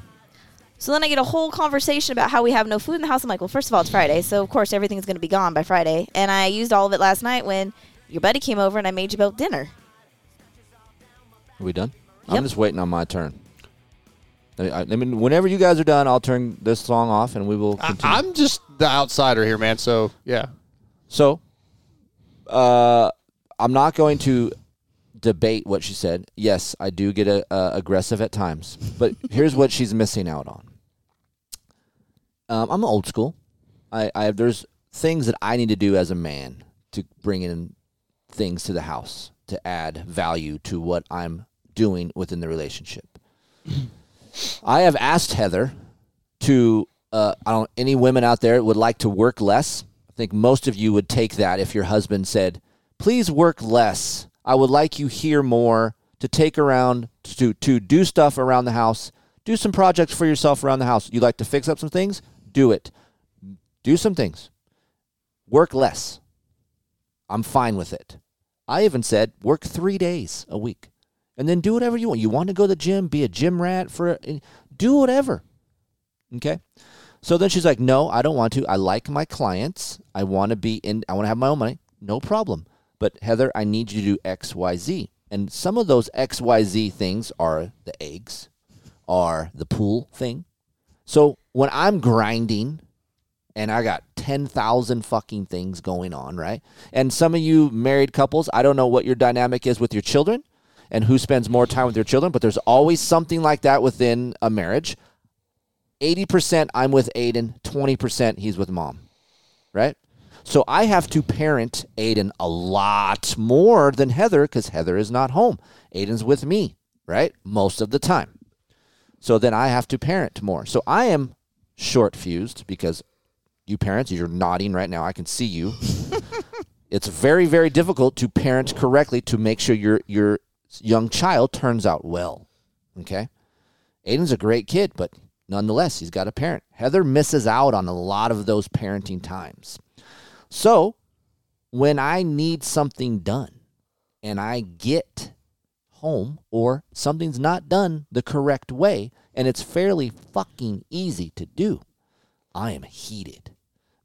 So then I get a whole conversation about how we have no food in the house. I'm like, well, first of all, it's Friday, so of course everything's going to be gone by Friday. And I used all of it last night when your buddy came over and I made you both dinner.
Are we done?
Yep.
I'm just waiting on my turn. I, I- I mean, whenever you guys are done, I'll turn this song off and we will
I,
continue.
I'm just the outsider here, man. So yeah,
So, uh, I'm not going to debate what she said. Yes, I do get a, uh, aggressive at times, but [LAUGHS] here's what she's missing out on. Um, I'm old school. I, I there's things that I need to do as a man to bring in things to the house to add value to what I'm doing within the relationship. I have asked Heather to uh, I don't any women out there would like to work less. I think most of you would take that if your husband said, "Please work less. I would like you here more to take around to to do stuff around the house, do some projects for yourself around the house. You'd like to fix up some things? Do it. Do some things. Work less. I'm fine with it. I even said work 3 days a week and then do whatever you want. You want to go to the gym, be a gym rat for do whatever. Okay. So then she's like, "No, I don't want to. I like my clients. I want to be in. I want to have my own money. No problem. But Heather, I need you to do X, Y, Z. And some of those X, Y, Z things are the eggs, are the pool thing. So when I'm grinding and I got 10,000 fucking things going on, right? And some of you married couples, I don't know what your dynamic is with your children and who spends more time with their children, but there's always something like that within a marriage. 80% I'm with Aiden, 20% he's with mom, right? So I have to parent Aiden a lot more than Heather because Heather is not home. Aiden's with me, right? Most of the time. So then I have to parent more. So I am short fused because you parents, you're nodding right now. I can see you. [LAUGHS] it's very, very difficult to parent correctly to make sure your your young child turns out well. Okay. Aiden's a great kid, but nonetheless, he's got a parent. Heather misses out on a lot of those parenting times. So when I need something done and I get home or something's not done the correct way and it's fairly fucking easy to do, I am heated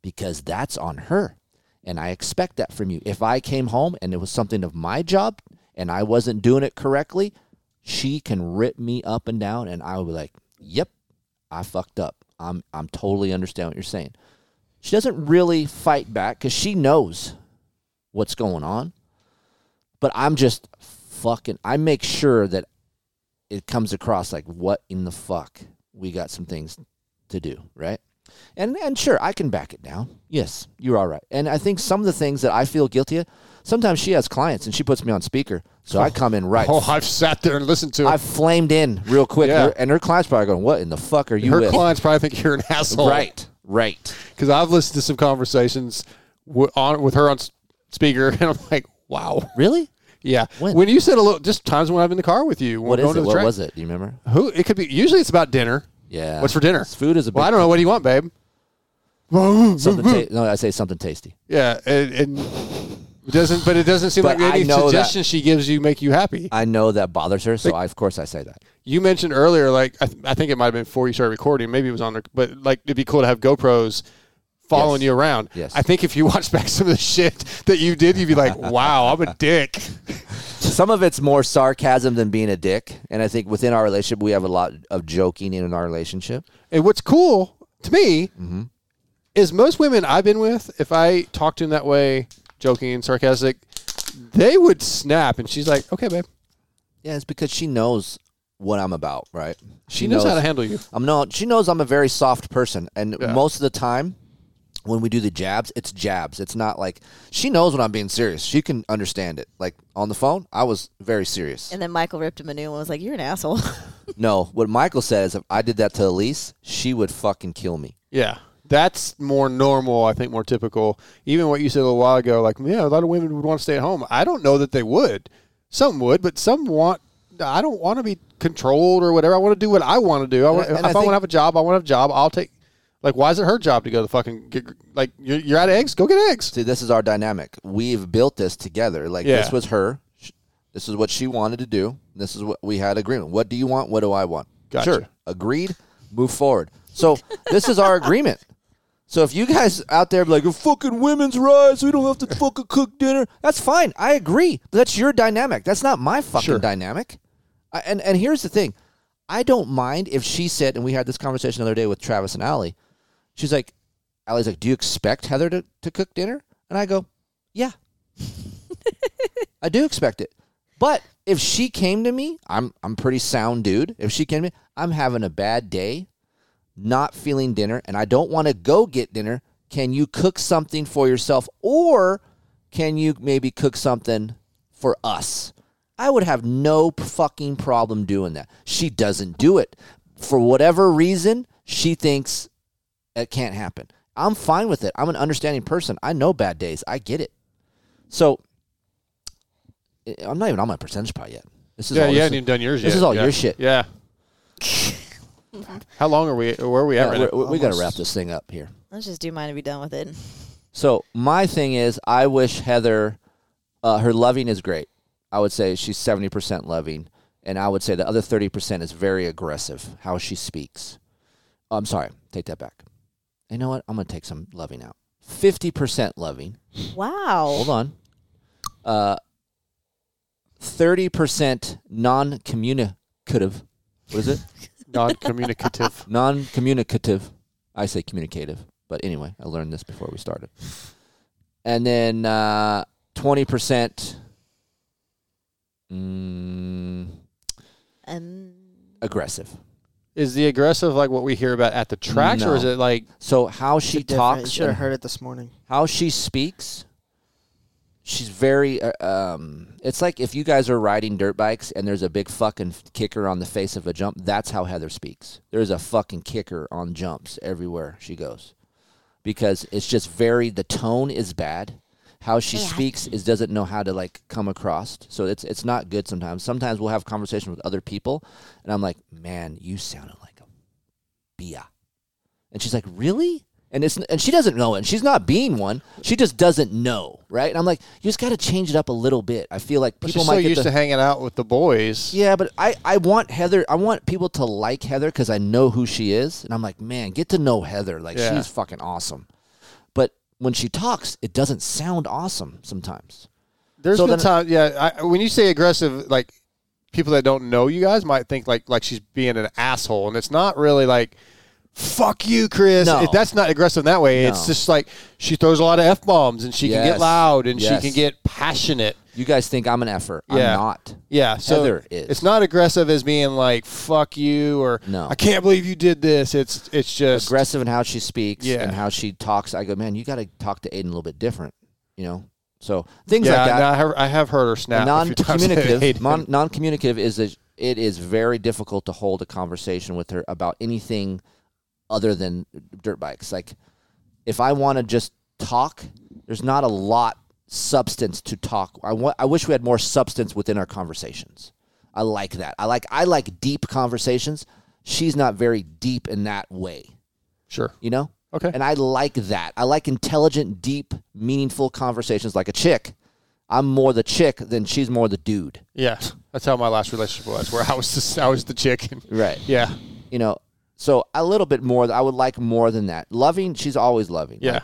because that's on her. And I expect that from you. If I came home and it was something of my job and I wasn't doing it correctly, she can rip me up and down and I will be like, Yep, I fucked up. I'm I'm totally understand what you're saying. She doesn't really fight back because she knows what's going on. But I'm just fucking I make sure that it comes across like what in the fuck we got some things to do, right? And and sure, I can back it down. Yes, you're all right. And I think some of the things that I feel guilty of, sometimes she has clients and she puts me on speaker, so I come in right.
Oh, I've sat there and listened to
I
it.
flamed in real quick,
Yeah.
Her- and her clients probably going, "What in the fuck are you
Her
with?"
clients probably think you're an asshole,
Right, right.
Because I've listened to some conversations w- on with her on s- speaker, [LAUGHS] and I'm like, wow,
Really?
yeah.
When?
When, you said a little, just times when I'm in the car with you, when
What is
we're going to
it?
the
What
track.
was it? Do you remember?
Who? It could be. Usually, it's about dinner.
Yeah.
What's for dinner?
Food is a
Well,
big-
I don't know. What do you want, babe?
Something ta- no, I say something tasty.
Yeah, and, and it doesn't. But it doesn't seem
But
like
I
any
know that-
suggestion she gives you make you happy.
I know that bothers her, so I, of course I say that.
You mentioned earlier, like I, th- I think it might have been before you started recording. Maybe it was on there, but like it'd be cool to have GoPros following
Yes.
you around.
Yes.
I think if you [LAUGHS] watch back some of the shit that you did, you'd
[LAUGHS]
be like, "Wow, I'm a dick."
Some of it's more sarcasm than being a dick, and I think within our relationship we have a lot of joking in our relationship.
And what's cool to me
Mm-hmm.
is most women I've been with, if I talk to them that way, joking and sarcastic, they would snap. And she's like, "Okay, babe,
Yeah, it's because she knows what I'm about, right?
she, knows, how to handle you."
I'm not. She knows I'm a very soft person, and
Yeah.
most of the time, when we do the jabs, it's jabs. It's not like she knows when I'm being serious. She can understand it. Like on the phone, I was very serious.
And then Michael ripped him a new one. Was like, "You're an
[LAUGHS]
asshole."
no, what Michael says, if I did that to Elise, she would fucking kill me.
Yeah. That's more normal, I think, more typical. Even what you said a little while ago, like, yeah, a lot of women would want to stay at home. I don't know that they would. Some would, but some want, I don't want to be controlled or whatever. I want to do what I want to do. I want,
And I
if I, want
think-
to have a job, I want to have a job. I'll take, like, why is it her job to go to fucking, get, like, you're, you're out of eggs? Go get eggs.
See, this is our dynamic. We've built this together. Like this
Yeah.
was her. Sh- This is what she wanted to do. This is what we had agreement. What do you want? What do I want?
Gotcha.
Sure. Agreed. Move forward. So this is our agreement. So if you guys out there be like fucking women's rights, we don't have to fucking cook dinner. That's fine. I agree. That's your dynamic. That's not my fucking
Sure.
dynamic. I, and and here's the thing, I don't mind if she said, and we had this conversation the other day with Travis and Allie. She's like, Allie's like, do you expect Heather to, to cook dinner? And I go, yeah, I do expect it. But if she came to me, I'm I'm pretty sound dude. If she came to me, I'm having a bad day, not feeling dinner, and I don't want to go get dinner. Can you cook something for yourself or can you maybe cook something for us? I would have no p- fucking problem doing that. She doesn't do it. For whatever reason, she thinks it can't happen. I'm fine with it. I'm an understanding person. I know bad days. I get it. So I- I'm not even on my percentage pie yet. This is
Yeah,
all
you
this
haven't even done yours
this
yet.
is all
yeah.
your shit. [LAUGHS]
Yeah. How long are we, where are we at
Yeah,
right
we're-
now?
we we got to wrap this thing up here.
Let's just do mine and be done with it.
So my thing is, I wish Heather, uh, her loving is great. I would say she's seventy percent loving, and I would say the other thirty percent is very aggressive how she speaks. Oh, I'm sorry, take that back. You know what? I'm gonna take some loving out. Fifty percent loving.
Wow.
Hold on. Uh, thirty percent non-communicative. What is it? [LAUGHS]
non-communicative.
non-communicative. I say communicative, but anyway, I learned this before we started. And then uh, twenty percent mm,
Um,
aggressive.
Is the aggressive like what we hear about at the tracks, or is
No.
it like
So how she talks,
Should have
and
heard it this morning.
how she speaks, she's very. Uh, um, it's like if you guys are riding dirt bikes and there's a big fucking kicker on the face of a jump. That's how Heather speaks. There's a fucking kicker on jumps everywhere she goes, because it's just very. The tone is bad. How she speaks is doesn't know how to like come across, so it's it's not good sometimes. Sometimes we'll have conversations with other people, and I'm like, man, you sounded like a bia. And she's like, "Really?" And it's and she doesn't know it. She's not being one. She just doesn't know, right? And I'm like, "You just got to change it up a little bit." I feel like people
she's
might
so
get
used
the,
to hanging out with the boys?
yeah, but I I want Heather. I want people to like Heather because I know who she is, and I'm like, man, get to know Heather. Like
Yeah.
she's fucking awesome. But when she talks, it doesn't sound awesome sometimes.
There's
So then-
been times, yeah. I, when you say aggressive, like people that don't know you guys might think like like she's being an asshole, and it's not really like "fuck you, Chris."
No.
It- that's not aggressive in that way.
No.
It's just like she throws a lot of f bombs, and she can
Yes.
get loud, and
Yes.
she can get passionate.
You guys think I'm an effer?
Yeah.
I'm not.
Yeah, so
Heather is.
it's not aggressive as being like "fuck you" or
No.
"I can't believe you did this." It's it's just
aggressive in how she speaks
Yeah.
and how she talks. I go, man, you got to talk to Aiden a little bit different, you know. So things
Yeah,
like that.
no, I, have, I have heard her snap. a few times today.
non-communicative non- non-communicative is that it is very difficult to hold a conversation with her about anything other than dirt bikes like if i want to just talk there's not a lot substance to talk i want i wish we had more substance within our conversations i like that i like i like deep conversations she's not very deep in that way
[LAUGHS] sure.
you know
Okay.
and I like that. I like intelligent, deep, meaningful conversations like a chick. I'm more the chick than she's more the dude.
Yeah, that's how my last relationship was, where I was the, I was the chicken.
Right.
Yeah,
You know, so a little bit more, I would like more than that. Loving, she's always loving.
yeah.
Like,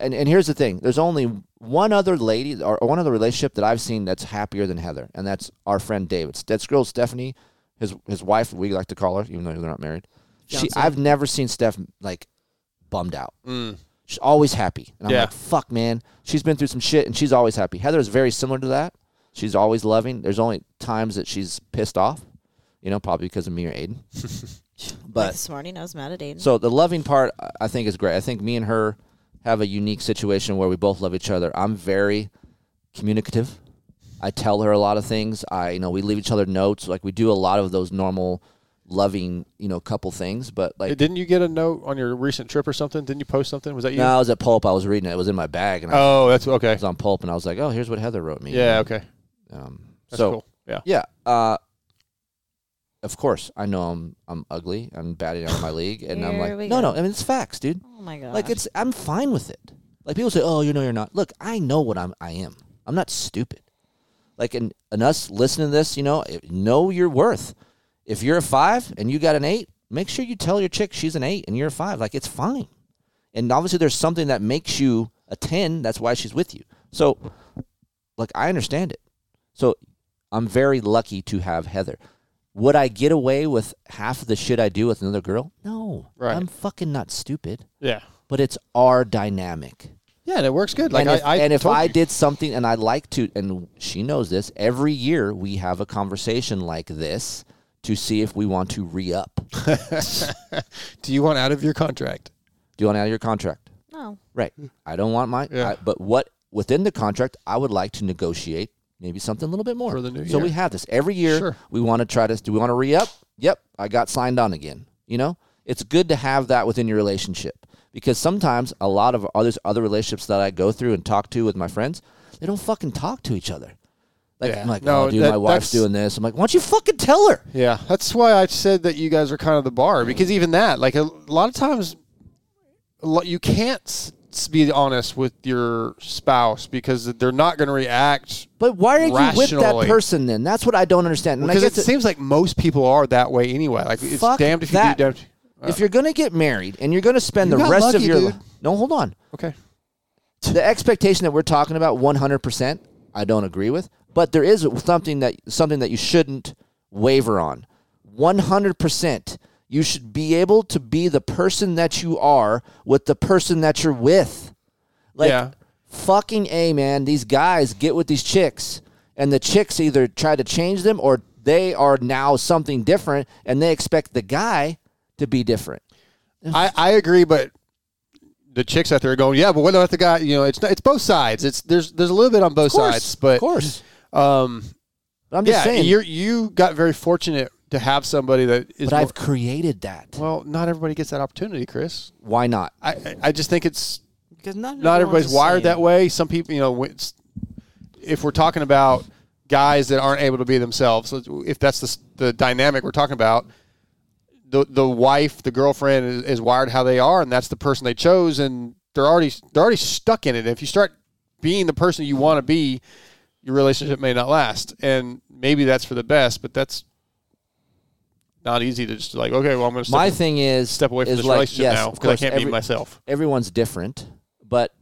and, and here's the thing there's only one other lady or one other relationship that I've seen that's happier than Heather, and that's our friend David. That's girl Stephanie, his, his wife, we like to call her, even though they're not married. She, I've never seen Steph like bummed out. She's always happy. And I'm
Mm. Yeah.
like, fuck, man. She's been through some shit and she's always happy. Heather is very similar to that. She's always loving. There's only times that she's pissed off, you know, probably because of me or
[LAUGHS]
Aiden. but
this morning I was mad at Aiden.
so the loving part, I- I think, is great. I think me and her have a unique situation where we both love each other. I'm very communicative. I tell her a lot of things. I, you know, we leave each other notes. Like we do a lot of those normal, loving, you know, couple things. But like,
Didn't you get a note on your recent trip or something? Didn't you post something? Was that you?
no, I was at Pulp. I was reading it. It was in my bag, and I
Oh, that's okay.
was on Pulp, and I was like, oh, here's what Heather wrote me.
Yeah, okay.
Um,
That's
so
cool. Yeah.
yeah. Uh, of course, I know I'm I'm ugly. I'm batting out of my league, and I'm
Here
like,
we
no,
go.
no. I mean, it's facts, dude.
oh my god.
Like it's I'm fine with it. Like people say, "Oh, you know you're not." Look, I know what I'm I am. I'm not stupid. Like and and us listening to this, you know, i- know your worth. If you're a 5 and you got an 8, make sure you tell your chick she's an 8 and you're a 5. Like it's fine. And obviously there's something that makes you a 10, that's why she's with you. So like I understand it. So I'm very lucky to have Heather. Would I get away with half of the shit I do with another girl? No.
Right.
I'm fucking not stupid
Yeah.
but it's our dynamic.
Yeah, and it works good. Like
and if,
I, I
and if
told
I
you.
did something and I like to, and she knows this, every year we have a conversation like this to see if we want to re up. Do
do you want out of your contract?
you want out of your contract?
no.
Right. I don't want my,
Hmm. Yeah.
I- but what within the contract, I would like to negotiate maybe something a little bit more.
For the new
so we
year.
have this every year.
Sure.
We want to try to, do we want to re up? Yep. I got signed on again. You know, it's good to have that within your relationship because sometimes a lot of others, other relationships that I go through and talk to with my friends, they don't fucking talk to each other. Like,
Yeah.
I'm like,
No,
oh, dude,
that-
my wife's
that's-
doing this. I'm like, why don't you fucking tell her?
Yeah, that's why I said that you guys are kind of the bar because even that, like a, lot of times, a lot, you can't s- s- be honest with your spouse because they're not going to react.
But why are you with that
Rationally.
person then? That's what I don't understand. And I
Because it
guess it-
seems like most people are that way anyway. Like it's
Fuck
damned if you
that.
do, damned.
if you're going to get married and you're going to spend
You
the
got
rest of
lucky,
your
dude.
life, no, hold on.
Okay.
the expectation that we're talking about 100% i don't agree with but there is something that something that you shouldn't waver on 100%. You should be able to be the person that you are with the person that you're with. Like,
Yeah.
fucking A, man. These guys get with these chicks, and the chicks either try to change them or they are now something different, and they expect the guy to be different.
I, I agree, but the chicks out there are going, yeah, but what about the guy? You know, it's not, it's both sides. It's there's there's a little bit on both
Of course,
sides, but
of course.
um,
But I'm just
yeah,
saying.
you you got very fortunate to have somebody that is.
but I've
more-
created that.
well, not everybody gets that opportunity, Chris.
Why not?
I I- I just think it's
Because not,
not everybody's wired that way. Some people, you know, when it's- if we're talking about guys that aren't able to be themselves, if that's the, s- the dynamic we're talking about, the the wife, the girlfriend is, is wired how they are, and that's the person they chose, and they're already they're already stuck in it. If you start being the person you want to be, your relationship may not last, and maybe that's for the best, but that's not easy to just like okay, well I'm going to
My
step,
thing is
step away from
is
this
like,
relationship
yes,
now
of
because I
course,
can't
every-
be myself.
everyone's different, but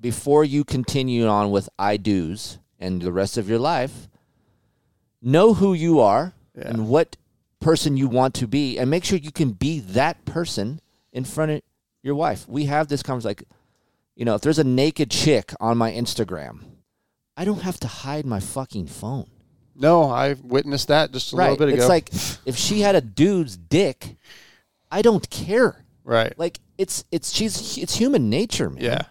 before you continue on with I do's and the rest of your life, know who you are and what person you want to be, and make sure you can be that person in front of your wife. We have this conversation, like, you know, if there's a naked chick on my Instagram, I don't have to hide my fucking phone.
No, I witnessed that just a
right?
little bit ago.
It's like if she had a dude's dick, I don't care.
Right.
Like it's it's she's it's human nature, man.
yeah.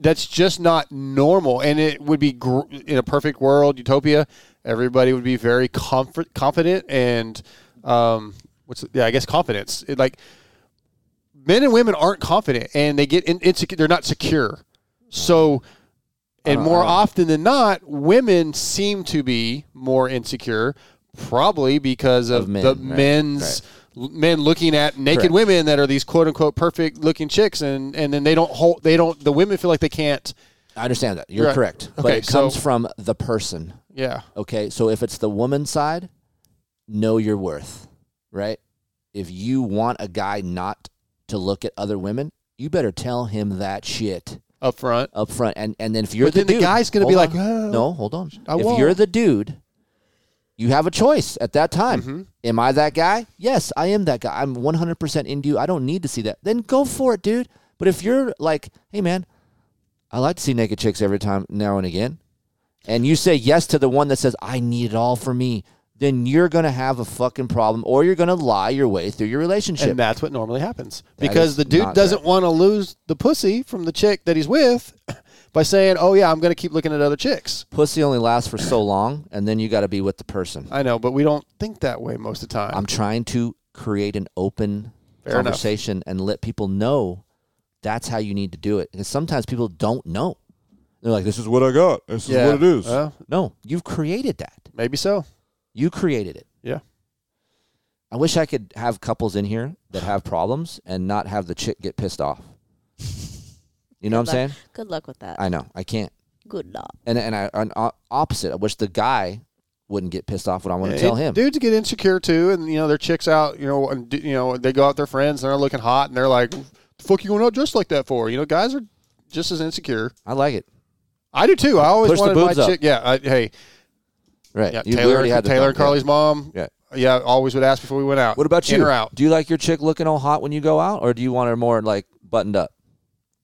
That's just not normal. And it would be gr- in a perfect world, utopia, everybody would be very comfort, confident and, um, what's, yeah, I guess confidence. It, like, men and women aren't confident and they get in, insecure. They're not secure. So, and more often than not, women seem to be more insecure, probably because of,
Of men,
the
right,
men's men looking at naked
Correct.
women that are these quote unquote perfect looking chicks, and and then they don't hold. They don't. The women feel like they can't.
I understand that. You're
Right.
correct. but
Okay,
it comes
so-
from the person.
Yeah.
Okay. So if it's the woman's side, know your worth, right? If you want a guy not to look at other women, you better tell him that shit
Up front.
up front. And and then if you're
But
the
then the
dude,
guy's gonna be
hold
like,
on.
"Oh,
no, hold on.
I
if
won't."
you're the dude, you have a choice at that time.
Mm-hmm.
Am I that guy? Yes, I am that guy. I'm 100% into you. I don't need to see that. Then go for it, dude. But if you're like, hey man, I like to see naked chicks every time now and again, and you say yes to the one that says I need it all for me, then you're gonna have a fucking problem, or you're gonna lie your way through your relationship.
And that's what normally happens
That
because
is
the dude
not
doesn't
right.
want to lose the pussy from the chick that he's with [COUGHS] by saying, "Oh yeah, I'm going to keep looking at other chicks."
Pussy only lasts for so long, and then you got to be with the person.
I know, but we don't think that way most of the time.
I'm trying to create an open
Fair enough.
conversation and let people know that's how you need to do it. Because sometimes people don't know. They're like, this is what I got. This is
yeah.
what it is.
Well,
no, you've created that.
maybe so.
You created it.
Yeah.
I wish I could have couples in here that have problems and not have the chick get pissed off. You know what I'm saying?
Good luck with that.
I know. I can't.
Good luck.
And and I on o- opposite. I wish the guy wouldn't get pissed off when I want to
Yeah,
tell
it-
him.
Dudes get insecure too, and you know their chicks out. You know, and, d- you know they go out with their friends and they're looking hot, and they're like, "The fuck you going out dressed like that for?" You know, guys are just as insecure.
I like it.
I do too. I always
Push the
wanted
boobs
my
up.
chick. Yeah, I, hey,
Right.
yeah,
You- we
Taylor,
already had the
Taylor and
thought, yeah.
Carly's mom.
Yeah.
yeah, always would ask before we went out.
What about you?
In or out?
Do you like your chick looking all hot when you go out, or do you want her more like buttoned up?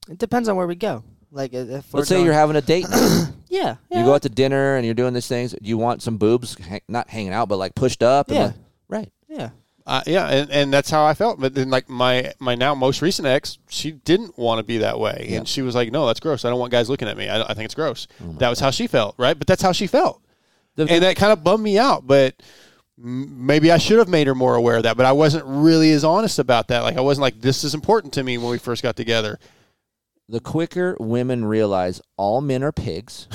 It depends on where we go. Like if if we're
Let's say you're having a date.
[COUGHS]
night.
yeah, yeah.
You go out to dinner and you're doing these things. Do you want some boobs, hang, not hanging out, but like pushed up? and,
Yeah.
like- right.
yeah.
Uh, yeah, and, and that's how I felt. But then, like my my now most recent ex, she didn't want to be that way,
Yeah. Oh
and she was like, "No, that's gross. I don't want guys looking at me. I, I think it's gross." that was how she felt, right? But that's how she felt,
The-
and that kind of bummed me out. But m- maybe I should have made her more aware of that. But I wasn't really as honest about that. Like I wasn't like, "This is important to me." When we first got together,
The quicker women realize all men are
[LAUGHS]
pigs,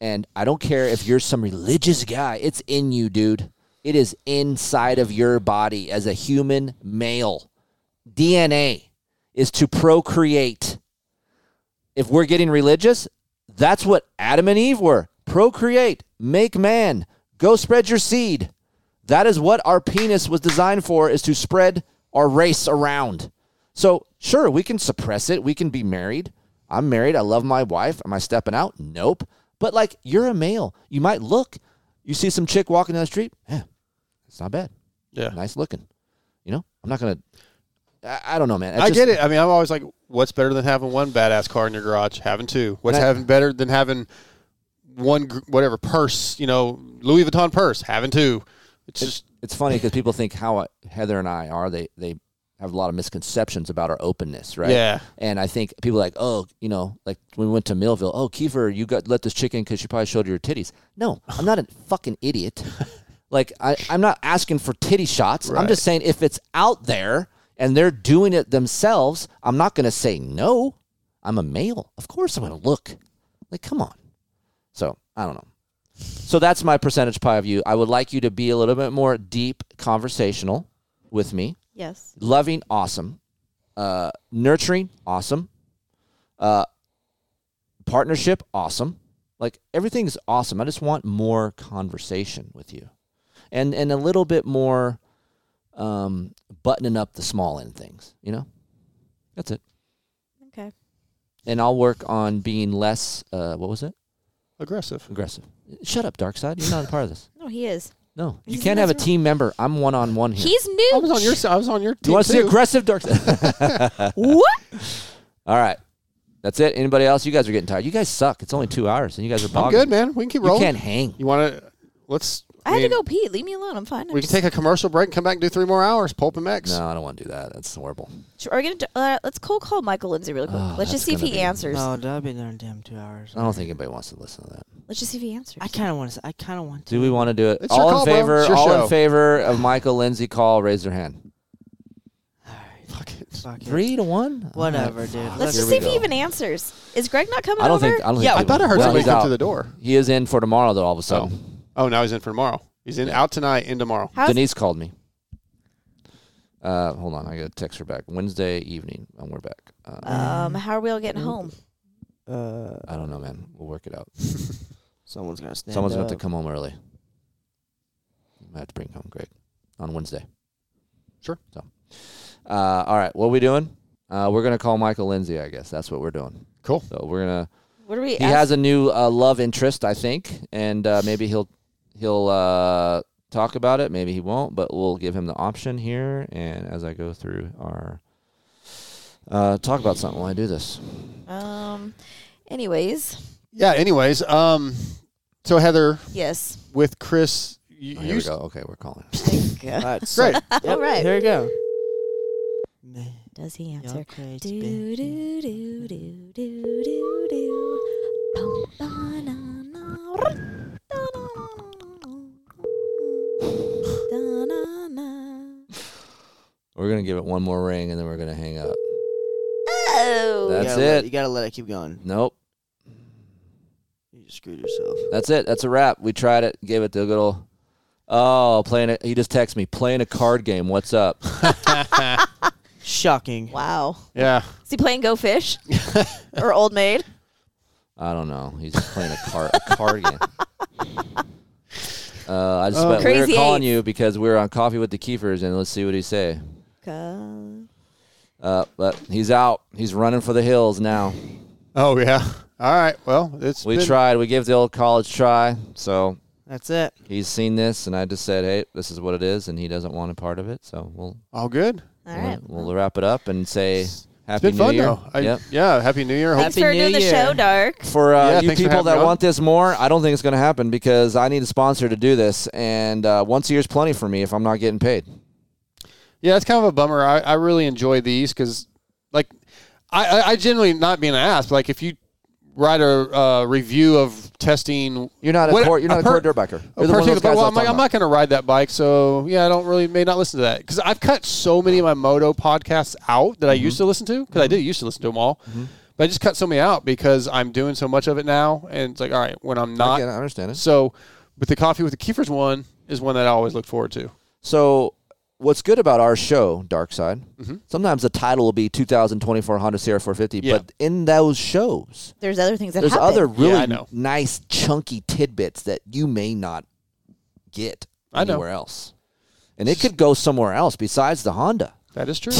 and I don't care if you're some religious guy, it's in you, dude. It is inside of your body as a human male. DNA is to procreate. if we're getting religious, that's what Adam and Eve were. Procreate, make man, go spread your seed. That is what our penis was designed for is to spread our race around. So, sure, we can suppress it. We can be married. I'm married. I love my wife. Am I stepping out? Nope. But like you're a male. You might look. You see some chick walking down the street. Yeah, it's not bad.
Yeah.
nice looking. You know, I'm not gonna. I, I don't know, man.
I get it. I mean, I'm always like, what's better than having one badass car in your garage? Having two. What's
And I-
having better than having one gr- whatever purse? You know, Louis Vuitton purse. Having two. It's just
It's funny because people think how Heather and I are. They they have a lot of misconceptions about our openness, right?
Yeah.
And I think people are like, oh, you know, like when we went to Millville, oh, Kiefer, you got let this chicken because she probably showed you your titties. No, I'm not a fucking idiot. like I, I'm not asking for titty shots. I'm just saying if it's out there and they're doing it themselves, I'm not going to say no. I'm a male. Of course I'm going to look. Like, come on. So I don't know. So that's my percentage pie of you. I would like you to be a little bit more deep conversational with me
Yes.
loving, awesome, uh, nurturing, awesome, uh, partnership, awesome. Like everything's awesome. I just want more conversation with you, and and a little bit more um, buttoning up the small end things. You know, that's it.
Okay.
And I'll work on being less. Uh, what was it?
aggressive.
Aggressive. Shut up, dark side. You're not a part of this.
No, he is.
No, you
Isn't
can't have a
that right?
team member. I'm one on one here.
He's new.
I was on your.
[LAUGHS]
si- I was on your. Team
you want to see
too.
aggressive
[LAUGHS]
dark side? [LAUGHS]
What?
All right. That's it. Anybody else? You guys are getting tired. You guys suck. It's only two hours, and you guys are
I'm
bogged.
good, man. We can keep
You
rolling.
can't hang.
You want to? Let's.
I had to
mean,
go pee. Leave me alone. I'm fine. I'm
We can
just-
take a commercial break and come back and do three more hours. Pulp and Mex.
No, I don't want to do that. That's horrible.
Are we gonna? do- Uh, let's cold call Michael Lindsay really quick.
Oh,
let's just
that's
see if
gonna
he
be-
answers.
No, that'll Oh, be there in damn two hours.
I don't think anybody wants to listen to that.
Let's just see if he answers.
I kind of want to. I kind of want to.
Do we want to do it?
It's your
all
call,
in
bro.
favor.
It's your
All in
show.
favor of Michael Lindsay. Call. Raise their hand.
Fuck it.
Fuck it.
Three to one. All
Whatever,
right.
dude.
Fuck,
Let's
here
just
we
see if
go.
he even answers. Is Greg not coming
I don't
over?
think. I don't think.
Yeah, I
he
thought I
will.
heard
Well,
somebody
he's
come
out.
through the door.
He is in for tomorrow, though. All of a
Oh.
sudden,
Oh, now he's in for tomorrow. He's in out tonight and tomorrow.
How's-
Denise called me. Uh, hold on, I got to text her back Wednesday evening, and we're back. Uh,
um, how are we all getting home?
Uh,
I don't know, man. We'll work it out.
someone's gonna stand.
Someone's going
up.
to come home early. I have to bring home Greg on Wednesday.
Sure.
So, uh, all right, what are we doing? Uh, we're going to call Michael Lindsay, I guess. That's what we're doing.
Cool.
So we're gonna.
What are we?
He has a new uh, love interest, I think, and uh, maybe he'll he'll uh, talk about it. Maybe he won't, but we'll give him the option here. And as I go through our uh, talk about something while I do this,
Uh,
um. Anyways,
Yeah. Anyways, um, so Heather
yes.
with Chris, you,
oh, here
you
we go. Okay, we're calling.
Thank God.
All right, so,
[LAUGHS] great.
[LAUGHS] All right.
There you go.
Does he
Y'all
answer?
crazy
Do do
bitch.
do do do do Oh, do. Bum, ba, na, na, rrr, da, na, na, na, na, na, da, na, na.
We're gonna give it one more ring, and then we're gonna hang up.
Oh.
You
That's
gotta let-
it.
you gotta let it keep going.
Nope.
You just screwed yourself.
That's it. That's a wrap. We tried it. Gave it the good old. Oh, playing it. He just texted me playing a card game. What's up?
Shocking.
Wow.
Yeah.
Is he playing Go Fish
[LAUGHS]
or Old Maid?
I don't know. He's just playing a card a card game. Uh, I just
Oh,
but we
Crazy
were calling
eights.
you because we were on coffee with the Keefers, and let's see what he say.
Go.
Uh, but he's out. He's running for the hills now.
Oh yeah. All right. Well, it's
We
been-
tried. We gave the old college try. So
That's it.
he's seen this, and I just said, "Hey, this is what it is," and he doesn't want a part of it. So we'll
all good.
All
we'll,
right.
we'll wrap it up and say
It's
Happy
been
New
fun
Year.
though. I,
Yep.
Yeah. Happy New Year.
Thanks
Happy
for
New
doing the
Year.
show, Dark.
for uh,
Yeah,
you
thanks for
people
having
that
me on.
want this more, I don't think it's going to happen because I need a sponsor to do this, and uh, once a year's plenty for me if I'm not getting paid.
Yeah, it's kind of a bummer. I, I really enjoy these because, like, I, I, I generally not being an ass, but like if you write a uh, review of testing,
You're not a
What-
court. You're not a,
per-
court dirt biker. You're
a
the one of
particular-
those guys
well,
I
I'm like, I'm not going to ride that bike, so yeah, I don't really may not listen to that because I've cut so many of my moto podcasts out that
Mm-hmm.
I used to listen to because I did used to listen to them all, but I just cut so many out because I'm doing so much of it now, and it's like, all right, when I'm
I
not,
get it, I understand it.
so. But the coffee with the Kiefer's one is one that I always look forward to.
So, what's good about our show, Dark Side?
Mm-hmm.
Sometimes the title will be 2024 Honda Sierra 450,
Yeah.
but in those shows,
There's other things that
there's
happen.
[LAUGHS]
other really
I know.
nice chunky tidbits that you may not get
I know.
anywhere else, and it could go somewhere else besides the Honda.
That is true.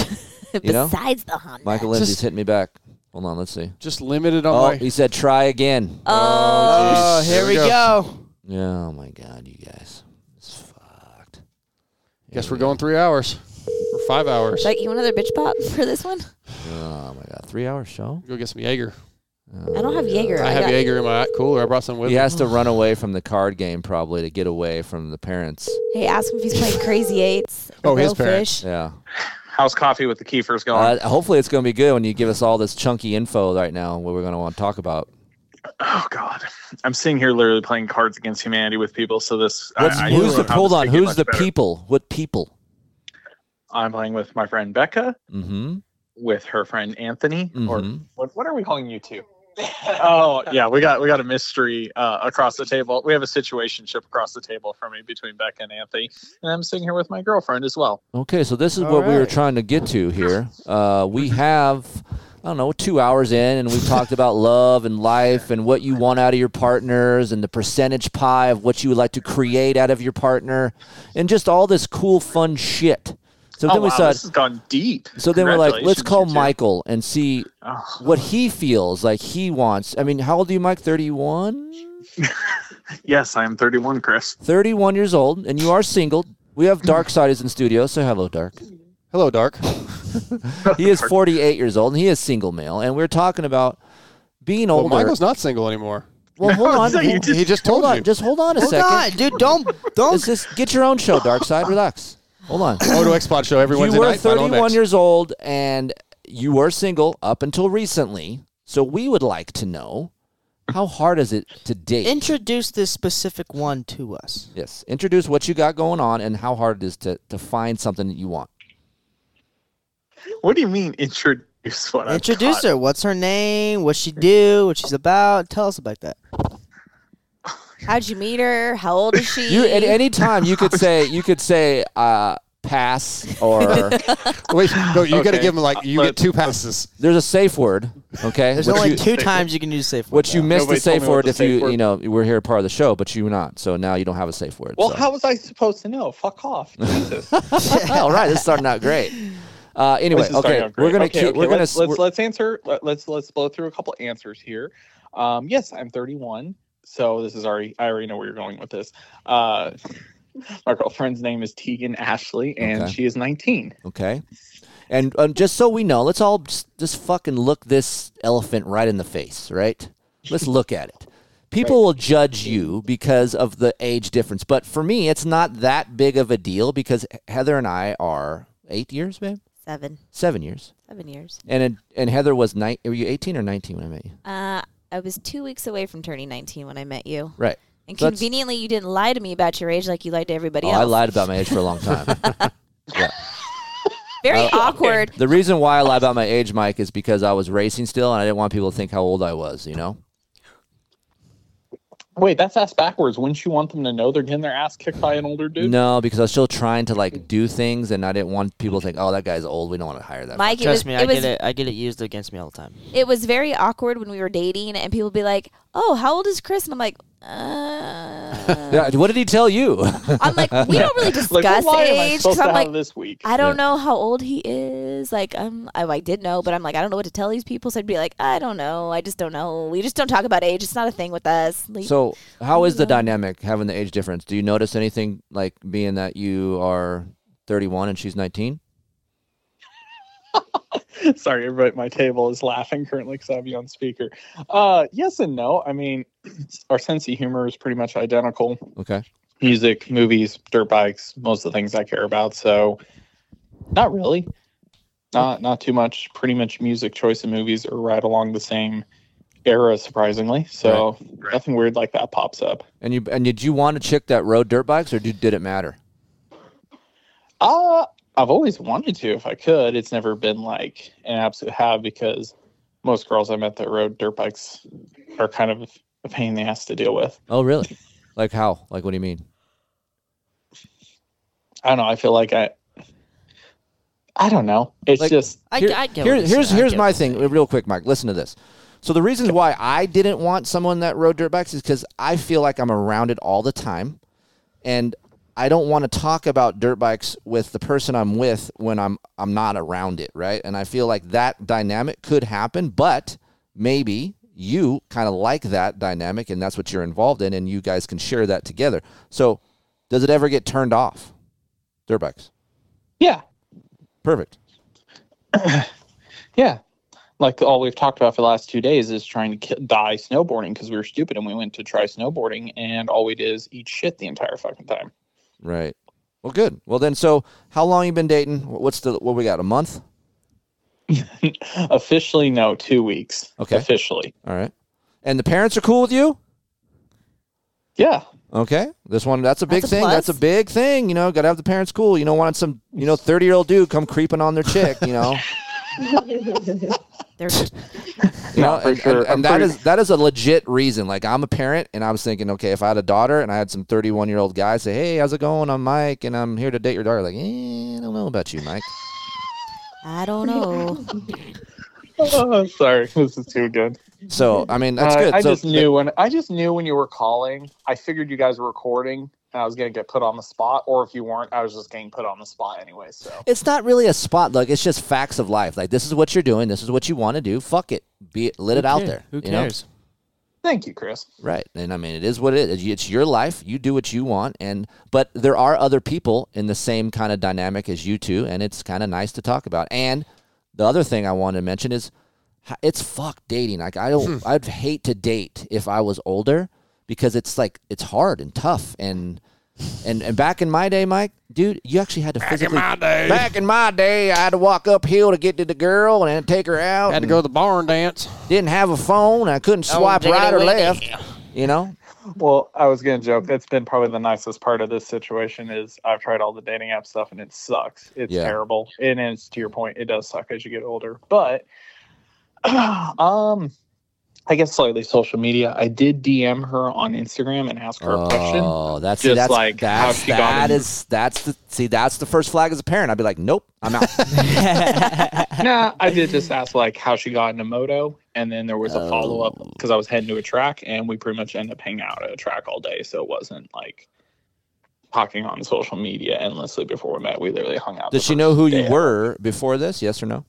You know,
besides the Honda.
Michael Lindsay's
Just-
hitting me back. Hold on, let's see.
just limited on
Oh,
my.
he said try again.
Oh,
geez.
here we
Here we
go.
Oh Yeah, Oh my god, you guys. It's fucked.
Guess we're going three hours or five hours.
Like, you want another bitch pop [LAUGHS] for this one?
Oh my god, three hour show.
Go get some Jaeger.
I don't have Jaeger.
I have
got-
Jaeger in my cooler. I brought some with
He
me.
has to run away from the card game probably to get away from the parents.
Hey, ask him if he's playing Crazy Eights.
Oh, his
Real
parents.
Fish.
Yeah.
How's coffee with the Kiefer's going?
Uh, hopefully it's going to be good when you give us all this chunky info right now on what we're going to want to talk about.
oh God, I'm sitting here literally playing Cards Against Humanity with people. So this, I-
What's,
I
who's
don't
the
know how
hold
this
on?
could get
Who's
much
the
better.
people? What people?
I'm playing with my friend Becca,
Mm-hmm.
with her friend Anthony, or
Mhm.
what, what are we calling you two? [LAUGHS] oh yeah, we got we got a mystery uh, across the table. We have a situationship across the table from me between Becca and Anthony, and I'm sitting here with my girlfriend as well.
Okay, so this is
All
what we were
right.
trying to get to here. Uh, we have, I don't know, two hours in, and we've talked about love and life and what you want out of your partners and the percentage pie of what you would like to create out of your partner and just all this cool, fun shit. So
oh
then we
wow,
said,
this has gone deep.
so then we're like, let's
Congratulations,
call
you two.
Michael and see
Oh,
what he feels like he wants. I mean, how old are you, Mike? 31?
yes, I am 31, Chris.
31 years old, and you are single. We have Dark Side is in studio. Say hello, Dark.
Hello, Dark.
He is 48 years old, and he is single male. And we're talking about being
Well,
older.
Oh, Michael's not single [LAUGHS] anymore.
well hold on.
So you
hold-
just-
He just
hold
told
on.
you.
Just hold on a
Hold
second.
on, dude. Don't
Let's
don't.
just get your own show, Dark Side. Relax. Hold on.
Go to Xbox show every
you
Wednesday
were
night. find on
31
X.
years old, and you were single up until recently. So we would like to know how hard is it to date?
[LAUGHS] Introduce this specific one to us.
Yes. Introduce what you got going on and how hard it is to, to find something that you want.
What do you mean introduce what? I've
Introduce
got?
her. What's her name? What she do? What she's about? Tell us about that.
How'd you meet her? How old is she?
You at any time you could say you could say uh, pass or
Wait, no, you got to
Okay.
give him like you get
Let's-
two passes.
there's a safe word. Okay.
There's
Which
only
you,
two times you can use safe.
which you missed the
Nobody told
safe
me what
word
the
if
safe
you
word-
you know we're here part of the show, but you're not. So now you don't have a safe word.
Well,
so.
how was I supposed to know? Fuck off.
[LAUGHS]
Jesus.
all right, this is starting out great. [LAUGHS] Uh, anyway,
This is starting
okay,
out great.
we're gonna
Okay,
keep,
okay,
we're gonna
let's,
s-
let's
we're-
let's answer. Let, let's let's blow through a couple answers here. Um, yes, I'm 31, so this is already I already know where you're going with this. Uh, my girlfriend's name is Tegan Ashley, and
Okay.
she is 19.
okay. And um, just so we know, let's all just, just fucking look this elephant right in the face, right? Let's
[LAUGHS]
look at it. People will judge you because of the age difference, but for me, it's not that big of a deal because Heather and I are eight years, babe,
Seven.
seven years,
Seven years.
and it- and Heather was nine. Were you eighteen or nineteen when I met you?
Uh, I was two weeks away from turning 19 when I met you.
Right.
And
So that's-
conveniently, you didn't lie to me about your age like you lied to everybody
Oh,
else.
I lied about my age for a long time.
[LAUGHS] Very
Oh, [LAUGHS]
awkward.
The reason why I lie about my age, Mike, is because I was racing still, and I didn't want people to think how old I was. You know,
Wait, that's ass backwards. Wouldn't you want them to know they're getting their ass kicked by an older dude?
no, because I was still trying to like do things, and I didn't want people to think, "Oh, that guy's old. We don't want to hire that." guy."
Mike,
Trust
it was,
me, I
it was
get it. I get it used against me all the time.
it was very awkward when we were dating and people would be like oh how old is chris and i'm like uh.
Yeah, what did he tell you?
i'm like we don't really discuss
[LAUGHS] Like, well, why am I
age 'cause
supposed to
i'm
have
like
this week?
i don't know how old he is like i'm I, I did know but i'm like i don't know what to tell these people so i'd be like i don't know i just don't know we just don't talk about age it's not a thing with us Like,
[LAUGHS] so, how is the dynamic having the age difference? Do you notice anything like being that you are 31 and she's 19?
[LAUGHS] Sorry, everybody at my table is laughing currently because I have you on speaker. Uh, yes and no. I mean, [CLEARS THROAT] our sense of humor is pretty much identical.
Okay,
music, movies, dirt bikes, most of the things I care about. So not really. Not not too much. Pretty much music choice and movies are right along the same era, surprisingly. So nothing weird like that pops up.
and you and did you want to chick that rode dirt bikes, or did, did it matter?
Uh I've always wanted to if I could. It's never been like an absolute have because most girls I met that rode dirt bikes are kind of a pain in the ass to deal with.
Oh, really? like how? Like what do you mean?
I don't know. I feel like I I don't know. It's
Like-
just
I,
Here-
I get
here-
what you're
here's
saying. I
here's
get
my
what you're
thing, real quick, Mike. Listen to this. So the reasons why I didn't want someone that rode dirt bikes is because I feel like I'm around it all the time, and I don't want to talk about dirt bikes with the person I'm with when I'm I'm not around it, right? And I feel like that dynamic could happen, but maybe you kind of like that dynamic, and that's what you're involved in, and you guys can share that together. So, does it ever get turned off? Dirt bikes.
Yeah,
Perfect.
yeah. Like all we've talked about for the last two days is trying to ki- die snowboarding because we were stupid and we went to try snowboarding and all we did is eat shit the entire fucking time. [LAUGHS]
Right. Well, good. Well, then, so how long you been dating? Wh- What's the what we got? A month?
Officially, no, two weeks.
Okay.
Officially,
All right. And the parents are cool with you?
yeah.
Okay. This one, that's a big
That's a
thing.
plus.
That's a big thing. You know, got to have the parents cool. You don't want some, you know, 30 year old dude come creeping on their chick, you
[LAUGHS]
know?
They're
You
No,
know,
for
and,
sure.
and- and
I'm
that
pretty-
is that is a legit reason. Like I'm a parent, and I was thinking, okay, if I had a daughter and I had some 31 year old guy say, "Hey, how's it going? I'm Mike, and I'm here to date your daughter," like, eh, I don't know about you, Mike.
I don't
[LAUGHS]
know.
Oh, [LAUGHS] sorry, this is too good.
So I mean, that's
Uh,
good.
I
so
just knew when I just knew when you were calling. I figured you guys were recording, and I was gonna get put on the spot, or if you weren't, I was just getting put on the spot anyway. So
it's not really a spot. Like it's just facts of life. Like this is what you're doing. This is what you want to do. Fuck it. Be it, let it out there.
Who
you know?
cares?
thank you, Chris.
Right. And I mean, it is what it is. It's your life. You do what you want. And, but there are other people in the same kind of dynamic as you two. And it's kind of nice to talk about. And the other thing I wanted to mention is h- it's fuck dating. Like, I don't, I'd hate to date if I was older because it's like, it's hard and tough. And, and, and back in my day, Mike, dude, you actually had to physically. Back in my day, I had to walk uphill to get to the girl and then take her out.
Had to
and-
go to the barn dance.
didn't have a phone. I couldn't swipe
take it
right or
away.
left. You know,
Well, I was gonna joke. That's been probably the nicest part of this situation is I've tried all the dating app stuff and it sucks. It's
Yeah.
terrible, and it's to your point, it does suck as you get older. But [CLEARS THROAT] um, I guess slightly social media. I did DM her on Instagram and ask her a question.
Oh, that's
Just
that's
like how
that's
she got
that
in.
is that's the see that's the first flag as a parent. I'd be like, nope, I'm out.
nah, I did just ask like how she got into moto, and then there was a follow up
Oh.
because I was heading to a track, and we pretty much ended up hanging out at a track all day, so it wasn't like talking on social media endlessly before we met. We literally hung
[LAUGHS]
out.
Does
the
she
first
know who
day
you
out.
were before this? Yes or no?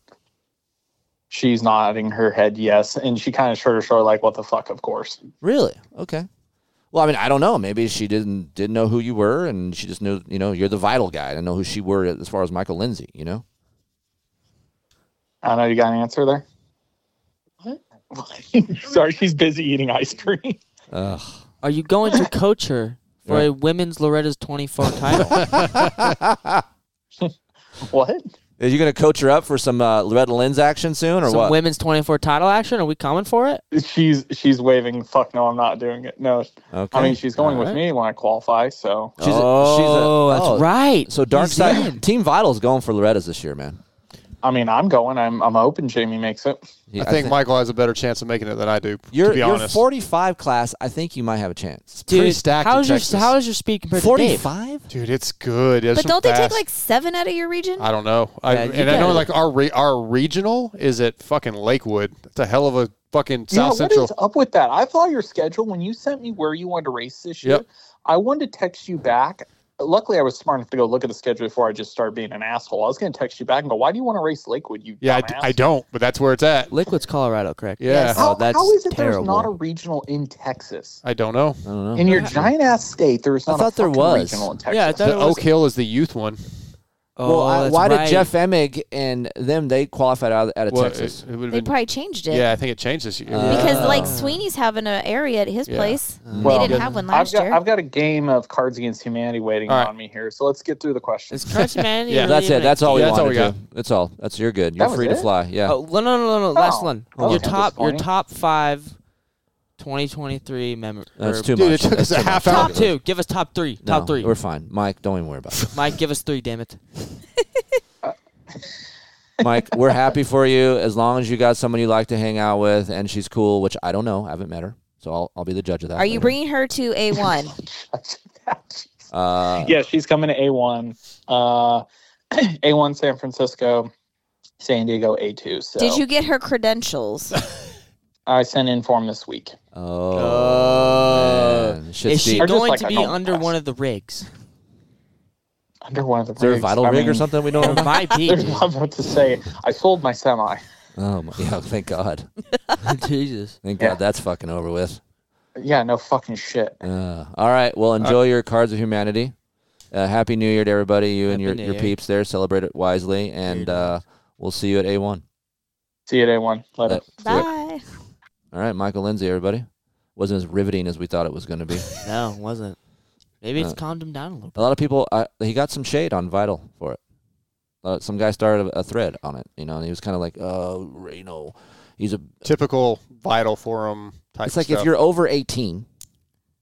She's nodding her head yes, and she kind of shrugged her shoulder like, "What the fuck? Of course."
Really? Okay. Well, I mean, I don't know. Maybe she didn't didn't know who you were, and she just knew you know you're the vital guy. I didn't know who she were as far as Michael Lindsay. You know,
I don't know you got an answer there. What? [LAUGHS] Sorry, she's busy eating ice cream. [LAUGHS]
Ugh.
Are you going to coach her for
Yeah.
a women's Loretta's
[LAUGHS]
24 title?
What?
Are you going to coach her up for some uh, Loretta Lynn's action soon, or
Some
what?
women's 24 title action? Are we coming for it?
She's she's waving. Fuck no, I'm not doing it. No,
Okay.
I mean she's going with
Alright.
me when I qualify. So
She's a- she's a-
oh,
oh.
that's right.
So Dark
He's
Side
in.
Team Vital's going for Loretta's this year, man.
I mean, I'm going. I'm I'm hoping Jamie makes it.
He-
I think Michael has a better chance of making it than I do.
Your,
to be
your
honest,
45 class, I think you might have a chance.
Dude,
pretty stacked in
how's your
Texas.
how's your speed compared to Dave?
45?
dude, it's good. There's
but
some
don't they take
fast-
like seven out of your region?
I don't know. I,
Yeah, you
and I know
gotta-
like our re- our regional is at fucking Lakewood. It's a hell of a fucking South Central.
What is up with that? I saw your schedule when you sent me where you wanted to race this year.
Yep.
I wanted to text you back. Luckily, I was smart enough to go look at the schedule before I just started being an asshole. I was going to text you back and go, "Why do you want to race Lakewood? You
yeah, I,
dumbass?"
I don't, but that's where it's at.
Liquid's Colorado, correct?
Yeah,
Yes.
How,
Oh, that's
how is it there's
terrible.
not a regional in Texas?
I don't know.
I don't know.
In your giant ass state, there's
I
not
thought
a
there
fucking
was.
regional in Texas.
Yeah, I thought
The
it was.
Oak Hill is the youth one.
Oh,
well, I-
that's
why
right.
did Jeff Emig and them, they qualified out, out of
Well,
Texas?
it- it would've
They
been-
probably changed it.
yeah, I think it changed this year.
Uh,
Because like
Oh.
Sweeney's having an area at his
Yeah.
place.
Uh. Well,
they didn't have one last
I've got
year.
I've got a game of Cards Against Humanity waiting
All right.
on me here, so let's get through the questions.
Is Cards Humanity
Yeah,
really
that's it.
even a
That's all we
Yeah, that's all
wanted
we
to. That's all. That's you're good. You're
That was
free to
it?
fly. Yeah.
Oh, no, no, no, no. Last
Oh,
one.
that was
your
kinda
top, your
disappointing.
top five 2023 memories.
That's too
Dude,
much.
it took
That's
us a
too much.
half hour.
Top two. Give us top three.
No,
top three.
We're fine. Mike, don't even worry about it. [LAUGHS]
Mike, give us three. Damn it.
Mike, we're happy for you as long as you got someone you like to hang out with and she's cool, which I don't know. I haven't met her. So I'll, I'll be the judge of that.
Are you
later.
bringing her to A one?
[LAUGHS]
Uh,
yeah, she's coming to A1. Uh, [CLEARS THROAT] A1 San Francisco, San Diego A2. So
Did you get her
[LAUGHS]
credentials?
I sent in form this week.
Oh. man. Shit's
Is she
deep.
Or just
going
like
to
a
be
normal
under
class.
one of the rigs?
Under one of the
Is there a
rigs.
vital
I
rig or
mean,
something we
There
don't know?
might be.
[LAUGHS] There's not much to say. I sold my semi.
Oh, my, yeah. Thank God.
Jesus.
Thank
Yeah.
God that's fucking over with.
Yeah, no fucking shit.
Uh,
Uh, all right. Well, enjoy your Cards of Humanity. Uh, happy New Year to everybody, you and
Happy
your,
New
your
Year.
peeps there. Celebrate it wisely, and uh, we'll see you at A1.
See you day one. Later.
Uh,
Bye.
All right, Michael Lindsay, everybody. Wasn't as riveting as we thought it was going to
[LAUGHS]
be.
No, it wasn't. Maybe it's
Uh,
calmed him down a little.
A lot of people, uh, he got some shade on Vital for it. Uh, some guy started a, a thread on it, you know, and he was kind of like, oh, you know, he's a.
Typical vital forum type.
It's like
stuff.
if you're over 18,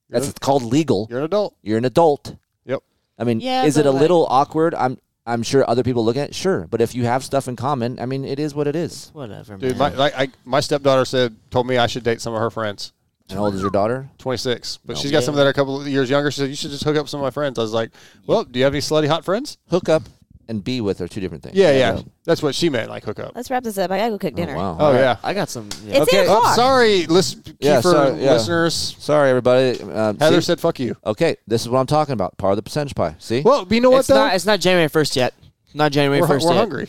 You're
that's
an-
it's called legal.
you're an adult.
You're an adult.
Yep.
I mean,
Yeah,
is
but
it a
like-
little awkward? I'm I'm sure other people look at it. Sure, but if you have stuff in common, I mean, it is what it is.
bit. Whatever,
Dude, my
man.
like I, my stepdaughter said told me I should date some of her friends.
How old is your daughter?
26, but
No.
she's got some that are a couple of years younger. She said you should just hook up with some of my friends. I was like, well, do you have any slutty hot friends?
Hook up and be with are two different things.
Yeah, yeah, that's what she meant. Like hook up.
Let's wrap this up. I gotta go cook dinner.
Oh, wow.
Oh yeah.
I got some. Yeah.
It's
Okay.
eight
Oh,
o'clock.
sorry, listen, Kiefer,
Yeah, sorry, yeah.
listeners.
Sorry, everybody. Um,
Heather
see?
said, "Fuck you."
okay, this is what I'm talking about. Part of the percentage pie. See?
Well, but you know what
it's
though?
not. It's not January first yet. Not January
we're hu-
first.
we're
yet.
hungry.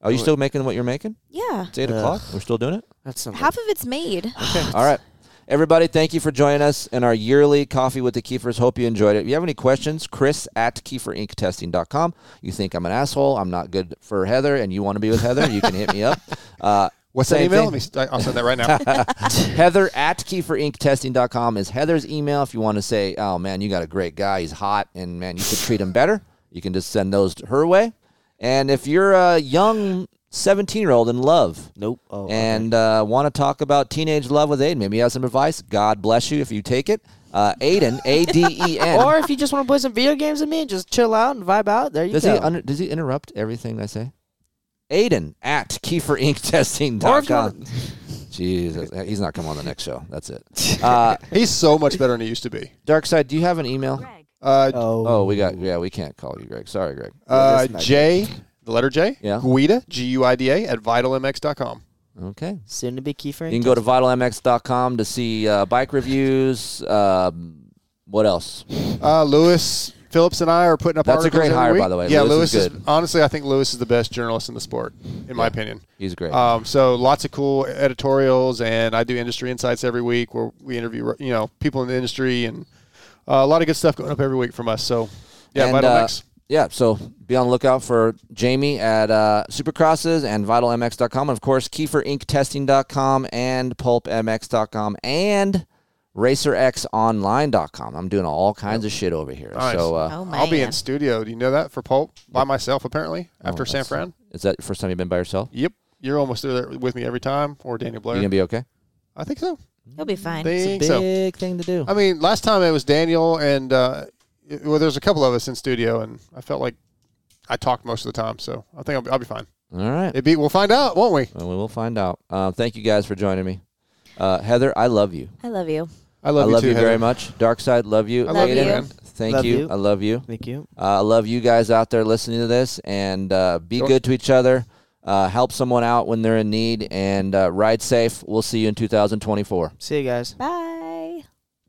Are you still making what you're making?
Yeah.
It's 8
Ugh.
o'clock. We're still doing it?
That's something.
Half of it's made.
All right. Everybody, thank you for joining us in our yearly Coffee with the Keefers. Hope you enjoyed it. If you have any questions, chris at keeferinktesting.com. You think I'm an asshole, I'm not good for Heather, and you want to be with Heather, you can hit me up. [LAUGHS] Uh,
What's that
same
email?
thing.
Let me, I'll send that right now.
[LAUGHS]
[LAUGHS]
Heather at keeferinktesting.com is Heather's email. If you want to say, oh, man, you got a great guy. He's hot, and, man, you should treat him better, you can just send those her way. And if you're a young 17-year-old in love,
Nope. Oh, okay.
and uh, want to talk about teenage love with Aiden. Maybe you have some advice. God bless you if you take it. Uh,
[LAUGHS]
Aiden, A D E N.
or if you just want to play some video games with me and just chill out and vibe out, there you
does
go.
he under, does he interrupt everything I say? Aiden at
Or if you
KieferInkTesting.com. Jesus, he's not coming on the next show. That's
[LAUGHS]
it. Uh,
He's so much better than he used to be.
Dark side, do you have an email?
Uh,
oh.
Oh, we got. Yeah, we can't call you, Greg. Sorry, Greg.
uh,
that's not
J, the letter J,
Yeah.
Guida, G U I D A at vitalmx.com.
Okay.
soon to be Kiefer.
You can go to vitalmx.com to see uh, bike reviews. Um, what else?
Uh, Lewis Phillips and I are putting up.
That's a
articles
great
every
hire,
week.
by the way.
Yeah,
Lewis
Lewis,
is
is,
good.
honestly, I think Lewis is the best journalist in the sport, in my opinion.
He's great.
Um, so lots of cool editorials, and I do industry insights every week where we interview you know people in the industry and uh, a lot of good stuff going up every week from us. So yeah,
And,
Vital
uh,
Mix.
yeah, so be on the lookout for Jamie at uh, Supercrosses and VitalMX.com. And of course, KieferInkTesting.com and PulpMX.com and RacerXOnline.com. I'm doing all kinds of shit over here.
Nice.
So uh,
Oh my.
I'll be in studio. Do you know that for Pulp by myself apparently after
Oh,
San
that's-
Fran?
is that the first time you've been by yourself?
Yep, you're almost there with me every time. Or Daniel
You
Blair.
gonna be okay?
I think so.
He'll be fine.
Think
Big
so.
thing to do.
I mean, last time it was Daniel and uh, it- well, there's a couple of us in studio, and I felt like I talked most of the time, so I think I'll be, I'll be fine.
all right.
It be, we'll find out, won't we?
Well, we will find out. Uh, thank you guys for joining me. Uh, Heather, I love you.
I love you.
I love
I
you
love
too,
you, very
Heather.
much. Dark side, love you.
I love you,
Aiden,
man.
Thank
Love
you.
you.
I love you.
Thank you.
Uh, I love you guys out there listening to this, and uh, be
Sure.
good to each other. Uh, help someone out when they're in need, and uh, ride safe. We'll see you in 2024.
See you guys.
Bye.